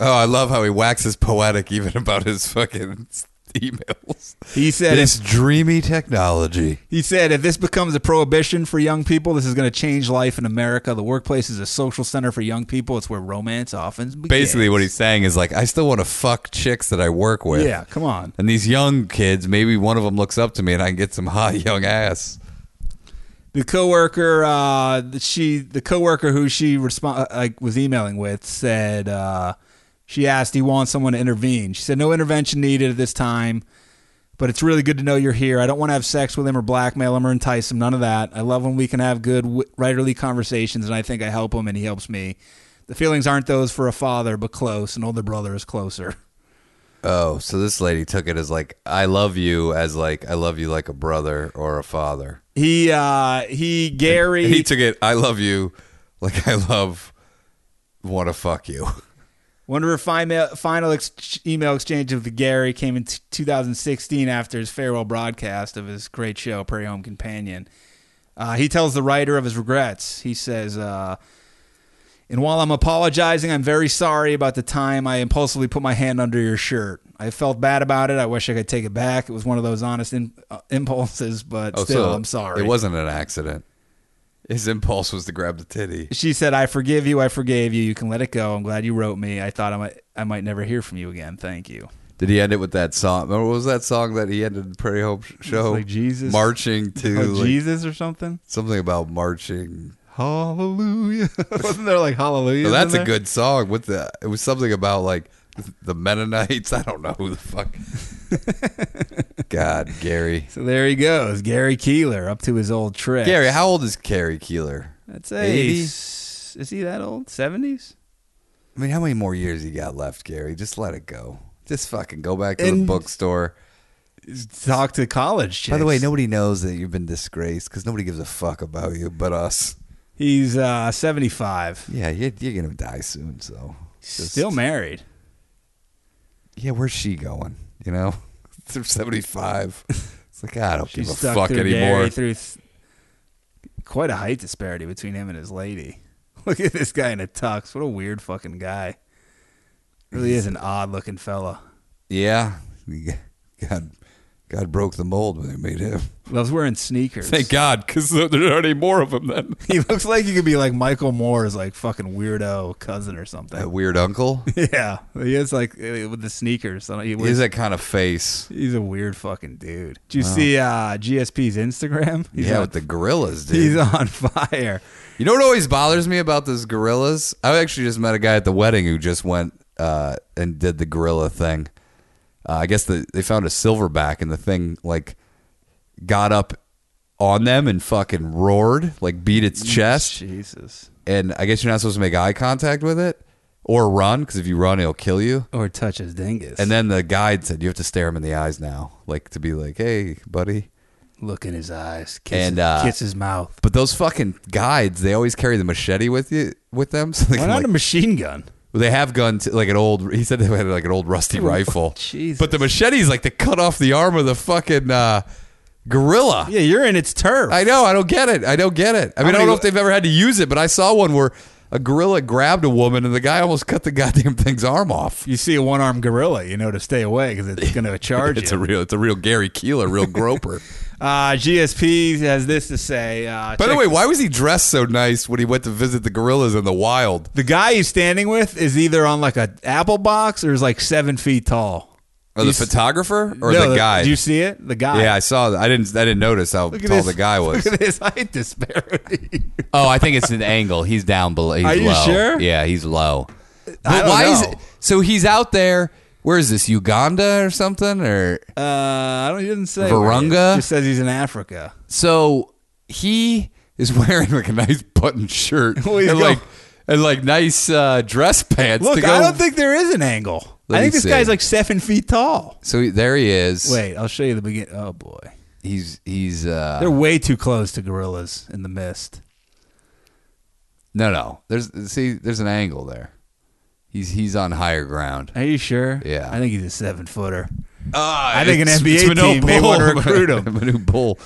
Speaker 2: Oh, I love how he waxes poetic even about his fucking emails.
Speaker 3: He said,
Speaker 2: This dreamy technology.
Speaker 3: He said, if this becomes a prohibition for young people, this is going to change life in America. The workplace is a social center for young people. It's where romance often begins.
Speaker 2: Basically, what he's saying is like, I still want to fuck chicks that I work with.
Speaker 3: Yeah, come on.
Speaker 2: And these young kids, maybe one of them looks up to me and I can get some hot young ass.
Speaker 3: The coworker, uh, she, the coworker who she respond, like was emailing with, said uh, she asked, "Do you want someone to intervene?" She said, "No intervention needed at this time, but it's really good to know you're here. I don't want to have sex with him or blackmail him or entice him. None of that. I love when we can have good w- writerly conversations, and I think I help him and he helps me. The feelings aren't those for a father, but close. An older brother is closer."
Speaker 2: Oh, so this lady took it as like, I love you, as like, I love you like a brother or a father.
Speaker 3: He uh he Gary
Speaker 2: And he took it, I love you like I love, want to fuck you.
Speaker 3: One of her final, uh, final ex- email exchange with Gary came in t- 2016 after his farewell broadcast of his great show, Prairie Home Companion. Uh, he tells the writer of his regrets. He says, uh, And while I'm apologizing, I'm very sorry about the time I impulsively put my hand under your shirt. I felt bad about it. I wish I could take it back. It was one of those honest in- uh, impulses, but still, I'm sorry.
Speaker 2: Oh, It wasn't an accident. His impulse was to grab the titty.
Speaker 3: she said, "I forgive you. I forgave you. You can let it go. I'm glad you wrote me. I thought I might, I might never hear from you again. Thank you."
Speaker 2: Did he end it with that song? Remember, what was that song that he ended the Prairie Hope sh- show?
Speaker 3: like Jesus- Oh,
Speaker 2: marching to like,
Speaker 3: Jesus or something.
Speaker 2: something about marching.
Speaker 3: Hallelujah! Wasn't there like Hallelujah?
Speaker 2: No, that's a good song. With the it was something about like the Mennonites. I don't know who the fuck. God, Gary,
Speaker 3: So there he goes, Gary Keeler, up to his old trick.
Speaker 2: Gary, how old is Carrie Keeler?
Speaker 3: I'd say
Speaker 2: 80?
Speaker 3: s- is he that old? Seventies.
Speaker 2: I mean, how many more years you got left, Gary? Just let it go. Just fucking go back to the
Speaker 3: And-
Speaker 2: bookstore.
Speaker 3: Talk to college. Chicks.
Speaker 2: By the way, nobody knows that you've been disgraced because nobody gives a fuck about you but us.
Speaker 3: he's uh, seventy-five,
Speaker 2: Yeah, you're, you're gonna die soon, so just-
Speaker 3: still married.
Speaker 2: yeah, where's she going? You know, they're 75. It's like, I don't
Speaker 3: She's
Speaker 2: give a
Speaker 3: stuck
Speaker 2: fuck
Speaker 3: through
Speaker 2: anymore.
Speaker 3: Gary through th- quite a height disparity between him and his lady. Look at this guy in a tux. What a weird fucking guy. Really is an odd-looking fella.
Speaker 2: yeah, God, God broke the mold when they made him.
Speaker 3: Loves wearing sneakers.
Speaker 2: Thank God, because there aren't any more of them. Then
Speaker 3: He looks like he could be like Michael Moore's like fucking weirdo cousin or
Speaker 2: that
Speaker 3: something.
Speaker 2: weird uncle.
Speaker 3: yeah, he is like uh, with the sneakers. I don't- He
Speaker 2: He has
Speaker 3: wears,
Speaker 2: that kind of face.
Speaker 3: he's a weird fucking dude. Did you see uh, GSP's Instagram? He's
Speaker 2: yeah,
Speaker 3: on,
Speaker 2: with the gorillas, dude.
Speaker 3: he's on fire.
Speaker 2: You know what always bothers me about those gorillas? I actually just met a guy at the wedding who just went uh, and did the gorilla thing. Uh, I guess the, they found a silverback and the thing like got up on them and fucking roared, like beat its
Speaker 3: Mm,
Speaker 2: chest.
Speaker 3: Jesus.
Speaker 2: And I guess you're not supposed to make eye contact with it or run because if you run, it'll kill you.
Speaker 3: Or touch his dingus
Speaker 2: And then the guide said you have to stare him in the eyes now, like to be like, "Hey, buddy."
Speaker 3: look in his eyes, kiss,
Speaker 2: And, uh,
Speaker 3: kiss his mouth.
Speaker 2: But those fucking guides, they always carry the machete with you with them. So they
Speaker 3: Why
Speaker 2: can,
Speaker 3: not
Speaker 2: like,
Speaker 3: a machine gun?
Speaker 2: Well, They have guns like an old. He said they had like an old rusty rifle.
Speaker 3: Oh, Jesus.
Speaker 2: But the machete's like to cut off the arm of the fucking uh, gorilla.
Speaker 3: Yeah, you're in its turf.
Speaker 2: I know. I don't get it. I don't get it. I mean, I
Speaker 3: many-
Speaker 2: don't know if they've ever had to use it, but I saw one where a gorilla grabbed a woman and the guy almost cut the goddamn thing's arm off.
Speaker 3: you see a one-armed gorilla, you know to stay away because it's going to charge
Speaker 2: It's
Speaker 3: you.
Speaker 2: a real. It's a real Gary Keeler, real groper.
Speaker 3: uh, GSP has this to say.
Speaker 2: By
Speaker 3: Uh, check
Speaker 2: the way, why was he dressed so nice when he went to visit the gorillas in the wild?
Speaker 3: The guy he's standing with is either on like a apple box or is like seven feet tall.
Speaker 2: Or the
Speaker 3: He's-
Speaker 2: photographer or
Speaker 3: No,
Speaker 2: the guy?
Speaker 3: Do you see it? The guy.
Speaker 2: yeah, I saw. that. I didn't. I didn't notice how
Speaker 3: Look at
Speaker 2: tall
Speaker 3: this-
Speaker 2: the guy was.
Speaker 3: Look at his height disparity.
Speaker 8: Oh, I think it's an angle. He's down below. He's
Speaker 3: Are you
Speaker 8: low.
Speaker 3: sure?
Speaker 8: Yeah, he's low. But
Speaker 3: don't
Speaker 8: why is
Speaker 3: know.
Speaker 8: it? So he's out there. Where is this? Uganda or something? Or
Speaker 3: uh, I don't. He didn't say.
Speaker 8: Virunga?
Speaker 3: He just says he's in Africa.
Speaker 8: so he is wearing like a nice button shirt
Speaker 3: Well, he's
Speaker 8: and
Speaker 3: go-
Speaker 8: like and like nice uh, dress pants.
Speaker 3: Look,
Speaker 8: to go.
Speaker 3: I don't think there is an angle.
Speaker 8: Let
Speaker 3: I
Speaker 8: me
Speaker 3: think this
Speaker 8: see.
Speaker 3: guy's like seven feet tall.
Speaker 8: so. he- There he is.
Speaker 3: Wait, I'll show you the beginning. Oh boy,
Speaker 8: he's he's uh,
Speaker 3: they're way too close to gorillas in the mist.
Speaker 8: no no. There's see there's an angle there.
Speaker 2: He's he's on higher ground.
Speaker 3: Are you sure?
Speaker 2: Yeah.
Speaker 3: I think he's a seven footer.
Speaker 2: Uh,
Speaker 3: I think an NBA team may wanna recruit him.
Speaker 2: Manu Bull.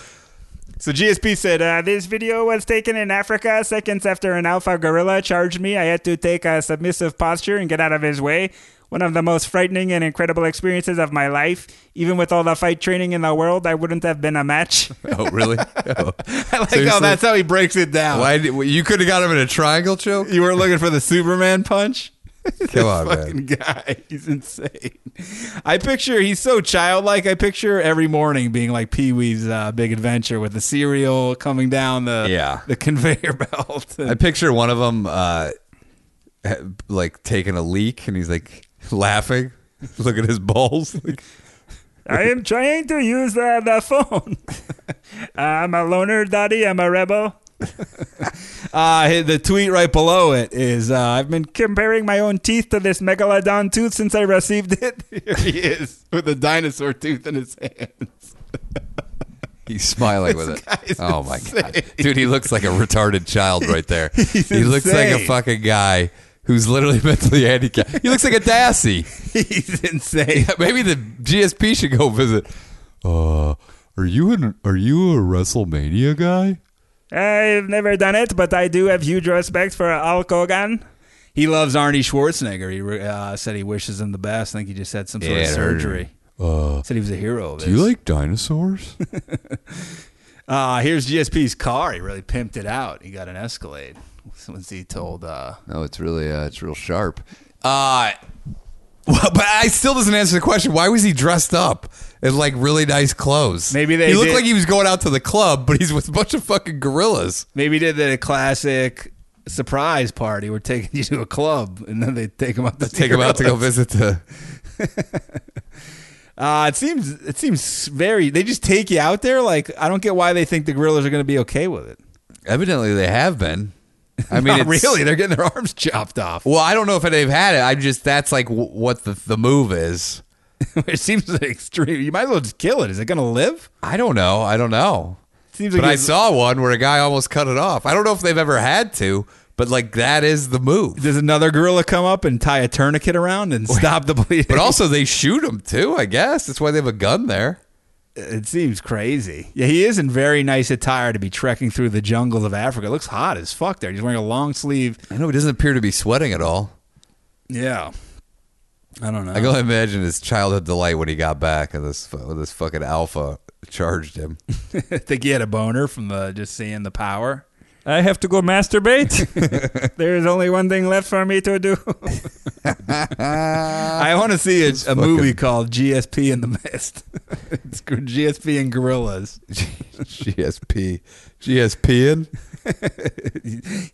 Speaker 3: So GSP said, uh, This video was taken in Africa seconds after an alpha gorilla charged me. I had to take a submissive posture and get out of his way. One of the most frightening and incredible experiences of my life. Even with all the fight training in the world, I wouldn't have been a match.
Speaker 2: Oh, really? Oh.
Speaker 3: I like
Speaker 2: Seriously?
Speaker 3: how he breaks it down.
Speaker 2: Why did, you could have got him in a triangle choke?
Speaker 3: You were looking for the Superman punch?
Speaker 2: Come on, man.
Speaker 3: fucking guy. He's insane. I picture he's so childlike. I picture every morning being like Pee Wee's uh, Big Adventure with the cereal coming down the
Speaker 2: Yeah.
Speaker 3: the conveyor belt.
Speaker 2: I picture one of them uh, ha- like taking a leak, and he's like laughing. Look at his balls. Like,
Speaker 3: I am trying to use uh, the phone. I'm a loner, daddy. I'm a rebel. uh, the tweet right below it is uh, I've been comparing my own teeth to this megalodon tooth since I received it. Here he is with a dinosaur tooth in his hand.
Speaker 2: he's smiling with it.
Speaker 3: is
Speaker 2: Oh my god, dude, he looks like a retarded child right there. he looks like a
Speaker 3: insane.
Speaker 2: fucking guy who's literally mentally handicapped. He looks like a Dassy.
Speaker 3: He's insane.
Speaker 2: Maybe the GSP should go visit. Uh, are you an are you a WrestleMania guy?
Speaker 3: I've never done it, but I do have huge respect for Al Kogan. He loves Arnie Schwarzenegger. He re- uh, said he wishes him the best. I think he just had some sort
Speaker 2: Yeah,
Speaker 3: of
Speaker 2: I heard.
Speaker 3: surgery. said he was a hero. Of
Speaker 2: Uh, Do you
Speaker 3: his.
Speaker 2: like dinosaurs?
Speaker 3: Uh, here's GSP's car. He really pimped it out. He got an Escalade. Once he told, uh,
Speaker 2: no, it's really uh, it's real sharp. Uh well, but I still doesn't answer the question. Why was he dressed up in like really nice clothes?
Speaker 3: Maybe they
Speaker 2: he looked
Speaker 3: did-
Speaker 2: like he was going out to the club, but he's with a bunch of fucking gorillas.
Speaker 3: maybe they did a classic surprise party. We're taking you to a club, and then they take him out to
Speaker 2: Take him out to go visit the.
Speaker 3: Uh, it seems it seems very. They just take you out there. Like I don't get why they think the gorillas are going to be okay with it.
Speaker 2: Evidently, they have been. I mean,
Speaker 3: Not
Speaker 2: it's-
Speaker 3: really, they're getting their arms chopped off.
Speaker 2: Well, I don't know if they've had it. I'm just that's like w- what the the move is.
Speaker 3: it seems like extreme. You might as well just kill it. Is it going to live?
Speaker 2: I don't know. I don't know.
Speaker 3: Seems
Speaker 2: But
Speaker 3: like
Speaker 2: I
Speaker 3: it's-
Speaker 2: saw one where a guy almost cut it off. I don't know if they've ever had to, but like that is the move.
Speaker 3: Does another gorilla come up and tie a tourniquet around and stop the bleeding?
Speaker 2: But also they shoot him too. I guess that's why they have a gun there.
Speaker 3: it seems crazy. Yeah, he is in very nice attire to be trekking through the jungles of Africa. It looks hot as fuck there. He's wearing a long sleeve.
Speaker 2: I know he doesn't appear to be sweating at all.
Speaker 3: Yeah. I don't know.
Speaker 2: I can only imagine his childhood delight when he got back and this fu- this fucking alpha charged him.
Speaker 3: think he had a boner from the just seeing the power. I have to go masturbate. there is only one thing left for me to do. I want to see a, a movie called GSP in the Mist. it's called GSP and Gorillas.
Speaker 2: GSP, GSPing.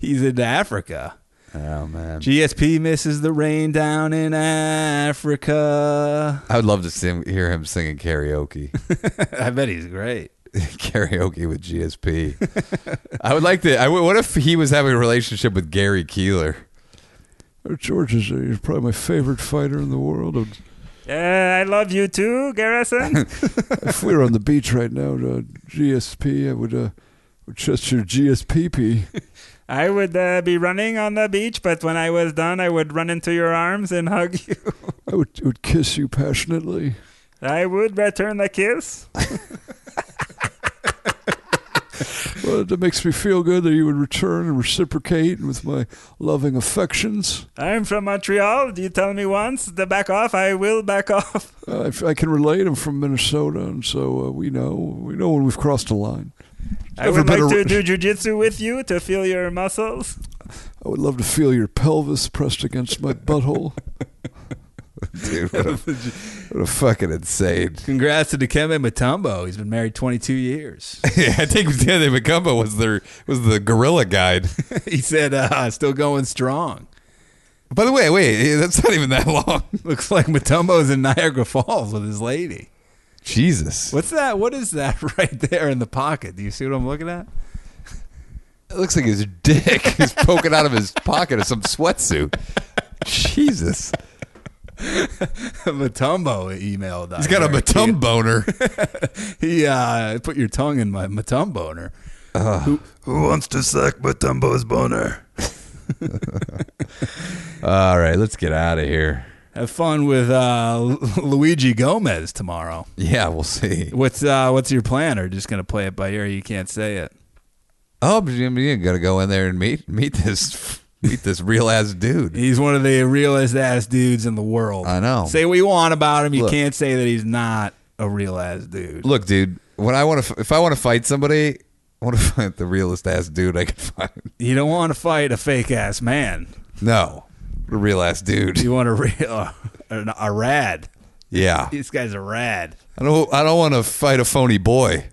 Speaker 3: He's in Africa.
Speaker 2: Oh man,
Speaker 3: GSP misses the rain down in Africa.
Speaker 2: I would love to see him, hear him singing karaoke.
Speaker 3: I bet he's great.
Speaker 2: karaoke with GSP. I would like to. I would, what if he was having a relationship with Gary Keeler?
Speaker 6: George is he's probably my favorite fighter in the world. And
Speaker 3: I love you too, Garrison.
Speaker 6: if we were on the beach right now, uh, GSP, I would uh, would just your GSPP.
Speaker 3: I would uh, be running on the beach, but when I was done, I would run into your arms and hug you.
Speaker 6: I would, would kiss you passionately.
Speaker 3: I would return the kiss.
Speaker 6: Well, that makes me feel good that you would return and reciprocate with my loving affections.
Speaker 3: I'm from Montreal. You tell me once to back off, I will back off.
Speaker 6: Uh, if I can relate. I'm from Minnesota, and so uh, we know we know when we've crossed a line.
Speaker 3: I would like to do jujitsu with you to feel your muscles.
Speaker 6: I would love to feel your pelvis pressed against my butthole.
Speaker 2: Dude, what a, what a fucking insane.
Speaker 3: Congrats to Dikembe Mutombo. He's been married 22 years.
Speaker 2: Yeah, I think Danny McCumbo was their was the gorilla guide.
Speaker 3: he said, uh, still going strong.
Speaker 2: By the way, wait, that's not even that long.
Speaker 3: Looks like Matumbo's in Niagara Falls with his lady.
Speaker 2: Jesus,
Speaker 3: What's that? What is that right there in the pocket? Do you see what I'm looking at?
Speaker 2: it looks like his dick is poking out of his pocket of some sweatsuit. Jesus,
Speaker 3: Matumbo emailed.
Speaker 2: he's got a matum boner.
Speaker 3: He uh, put your tongue in my Matum boner. who, who wants to suck Matumbo's boner?
Speaker 2: All right, let's get out of here.
Speaker 3: Have fun with uh, Luigi Gomez tomorrow.
Speaker 2: Yeah, we'll see.
Speaker 3: What's uh, what's your plan? Or just gonna play it by ear? You can't say it.
Speaker 2: Oh, but you, you gotta go in there and meet meet this meet this real ass dude.
Speaker 3: He's one of the realest ass dudes in the world.
Speaker 2: I know.
Speaker 3: Say what you want about him, you
Speaker 2: Look.
Speaker 3: can't say that he's not a real ass dude.
Speaker 2: Look, dude, when I want to if I want to fight somebody, I want to find the realest ass dude I can find.
Speaker 3: You don't want to fight a fake ass man.
Speaker 2: No, a real ass dude.
Speaker 3: You want a real a, a rad.
Speaker 2: Yeah,
Speaker 3: This guy's a rad.
Speaker 2: I don't I don't want to fight a phony boy.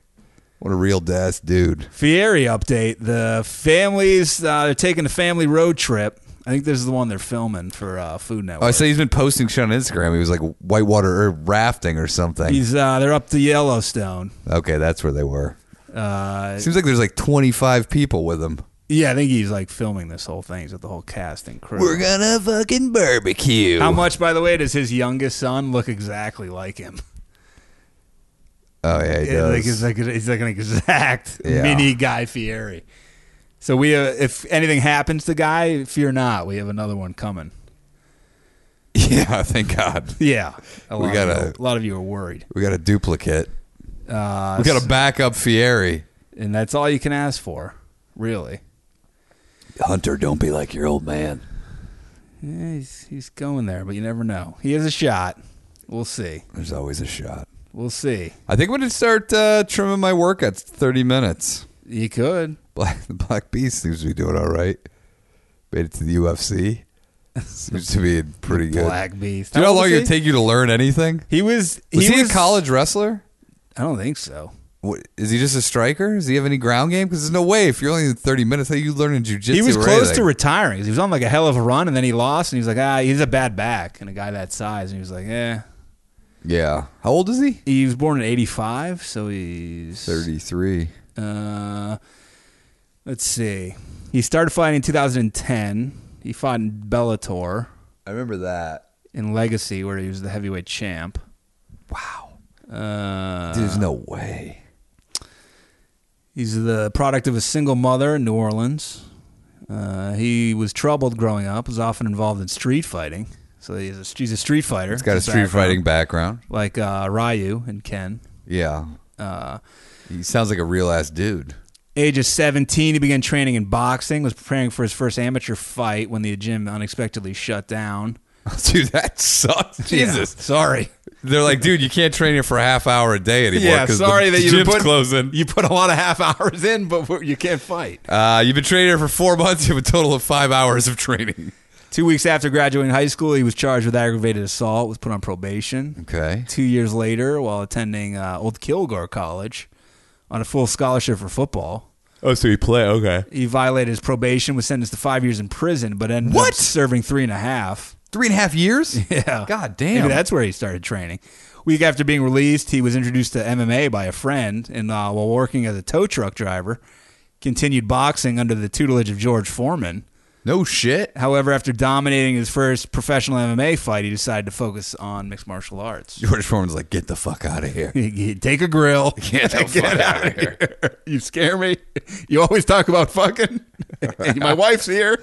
Speaker 2: What a real ass dude.
Speaker 3: Fieri update. The families uh, they're taking a family road trip. I think this is the one they're filming for uh, Food Network.
Speaker 2: Oh, I say he's been posting shit on Instagram. He was like whitewater or rafting or something.
Speaker 3: He's uh, they're up to Yellowstone.
Speaker 2: okay, that's where they were.
Speaker 3: Uh,
Speaker 2: Seems like there's like 25 people with him.
Speaker 3: yeah, I think he's like filming this whole thing. He's with the whole cast and crew.
Speaker 2: We're gonna fucking barbecue.
Speaker 3: How much, by the way, does his youngest son look exactly like him?
Speaker 2: Oh yeah, he
Speaker 3: Yeah,
Speaker 2: does.
Speaker 3: like it's like it's like an exact
Speaker 2: Yeah.
Speaker 3: mini Guy Fieri. So we, uh, if anything happens to Guy, fear not. We have another one coming.
Speaker 2: yeah, thank God.
Speaker 3: Yeah, a
Speaker 2: We
Speaker 3: lot
Speaker 2: gotta-
Speaker 3: Of you, a lot of you are worried.
Speaker 2: We got a duplicate.
Speaker 3: Uh,
Speaker 2: We got a backup Fieri.
Speaker 3: and that's all you can ask for, really.
Speaker 2: Hunter, don't be like your old man.
Speaker 3: Yeah, he's he's going there, but you never know. He has a shot. We'll see.
Speaker 2: There's always a shot.
Speaker 3: We'll see.
Speaker 2: I think we should start uh, trimming my workouts to 30 minutes.
Speaker 3: You could.
Speaker 2: Black the Black Beast seems to be doing all right. Made it to the UFC. Seems to be pretty good.
Speaker 3: Black Beast.
Speaker 2: Do you know how long
Speaker 3: was
Speaker 2: it
Speaker 3: he?
Speaker 2: would take you to learn anything?
Speaker 3: He was.
Speaker 2: Was he,
Speaker 3: was-
Speaker 2: a college wrestler?
Speaker 3: I don't think so.
Speaker 2: What, is he just a striker? Does he have any ground game? Because there's no way if you're only in 30 minutes, how you learning jujitsu?
Speaker 3: he was
Speaker 2: or
Speaker 3: close to
Speaker 2: anything?
Speaker 3: retiring. 'cause He was on like a hell of a run, and then he lost, and he was like, ah, he's a bad back, and a guy that size, and he was like, eh.
Speaker 2: yeah. How old is he?
Speaker 3: He was born in '85, so he's
Speaker 2: 33.
Speaker 3: Uh, let's see. He started fighting in 2010. He fought in Bellator
Speaker 2: I remember that.
Speaker 3: in Legacy, where he was the heavyweight champ.
Speaker 2: Wow.
Speaker 3: Uh,
Speaker 2: Dude, there's no way.
Speaker 3: He's the product of a single mother in New Orleans. Uh, he was troubled growing up. Was often involved in street fighting. So he's a, he's a street fighter.
Speaker 2: He's got a street fighting background.
Speaker 3: like uh, Ryu and Ken.
Speaker 2: Yeah.
Speaker 3: Uh,
Speaker 2: He sounds like a real ass dude.
Speaker 3: age of 17, he began training in boxing. Was preparing for his first amateur fight when the gym unexpectedly shut down.
Speaker 2: Dude, that sucks. Jesus.
Speaker 3: Yeah, sorry.
Speaker 2: They're like, dude, you can't train here for a half hour a day anymore.
Speaker 3: Yeah,
Speaker 2: 'cause
Speaker 3: sorry
Speaker 2: the
Speaker 3: that you
Speaker 2: gym's
Speaker 3: put-
Speaker 2: closing.
Speaker 3: You put a lot of half hours in, but you can't fight.
Speaker 2: Uh, you've been training here for four months. You have a total of five hours of training.
Speaker 3: Two weeks after graduating high school, he was charged with aggravated assault. Was put on probation.
Speaker 2: Okay.
Speaker 3: two years later while attending uh, Old Kilgore College on a full scholarship for football.
Speaker 2: Oh, so you play? Okay.
Speaker 3: He violated his probation, was sentenced to five years in prison, but ended up
Speaker 2: What?
Speaker 3: serving three and a half.
Speaker 2: Three and a half years?
Speaker 3: Yeah.
Speaker 2: God
Speaker 3: Maybe
Speaker 2: damn.
Speaker 3: that's where he started training. Week after being released, he was introduced to MMA by a friend, and uh, while working as a tow truck driver, continued boxing under the tutelage of George Foreman.
Speaker 2: no shit.
Speaker 3: However, after dominating his first professional MMA fight, he decided to focus on mixed martial arts.
Speaker 2: George Foreman's like, get the fuck out of here.
Speaker 3: Take a grill.
Speaker 2: Get the fuck out of here.
Speaker 3: You scare me. You always talk about fucking. my wife's here.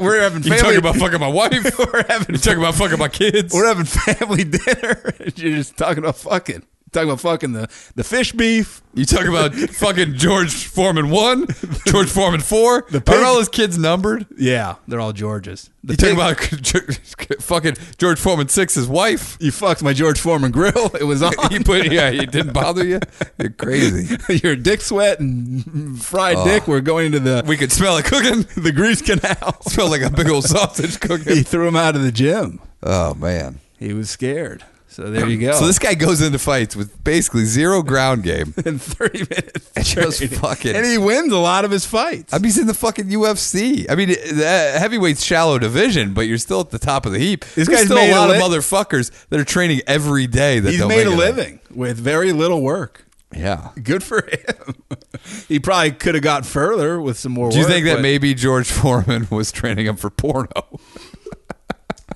Speaker 3: We're having
Speaker 2: You
Speaker 3: family.
Speaker 2: talking about fucking my wife?
Speaker 3: we're having
Speaker 2: you talking about fucking my kids?
Speaker 3: we're having family dinner. You're just talking about fucking. Talking about fucking the the fish beef.
Speaker 2: You talking about fucking George Foreman 1, George Foreman 4?
Speaker 3: pig-
Speaker 2: Are all his kids numbered?
Speaker 3: Yeah, they're all Georges. The
Speaker 2: You talking
Speaker 3: pig-
Speaker 2: about fucking George Foreman 6's wife?
Speaker 3: you fucked my George Foreman grill. It was on.
Speaker 2: He put, yeah, it didn't bother you? You're crazy.
Speaker 3: Your dick sweat and
Speaker 2: Oh.
Speaker 3: fried dick. We're going into the
Speaker 2: We could smell it cooking.
Speaker 3: the grease canal.
Speaker 2: Smelled like a big old sausage
Speaker 3: he
Speaker 2: cooking.
Speaker 3: threw him out of the gym.
Speaker 2: Oh, man.
Speaker 3: He was scared. So there you go.
Speaker 2: So this guy goes into fights with basically zero ground game.
Speaker 3: in 30 minutes.
Speaker 2: Just
Speaker 3: training.
Speaker 2: fucking-
Speaker 3: And he wins a lot of his fights.
Speaker 2: I mean, he's in the fucking UFC. I mean, the heavyweight's shallow division, but you're still at the top of the heap.
Speaker 3: This
Speaker 2: There's
Speaker 3: guy's
Speaker 2: still
Speaker 3: made
Speaker 2: a
Speaker 3: a
Speaker 2: lot of
Speaker 3: li-
Speaker 2: motherfuckers that are training every day. That
Speaker 3: He's
Speaker 2: don't
Speaker 3: made a
Speaker 2: make it out.
Speaker 3: living with very little work.
Speaker 2: Yeah.
Speaker 3: Good for him. he probably could have got further with some more
Speaker 2: Do you
Speaker 3: work,
Speaker 2: think that
Speaker 3: but
Speaker 2: maybe George Foreman was training him for porno?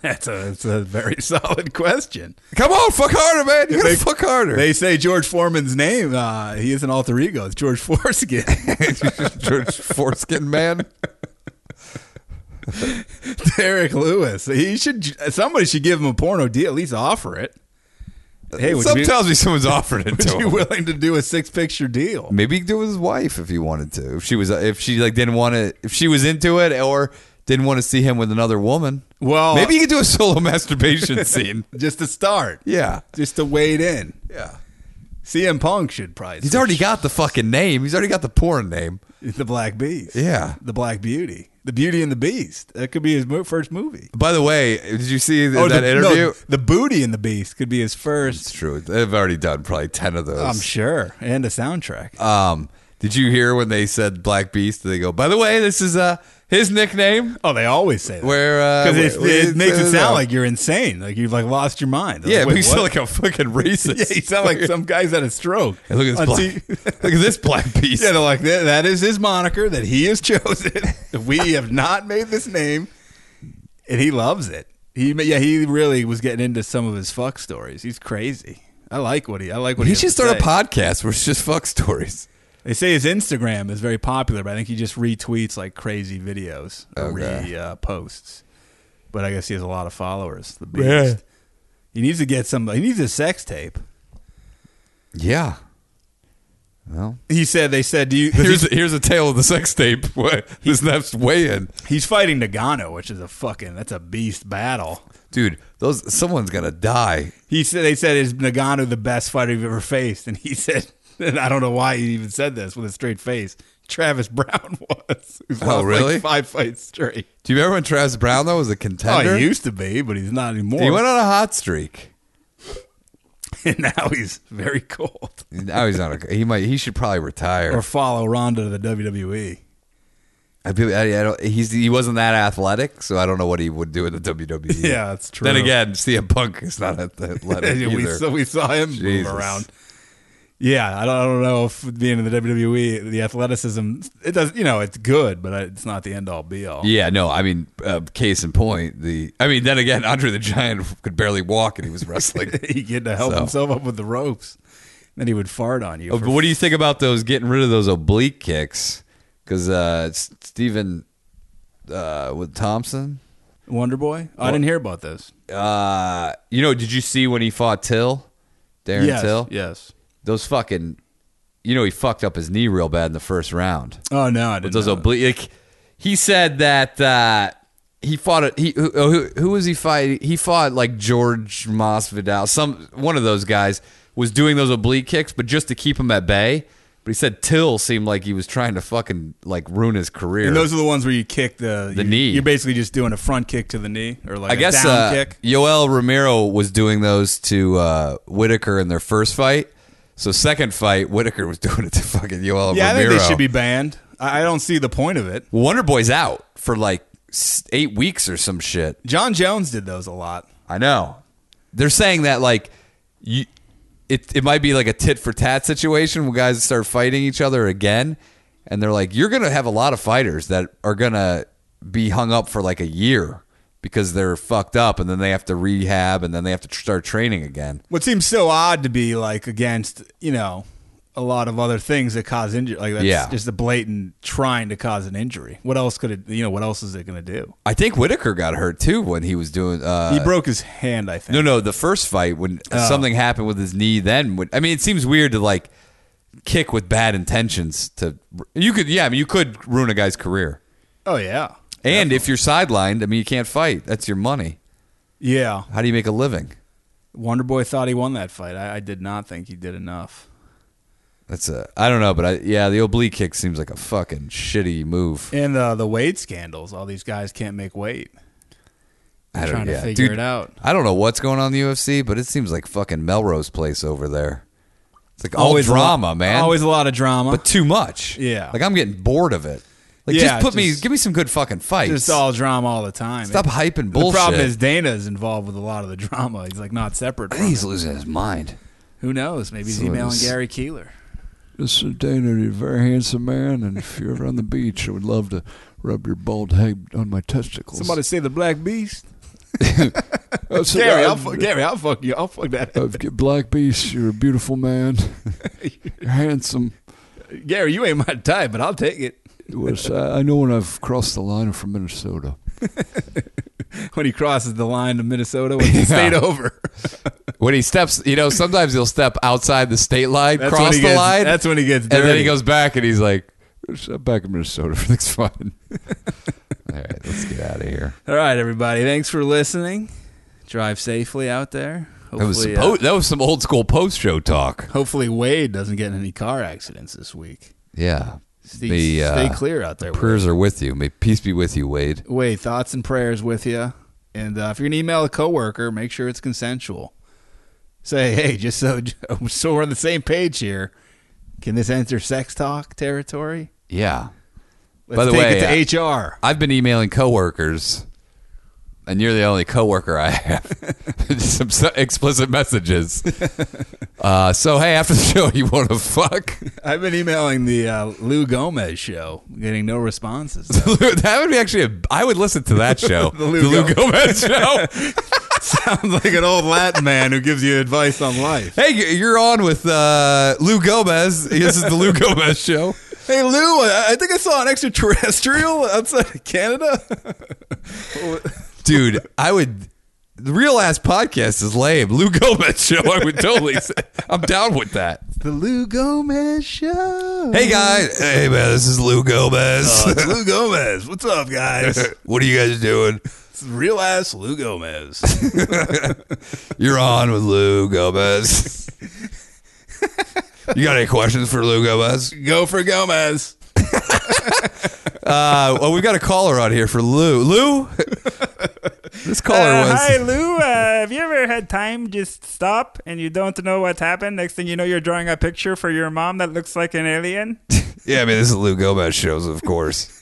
Speaker 3: that's a, that's a very solid question.
Speaker 2: Come on, fuck harder, man. You gotta
Speaker 3: They-
Speaker 2: fuck harder.
Speaker 3: They say George Foreman's name. Uh, he is an alter ego. It's George Foreskin.
Speaker 2: George Foreskin man.
Speaker 3: Derek Lewis. He should. Somebody should give him a porno deal. At least offer it. Hey, would, you
Speaker 2: Some
Speaker 3: be,
Speaker 2: tells me someone's offered it to
Speaker 3: would you
Speaker 2: him.
Speaker 3: willing to do a six-picture deal?
Speaker 2: Maybe he could do it with his wife if he wanted to. If she was, if she like didn't want to, if she was into it or didn't want to see him with another woman.
Speaker 3: Well-
Speaker 2: maybe he could do a solo masturbation scene.
Speaker 3: Just to start.
Speaker 2: Yeah,
Speaker 3: Just to wade in.
Speaker 2: yeah.
Speaker 3: CM Punk should probably.
Speaker 2: He's already got the fucking name. He's already got the porn name.
Speaker 3: the Black Beast.
Speaker 2: Yeah.
Speaker 3: The Black Beauty. The Beauty and the Beast. That could be his mo- first movie.
Speaker 2: By the way, did you see th- that
Speaker 3: Oh, the, no,
Speaker 2: interview?
Speaker 3: the Booty and the Beast could be his
Speaker 2: It's
Speaker 3: first.
Speaker 2: true. They've already done probably ten of those.
Speaker 3: I'm sure, and a soundtrack.
Speaker 2: Um, did you hear when they said Black Beast? They go, by the way, this is uh his nickname.
Speaker 3: oh, they always say that.
Speaker 2: Where uh,
Speaker 3: because it,
Speaker 2: where-
Speaker 3: it makes it
Speaker 2: uh,
Speaker 3: sound like you're insane, like you've like lost your mind.
Speaker 2: yeah, it
Speaker 3: Wait,
Speaker 2: makes you sound
Speaker 3: what?
Speaker 2: like a fucking racist.
Speaker 3: yeah, you sound like some guy's had a stroke.
Speaker 2: Hey, look at this
Speaker 3: On
Speaker 2: black.
Speaker 3: T-
Speaker 2: look at this Black Beast.
Speaker 3: yeah, they're like that, that is his moniker that he has chosen. we have not made this name, and he loves it. He yeah, he really was getting into some of his fuck stories. He's crazy. I like what he. I like what he,
Speaker 2: he
Speaker 3: has to
Speaker 2: should start
Speaker 3: say.
Speaker 2: a podcast where it's just fuck stories.
Speaker 3: They say his Instagram is very popular, but I think he just retweets like crazy videos or
Speaker 2: Okay.
Speaker 3: re, uh, posts. But I guess he has a lot of followers. The beast. He needs to get some. He needs a sex tape.
Speaker 2: Yeah. Well,
Speaker 3: He said. They said. Do you? 'cause
Speaker 2: here's
Speaker 3: he's,
Speaker 2: here's a tale of the sex tape. this next weigh in,
Speaker 3: he's fighting Nagano, which is a fucking. That's a beast battle.
Speaker 2: dude. Those someone's gonna die.
Speaker 3: He said. They said is Nagano the best fighter you've ever faced, and he said. And I don't know why he even said this with a straight face. Travis Brown was. Who's
Speaker 2: Oh,
Speaker 3: lost, like,
Speaker 2: really?
Speaker 3: five fights straight.
Speaker 2: Do you remember when Travis Brown though was a contender?
Speaker 3: Oh, he used to be, but he's not anymore.
Speaker 2: He went on a hot streak.
Speaker 3: and now he's very cold.
Speaker 2: Now he's on a. He might. He should probably retire.
Speaker 3: Or follow Ronda to the E. WWE.
Speaker 2: I, feel- I, I don't, he's he wasn't that athletic, so I don't know what he would do in the WWE.
Speaker 3: Yeah, that's true.
Speaker 2: Then again, CM Punk is not that athletic
Speaker 3: Yeah, we,
Speaker 2: either.
Speaker 3: saw, we saw him move
Speaker 2: Jesus.
Speaker 3: around. Yeah, I don't, I don't know if being in the WWE, the athleticism, it does. You know, it's good, but it's not the end all be all.
Speaker 2: yeah, no, I mean, uh, case in point, the I mean, then again, Andre the Giant could barely walk, and he was wrestling.
Speaker 3: he get to help
Speaker 2: So.
Speaker 3: himself up with the ropes, then he would fart on you.
Speaker 2: Oh,
Speaker 3: for-
Speaker 2: but what do you think about those getting rid of those oblique kicks? Because uh, S- Stephen uh, with Thompson,
Speaker 3: Wonder Boy? Oh, I didn't hear about this.
Speaker 2: uh, you know, did you see when he fought Till, Darren
Speaker 3: yes,
Speaker 2: Till?
Speaker 3: yes.
Speaker 2: Those fucking, you know, he fucked up his knee real bad in the first round.
Speaker 3: Oh no, I didn't.
Speaker 2: With those
Speaker 3: know.
Speaker 2: oblique, like, he said that uh, he fought. A, he who, oh, who, who was he fighting? He fought like George Masvidal, some one of those guys was doing those oblique kicks, but just to keep him at bay. But he said Till seemed like he was trying to fucking like ruin his career.
Speaker 3: and those are the ones where you kick the
Speaker 2: The
Speaker 3: you-
Speaker 2: knee.
Speaker 3: You're basically just doing a front kick to the knee, or like
Speaker 2: I
Speaker 3: a
Speaker 2: guess
Speaker 3: down
Speaker 2: uh,
Speaker 3: kick.
Speaker 2: Yoel Romero was doing those to uh, Whitaker in their first fight. So second fight, Whitaker was doing it to fucking Yoel
Speaker 3: Yeah, I
Speaker 2: Romero.
Speaker 3: think they should be banned. I, I don't see the point of it.
Speaker 2: Wonder Boy's out for like s- eight weeks or some shit.
Speaker 3: John Jones did those a lot.
Speaker 2: I know. They're saying that like you it it might be like a tit for tat situation when guys start fighting each other again and they're like you're going to have a lot of fighters that are going to be hung up for like a year because they're fucked up and then they have to rehab and then they have to tr- start training again.
Speaker 3: What seems so odd to be like against, you know, a lot of other things that cause injury. Like that's
Speaker 2: Yeah.
Speaker 3: just a blatant trying to cause an injury. What else could it? You know, what else is it going to do?
Speaker 2: I think Whitaker got hurt too when he was doing uh
Speaker 3: He broke his hand, I think.
Speaker 2: No, no, the first fight when something happened with his knee. Then, when, I mean, it seems weird to like kick with bad intentions. To you could, yeah, I mean, you could ruin a guy's career.
Speaker 3: Oh yeah,
Speaker 2: And if you're sidelined, I mean, you can't fight. That's your money.
Speaker 3: yeah.
Speaker 2: How do you make a living?
Speaker 3: Wonderboy thought he won that fight. I, I did not think he did enough.
Speaker 2: That's a I don't know, but I, yeah, the oblique kick seems like a fucking shitty move.
Speaker 3: And the the weight scandals. All these guys can't make weight.
Speaker 2: I don't,
Speaker 3: trying to
Speaker 2: yeah,
Speaker 3: figure
Speaker 2: dude,
Speaker 3: it out.
Speaker 2: I don't know what's going on in the UFC, but it seems like fucking Melrose Place over there. It's like
Speaker 3: Always a
Speaker 2: all
Speaker 3: lot-
Speaker 2: drama, man.
Speaker 3: Always a lot of drama.
Speaker 2: but too much.
Speaker 3: Yeah.
Speaker 2: like I'm getting bored of it. Like
Speaker 3: Yeah,
Speaker 2: just put me,
Speaker 3: just-
Speaker 2: give me some good fucking fights.
Speaker 3: just all drama all the time.
Speaker 2: Stop hyping bullshit.
Speaker 3: The problem is Dana's involved with a lot of the drama. He's like not separate. From
Speaker 2: he's
Speaker 3: it.
Speaker 2: losing his mind.
Speaker 3: Who knows? Maybe he's
Speaker 2: So
Speaker 3: emailing
Speaker 2: it's-
Speaker 3: Gary Keeler.
Speaker 6: This is Dana. You're a very handsome man, and if you're ever on the beach, I would love to rub your bald head on my testicles.
Speaker 3: say the Black Beast.
Speaker 6: Oh, so
Speaker 3: Gary, I'll
Speaker 6: I've-
Speaker 3: fuck, Gary, I'll fuck you. I'll fuck that.
Speaker 6: I've got Black Beast, you're a beautiful man. you're handsome.
Speaker 3: Gary, you ain't my type, but I'll take it.
Speaker 6: It was, I I know when I've crossed the line from Minnesota.
Speaker 3: when he crosses the line to Minnesota when he stayed over.
Speaker 2: When he steps, you know, sometimes he'll step outside the state line,
Speaker 3: That's when
Speaker 2: cross
Speaker 3: he
Speaker 2: the
Speaker 3: gets-
Speaker 2: line.
Speaker 3: that's when he gets
Speaker 2: And then
Speaker 3: dirty.
Speaker 2: he goes back and he's like,
Speaker 6: I'm back in Minnesota.
Speaker 2: everything's fine. All right, let's get out of here.
Speaker 3: All right, everybody. Thanks for listening. Drive safely out there. Hopefully,
Speaker 2: That was, some
Speaker 3: uh,
Speaker 2: po- that was some old school post show talk.
Speaker 3: hopefully Wade doesn't get in any car accidents this week.
Speaker 2: Yeah.
Speaker 3: Stay,
Speaker 2: The, uh,
Speaker 3: stay clear out there. Wade.
Speaker 2: Prayers are with you. May peace be with you, Wade.
Speaker 3: Wade, thoughts and prayers with you. And uh, if you're gonna email a coworker, make sure it's consensual. Say, hey, just so so we're on the same page here. Can this enter sex talk territory?
Speaker 2: Yeah.
Speaker 3: Let's
Speaker 2: By the
Speaker 3: take
Speaker 2: way, I-
Speaker 3: it to HR.
Speaker 2: I've been emailing coworkers, and you're the only coworker I have. Some s- explicit messages. Uh, so hey, after the show, you want to fuck?
Speaker 3: I've been emailing the uh, Lou Gomez show, getting no responses.
Speaker 2: that would be actually. A, I would listen to that show, the
Speaker 3: Lou
Speaker 2: Lou, Gomez show.
Speaker 3: Sounds like an old Latin man who gives you advice on life.
Speaker 2: hey, you're on with uh, Lou Gomez. This is the Lou Gomez show.
Speaker 3: Hey Lou, I I think I saw an extraterrestrial outside of Canada.
Speaker 2: dude. I would. The real ass podcast is lame. Lou Gomez show. I would totally. Say, I'm down with that.
Speaker 3: The Lou Gomez show.
Speaker 2: Hey guys. Hey man, this is Lou Gomez.
Speaker 3: it's Lou Gomez. What's up, guys?
Speaker 2: what are you guys doing?
Speaker 3: It's real ass Lou Gomez.
Speaker 2: You're on with Lou Gomez. you got any questions for Lou Gomez?
Speaker 3: Go for Gomez.
Speaker 2: Uh, well, we've got a caller on here for Lou. Lou, this caller was.
Speaker 9: Uh, Hi, Lou. Uh, have you ever had time just stop and you don't know what happened? Next thing you know, you're drawing a picture for your mom that looks like an alien.
Speaker 2: Yeah, I mean, this is Lou Gomez shows, of course.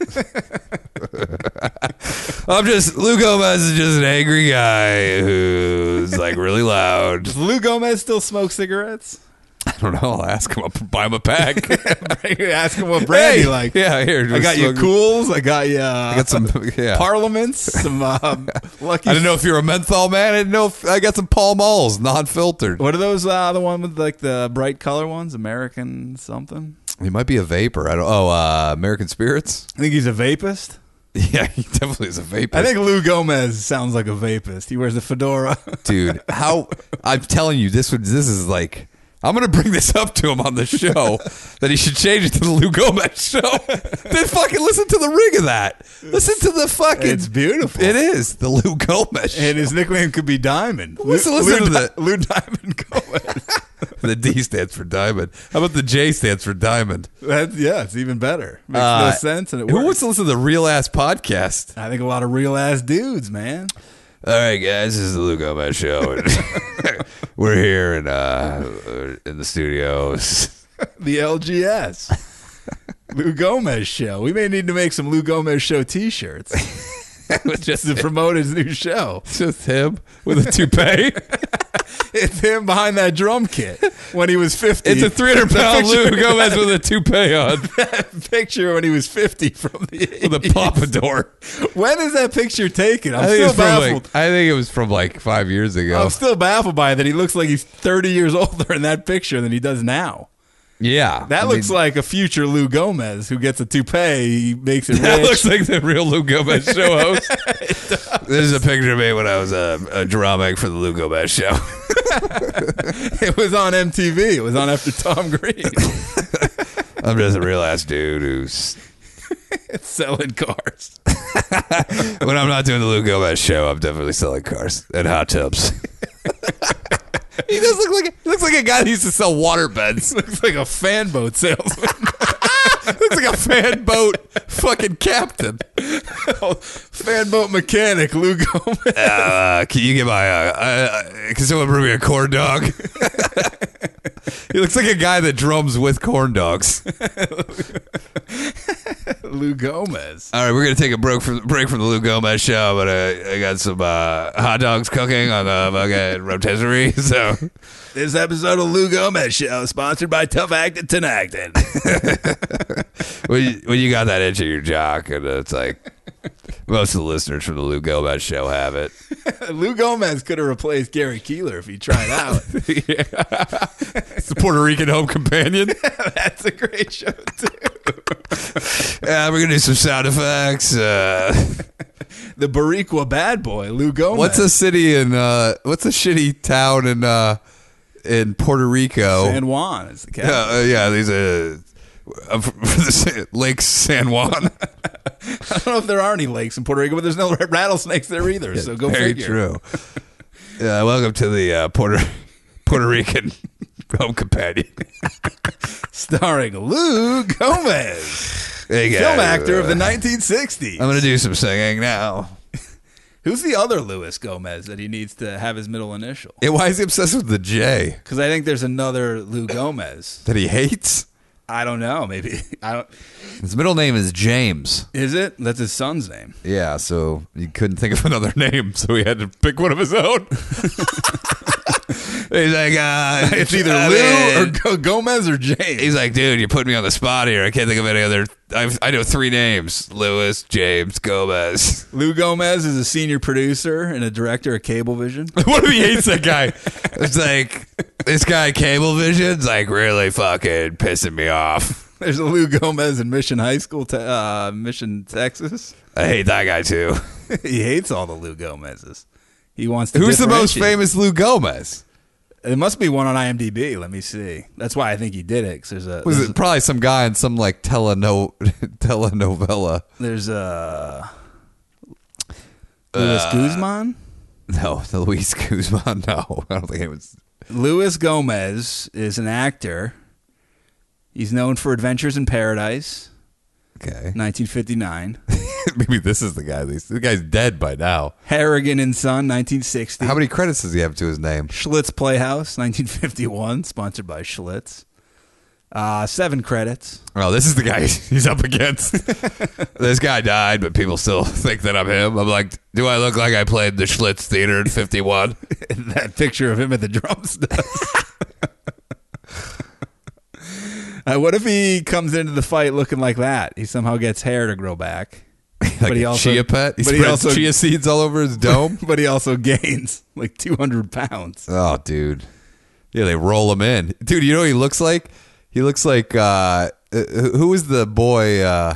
Speaker 2: I'm just Lou Gomez is just an angry guy who's like really loud.
Speaker 3: Does Lou Gomez still smoke cigarettes?
Speaker 2: I don't know. I'll ask him. I'll buy him a pack.
Speaker 3: Ask him what brand
Speaker 2: Hey,
Speaker 3: he like.
Speaker 2: Yeah, here.
Speaker 3: I got you
Speaker 2: smoke-
Speaker 3: cools. I got you. Uh,
Speaker 2: I got some. Yeah.
Speaker 3: parliaments. Some um, lucky.
Speaker 2: I didn't know if you were a menthol man. I didn't know if I got some Pall Malls, non-filtered.
Speaker 3: What are those? Uh, the one with like the bright color ones, American something.
Speaker 2: He might be a vapor. I don't. Oh, uh, American Spirits.
Speaker 3: I think he's a vapist.
Speaker 2: Yeah, he definitely is a vapor.
Speaker 3: I think Lou Gomez sounds like a vapist. He wears a fedora.
Speaker 2: dude. How I'm telling you, this would. This is like. I'm gonna bring this up to him on the show that he should change it to the Lou Gomez show. then fucking listen to the rig of that. Listen to the fucking.
Speaker 3: It's beautiful.
Speaker 2: It is the Lou Gomez show.
Speaker 3: and his nickname could be Diamond. Lou,
Speaker 2: Listen- listen
Speaker 3: Lou,
Speaker 2: to that.
Speaker 3: Lou Diamond Gomez.
Speaker 2: the D stands for diamond. How about the J stands for diamond?
Speaker 3: That's, yeah, it's even better. Makes
Speaker 2: Uh,
Speaker 3: no sense, and it
Speaker 2: Who
Speaker 3: works.
Speaker 2: wants to listen to the real ass podcast?
Speaker 3: I think a lot of real ass dudes, man.
Speaker 2: All right, guys, this is the Lou Gomez show. and We're here in uh, in the studios.
Speaker 3: The LGS. Lou Gomez show. We may need to make some Lou Gomez show T-shirts
Speaker 2: just
Speaker 3: to promote his new show.
Speaker 2: just him with a toupee.
Speaker 3: It's him behind that drum kit when he was fifty.
Speaker 2: It's a 300 pound
Speaker 3: The picture-
Speaker 2: Lou Gomez with a toupee on
Speaker 3: that picture when he was fifty from the.
Speaker 2: with a pompadour.
Speaker 3: When is that picture taken? I'm
Speaker 2: I think,
Speaker 3: still
Speaker 2: it's from
Speaker 3: baffled.
Speaker 2: like, oh. I think it was from like five years ago.
Speaker 3: I'm still baffled by that. He looks like he's 30 years older in that picture than he does now.
Speaker 2: yeah,
Speaker 3: That
Speaker 2: I
Speaker 3: looks
Speaker 2: mean,
Speaker 3: like a future Lou Gomez who gets a toupee. He makes it rich.
Speaker 2: that looks like the real Lou Gomez show host. this is a picture of me when I was a, a drum act for the Lou Gomez show.
Speaker 3: it was on MTV. It was on after Tom Green
Speaker 2: I'm just a real ass dude who's
Speaker 3: selling cars.
Speaker 2: when I'm not doing the Lou Gomez show, I'm definitely selling cars and hot tubs. he does look like looks like a guy that used to sell water beds.
Speaker 3: Looks like a fan boat salesman.
Speaker 2: looks like a fan boat fucking captain.
Speaker 3: fan boat mechanic Lou Gomez.
Speaker 2: Uh, can you get my? Uh, uh, uh, can someone bring me a corn dog? he looks like a guy that drums with corn dogs.
Speaker 3: Lou Gomez.
Speaker 2: All right, we're gonna take a break from break from the Lou Gomez show, but uh, I got some uh, hot dogs cooking on the fucking rotisserie. So
Speaker 3: This episode of Lou Gomez Show sponsored by Tough Acting Tenactin.
Speaker 2: when you, when you got that itch in your jock, and it's like most of the listeners from the Lou Gomez show have it.
Speaker 3: Lou Gomez could have replaced Gary Keeler if he tried out.
Speaker 2: It's the Puerto Rican home companion.
Speaker 3: That's a great show too.
Speaker 2: Yeah, we're gonna do some sound effects. Uh,
Speaker 3: The Barriqua bad boy, Lou Gomez.
Speaker 2: what's a city in? Uh, what's a shitty town in uh, in Puerto Rico?
Speaker 3: San Juan is the cat.
Speaker 2: yeah, uh, yeah. These uh, I'm from- from the Sa- Lake San Juan.
Speaker 3: I don't know if there are any lakes in Puerto Rico, but there's no rattlesnakes there either. So go
Speaker 2: Very
Speaker 3: figure.
Speaker 2: true. Yeah, welcome to the uh, Puerto Puerto Rican home companion.
Speaker 3: Starring Lou Gomez,
Speaker 2: Hey,
Speaker 3: film
Speaker 2: guys,
Speaker 3: actor of the
Speaker 2: uh,
Speaker 3: 1960s.
Speaker 2: I'm gonna do some singing now.
Speaker 3: Who's the other Luis Gomez that he needs to have his middle initial?
Speaker 2: Yeah, why is he obsessed with the J
Speaker 3: Because I think there's another Lou Gomez.
Speaker 2: that he hates?
Speaker 3: I don't know. Maybe I don't.
Speaker 2: His middle name is James.
Speaker 3: Is it? That's his son's name.
Speaker 2: Yeah, so you couldn't think of another name, so he had to pick one of his own. he's like, uh,
Speaker 3: It's either
Speaker 2: I
Speaker 3: Lou
Speaker 2: mean-
Speaker 3: or Go- Gomez or James.
Speaker 2: He's like, dude, you put me on the spot here. I can't think of any other. I've, I know three names: Lewis, James, Gomez.
Speaker 3: Lou Gomez is a senior producer and a director of Cablevision.
Speaker 2: what if he hates that guy? It's like this guy Cablevision's like really fucking pissing me off.
Speaker 3: There's a Lou Gomez in Mission High School, te- uh, Mission, Texas.
Speaker 2: I hate that guy too.
Speaker 3: he hates all the Lou Gomez's. He wants to.
Speaker 2: Who's the most
Speaker 3: differentiate.
Speaker 2: famous Lou Gomez?
Speaker 3: There must be one on IMDb. Let me see. That's why I think he did it. 'cause there's a
Speaker 2: Was
Speaker 3: there's,
Speaker 2: it probably some guy in some like teleno- telenovela?
Speaker 3: there's a
Speaker 2: Uh,
Speaker 3: Luis Guzman.
Speaker 2: No, the Luis Guzman. No, I don't think it was.
Speaker 3: Luis Gomez is an actor. He's known for Adventures in Paradise,
Speaker 2: Okay,
Speaker 3: 1959.
Speaker 2: maybe this is the guy. This the guy's dead by now.
Speaker 3: Harrigan and Son, 1960.
Speaker 2: How many credits does he have to his name?
Speaker 3: Schlitz Playhouse, 1951, sponsored by Schlitz. Uh, seven credits.
Speaker 2: Oh, this is the guy he's up against. this guy died, but people still think that I'm him. I'm like, do I look like I played the Schlitz Theater in '51?
Speaker 3: that picture of him at the drums does. Uh, what if he comes into the fight looking like that? He somehow gets hair to grow back,
Speaker 2: like a chia pet. He
Speaker 3: but he
Speaker 2: spreads
Speaker 3: also
Speaker 2: chia seeds all over his dome.
Speaker 3: but he also gains like 200 pounds.
Speaker 2: oh, dude. Yeah, they roll him in, dude. You know what he looks like? He looks like uh, uh, who was the boy uh,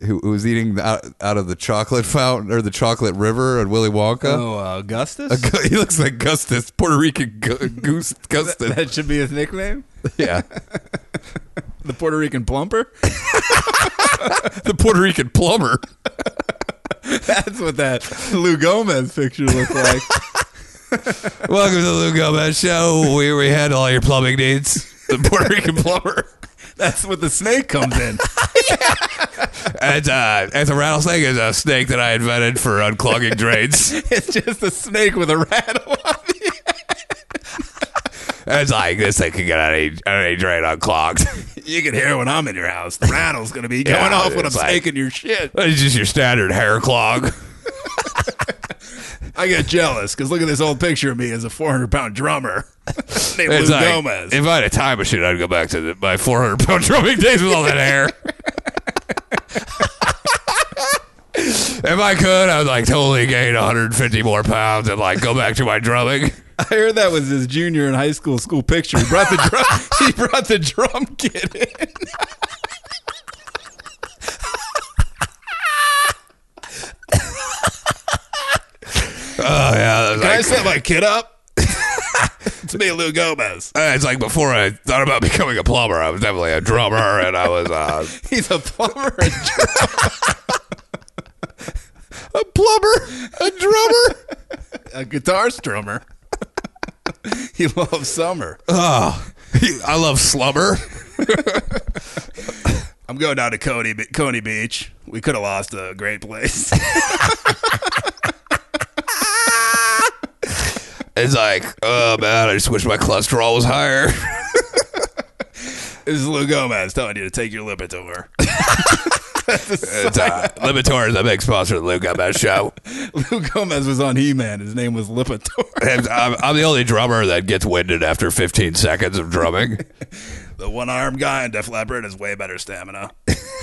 Speaker 2: who, who was eating out, out of the chocolate fountain or the chocolate river at Willy Wonka?
Speaker 3: Oh, uh, Augustus?
Speaker 2: He looks like Gustus, Puerto Rican gu- goose Gustus.
Speaker 3: that should be his nickname.
Speaker 2: yeah.
Speaker 3: The Puerto Rican plumper.
Speaker 2: the Puerto Rican plumber.
Speaker 3: That's what that Lou Gomez picture looked like.
Speaker 2: Welcome to the Lou Gomez Show, where we handle all your plumbing needs. The Puerto Rican plumber.
Speaker 3: That's what the snake comes in.
Speaker 2: It's a, it's a uh, rattlesnake. It's a snake that I invented for unclogging drains.
Speaker 3: it's just a snake with a rattle.
Speaker 2: It's like this thing can get out of any, out of any drain unclogged.
Speaker 3: You can hear when I'm in your house. The rattle's gonna be
Speaker 2: Yeah,
Speaker 3: going off when I'm
Speaker 2: it's like-
Speaker 3: snaking your shit.
Speaker 2: It's just your standard hair clog.
Speaker 3: I get jealous because look at this old picture of me as a 400 pound drummer named
Speaker 2: It's
Speaker 3: Lou
Speaker 2: like,
Speaker 3: Gomez.
Speaker 2: If I had a time machine, I'd go back to the, my 400 pound drumming days with all that hair. if I could, I'd like totally gain 150 more pounds and like go back to my drumming. Uh,
Speaker 3: I heard that was his junior in high school school picture. He brought the drum. he brought the drum kit in.
Speaker 2: Oh yeah, that's
Speaker 3: Can I
Speaker 2: like-
Speaker 3: set my kid up? it's me, Lou Gomez.
Speaker 2: Uh, it's like before I thought about becoming a plumber, I was definitely a drummer, and I was uh,
Speaker 3: He's a plumber. and dr-
Speaker 2: a plumber, a drummer.
Speaker 3: a guitar strummer. he loves summer.
Speaker 2: Oh, I love slumber.
Speaker 3: I'm going down to Coney, Be- Coney Beach. We could have lost a great place.
Speaker 2: It's like, oh man, I just wish my cholesterol was higher.
Speaker 3: this is Lou Gomez telling you to take your Lipitor.
Speaker 2: It's, uh, Lipitor is a big sponsor of the Lou Gomez Show.
Speaker 3: Lou Gomez was on He Man. His name was Lipitor.
Speaker 2: And I'm, I'm the only drummer that gets winded after 15 seconds of drumming.
Speaker 3: the one armed guy in Def Leppard has way better stamina.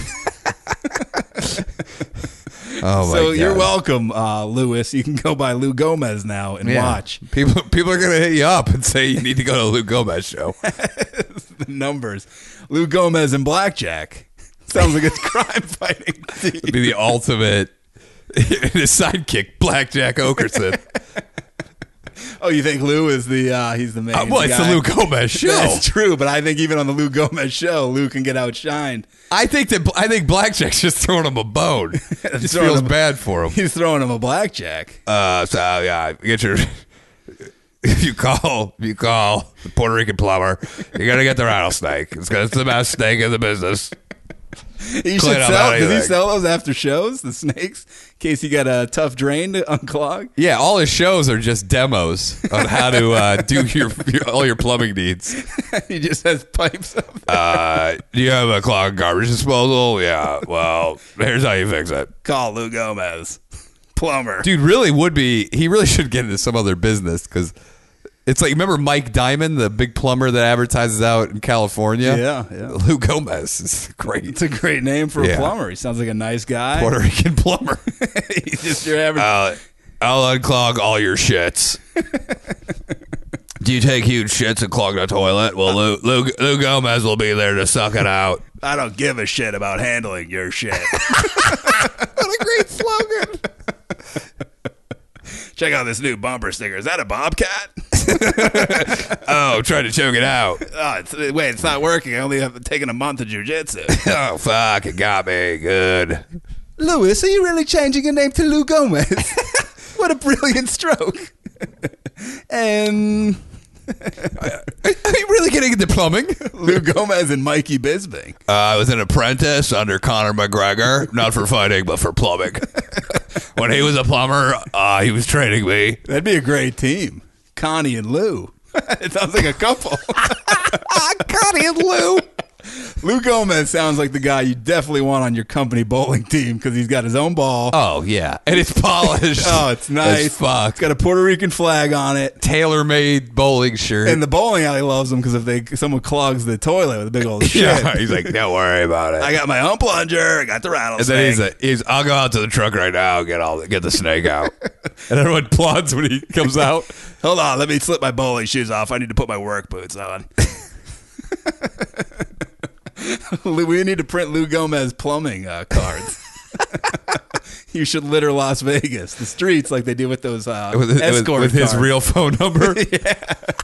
Speaker 2: Oh my
Speaker 3: so you're welcome, uh, Lewis. You can go by Lou Gomez now and watch
Speaker 2: People, people are gonna hit you up and say you need to go to the Lou Gomez Show.
Speaker 3: the numbers. Lou Gomez and Blackjack. It's Sounds like it's crime fighting.
Speaker 2: It'd be the ultimate. and his sidekick, Blackjack Okerson.
Speaker 3: Oh, you think Lou is the uh, he's the main?
Speaker 2: Uh, well, it's the
Speaker 3: guy?
Speaker 2: Lou Gomez show.
Speaker 3: That's true, but I think even on the Lou Gomez show, Lou can get outshined.
Speaker 2: I think that I think Blackjack's just throwing him a bone. just
Speaker 3: Throwing
Speaker 2: feels
Speaker 3: him-
Speaker 2: bad for him.
Speaker 3: He's throwing him a blackjack.
Speaker 2: Uh, so yeah, get your. If you call, if you call the Puerto Rican plumber, you're gonna get the rattlesnake. It's, gonna, it's the best snake in the business.
Speaker 3: He
Speaker 2: Clean
Speaker 3: should
Speaker 2: up
Speaker 3: sell. Does he
Speaker 2: anything.
Speaker 3: sell those after shows? The snakes, in case he got a tough drain to unclog.
Speaker 2: Yeah, all his shows are just demos on how to uh, do your, your all your plumbing needs.
Speaker 3: he just has pipes up.
Speaker 2: Uh, do you have a clogged garbage disposal? Yeah. Well, here's how you fix it.
Speaker 3: Call Lou Gomez, plumber.
Speaker 2: dude really would be he really should get into some other business because it's like remember mike diamond the big plumber that advertises out in california
Speaker 3: Yeah, yeah.
Speaker 2: lou gomez is great
Speaker 3: It's a great name for a
Speaker 2: Yeah.
Speaker 3: plumber. He sounds like a nice guy.
Speaker 2: puerto rican plumber
Speaker 3: He's just your average.
Speaker 2: uh, i'll unclog all your shits do you take huge shits and clog the toilet well lou, lou, lou gomez will be there to suck it out
Speaker 3: I don't give a shit about handling your shit.
Speaker 2: what a great slogan
Speaker 3: Check out this new bumper sticker. Is that a bobcat?
Speaker 2: oh try to choke it out
Speaker 3: Oh, it's, wait, it's not working. I only have taken a month of jujitsu.
Speaker 2: oh fuck it got me good Uh,
Speaker 3: Louis, are you really changing your name to Lou Gomez? what a brilliant stroke. Um, and
Speaker 2: are you really getting into plumbing
Speaker 3: Lou Gomez and Mikey Bisbing.
Speaker 2: Uh, I was an apprentice under Conor McGregor, not for fighting, but for plumbing. when he was a plumber, uh, he was training me.
Speaker 3: That'd be a great team. Connie and Lou. it sounds like a couple. Connie and Lou. Lou Gomez sounds like the guy you definitely want on your company bowling team because he's got his own ball.
Speaker 2: Oh yeah, and it's polished.
Speaker 3: Oh, it's nice.
Speaker 2: as fuck.
Speaker 3: It's got a Puerto Rican flag on it.
Speaker 2: Tailor-made bowling shirt.
Speaker 3: And the bowling alley loves them because if they someone clogs the toilet with a big old shit,
Speaker 2: yeah, he's like, don't worry about it.
Speaker 3: I got my own plunger, I got the
Speaker 2: and
Speaker 3: rattlesnake.
Speaker 2: then he's, like, he's, I'll go out to the truck right now and get all get the snake out. and everyone applauds when he comes out.
Speaker 3: Hold on, let me slip my bowling shoes off. I need to put my work boots on. Lou- we need to print Lou Gomez plumbing uh, cards. you should litter Las Vegas, the streets, like they do with those uh,
Speaker 2: with, with-
Speaker 3: escort
Speaker 2: with his
Speaker 3: cards.
Speaker 2: real phone number.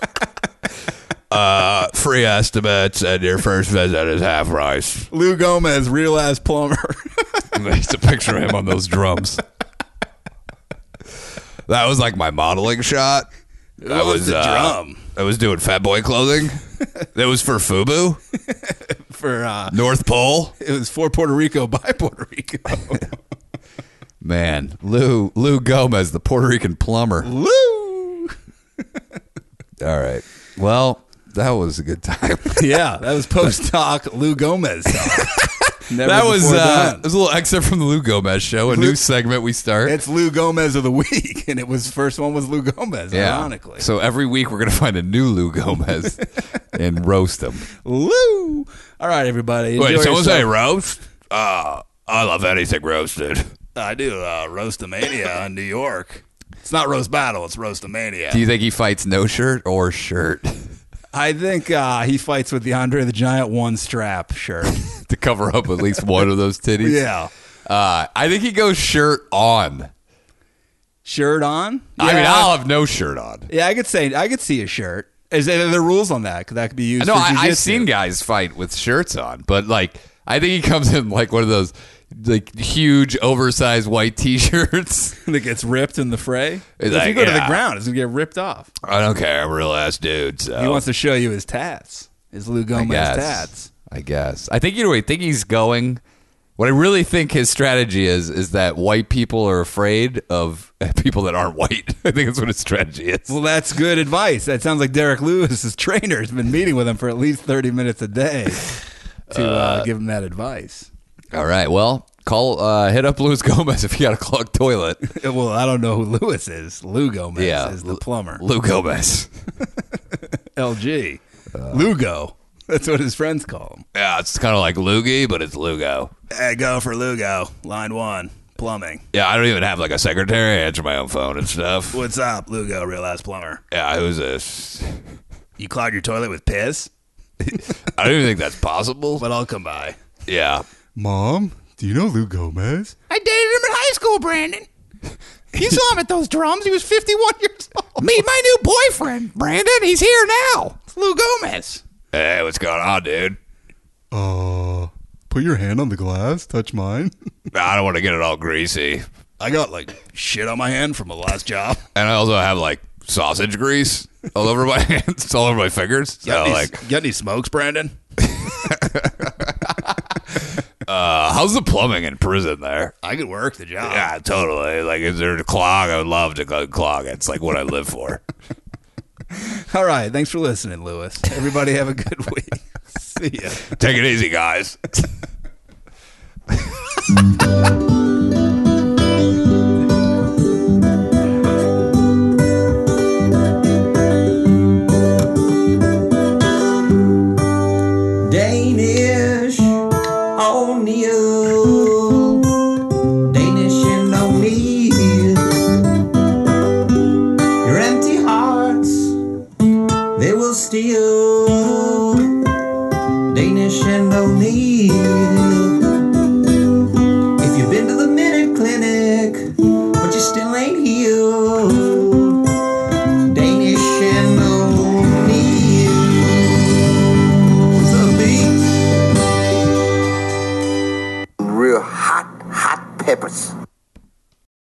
Speaker 2: uh, free estimates and your first visit is half price.
Speaker 3: Lou Gomez, real ass plumber.
Speaker 2: It's a picture of him on those drums. That was like my modeling shot. I
Speaker 3: was
Speaker 2: was
Speaker 3: the
Speaker 2: uh,
Speaker 3: drum?
Speaker 2: I was doing fat boy clothing. That was for Fubu
Speaker 3: for uh,
Speaker 2: North Pole.
Speaker 3: it was for Puerto Rico by Puerto Rico.
Speaker 2: Man, Lou Lou Gomez, the Puerto Rican plumber.
Speaker 3: Lou.
Speaker 2: All right. Well, that was a good time.
Speaker 3: Yeah, that was post hoc Lou Gomez. talk. Never
Speaker 2: that was
Speaker 3: before
Speaker 2: uh,
Speaker 3: done.
Speaker 2: it was a little excerpt from the Lou Gomez show, a new segment we start.
Speaker 3: It's Lou Gomez of the week, and it was first one was Lou Gomez. Ironically,
Speaker 2: So every week we're gonna find a new Lou Gomez and roast him.
Speaker 3: Lou. All right, everybody. Enjoy
Speaker 2: Wait, someone say
Speaker 3: yourself.
Speaker 2: roast?
Speaker 3: Ah,
Speaker 2: Uh, I love anything roasted.
Speaker 3: I do uh, Roastamania in New York. It's not roast battle; it's Roastamania.
Speaker 2: Do you think he fights no shirt or shirt
Speaker 3: I think uh, he fights with the Andre the Giant one strap shirt.
Speaker 2: to cover up at least one of those titties?
Speaker 3: yeah,
Speaker 2: Uh, I think he goes shirt on.
Speaker 3: shirt on.
Speaker 2: I mean,
Speaker 3: Yeah.
Speaker 2: I'll have no shirt on.
Speaker 3: yeah, I could say I could see a shirt. Is there, are there rules on that? Could that could be used?
Speaker 2: No,
Speaker 3: for
Speaker 2: I,
Speaker 3: jujitsu?
Speaker 2: I've seen guys fight with shirts on, but like I think he comes in like one of those like huge oversized white t-shirts.
Speaker 3: that gets ripped in the fray.
Speaker 2: It's
Speaker 3: if you
Speaker 2: like,
Speaker 3: go to the
Speaker 2: yeah.
Speaker 3: ground, it's gonna get ripped off.
Speaker 2: I don't care, I'm a real ass dude. So
Speaker 3: He wants to show you his tats, his Lou
Speaker 2: Oh. I
Speaker 3: Gomez
Speaker 2: guess.
Speaker 3: tats.
Speaker 2: I guess. I think you know. I think he's going. What I really think his strategy is is that white people are afraid of people that aren't white. I think that's what his strategy is.
Speaker 3: Well, that's good advice. That sounds like Derek Lewis's trainer has been meeting with him for at least 30 minutes a day to uh, give him that advice.
Speaker 2: All right. Well, call uh, hit up Luis Gomez if you got a clogged toilet.
Speaker 3: Well, I don't know who Lewis is. Lou Gomez
Speaker 2: Yeah,
Speaker 3: is the
Speaker 2: Lu-
Speaker 3: plumber.
Speaker 2: Lou Gomez.
Speaker 3: LG.
Speaker 2: Uh,
Speaker 3: Lugo. That's what his friends call him.
Speaker 2: Yeah, it's kind of like Loogie, but it's Lugo.
Speaker 3: Hey, go for Lugo. Line one. Plumbing.
Speaker 2: Yeah, I don't even have like a secretary. I answer my own phone and stuff.
Speaker 3: What's up, Lugo, real ass plumber?
Speaker 2: Yeah, who's this?
Speaker 3: You clogged your toilet with piss?
Speaker 2: I don't even think that's possible.
Speaker 3: But I'll come by.
Speaker 2: Yeah.
Speaker 4: Mom, do you know Lou Gomez?
Speaker 10: I dated him in high school, Brandon. You saw him at those drums. He was 51 years old. Meet my new boyfriend, Brandon. He's here now. It's Lou Gomez.
Speaker 2: Hey, what's going on, dude?
Speaker 4: Uh, put your hand on the glass, touch mine.
Speaker 2: I don't want to get it all greasy.
Speaker 3: I got like shit on my hand from a last job.
Speaker 2: And I also have like sausage grease all over my hands, it's all over my fingers. So
Speaker 3: Got any,
Speaker 2: like,
Speaker 3: got any smokes, Brandon?
Speaker 2: uh, how's the plumbing in prison there?
Speaker 3: I could work the job.
Speaker 2: Uh, Yeah, totally. Like, is there a clog? I would love to go clog. It's like what I live for.
Speaker 3: All right. Thanks for listening, Lewis. Everybody have a good week. See ya.
Speaker 2: Take it easy, guys.
Speaker 11: Danish O'Neill. Danish and O'Neill. Your empty hearts, they will steal. Danish and O'Neill. If you've been to the Minute Clinic, but you still ain't healed. Danish and O'Neill. What's up, B?
Speaker 1: Real hot, hot peppers.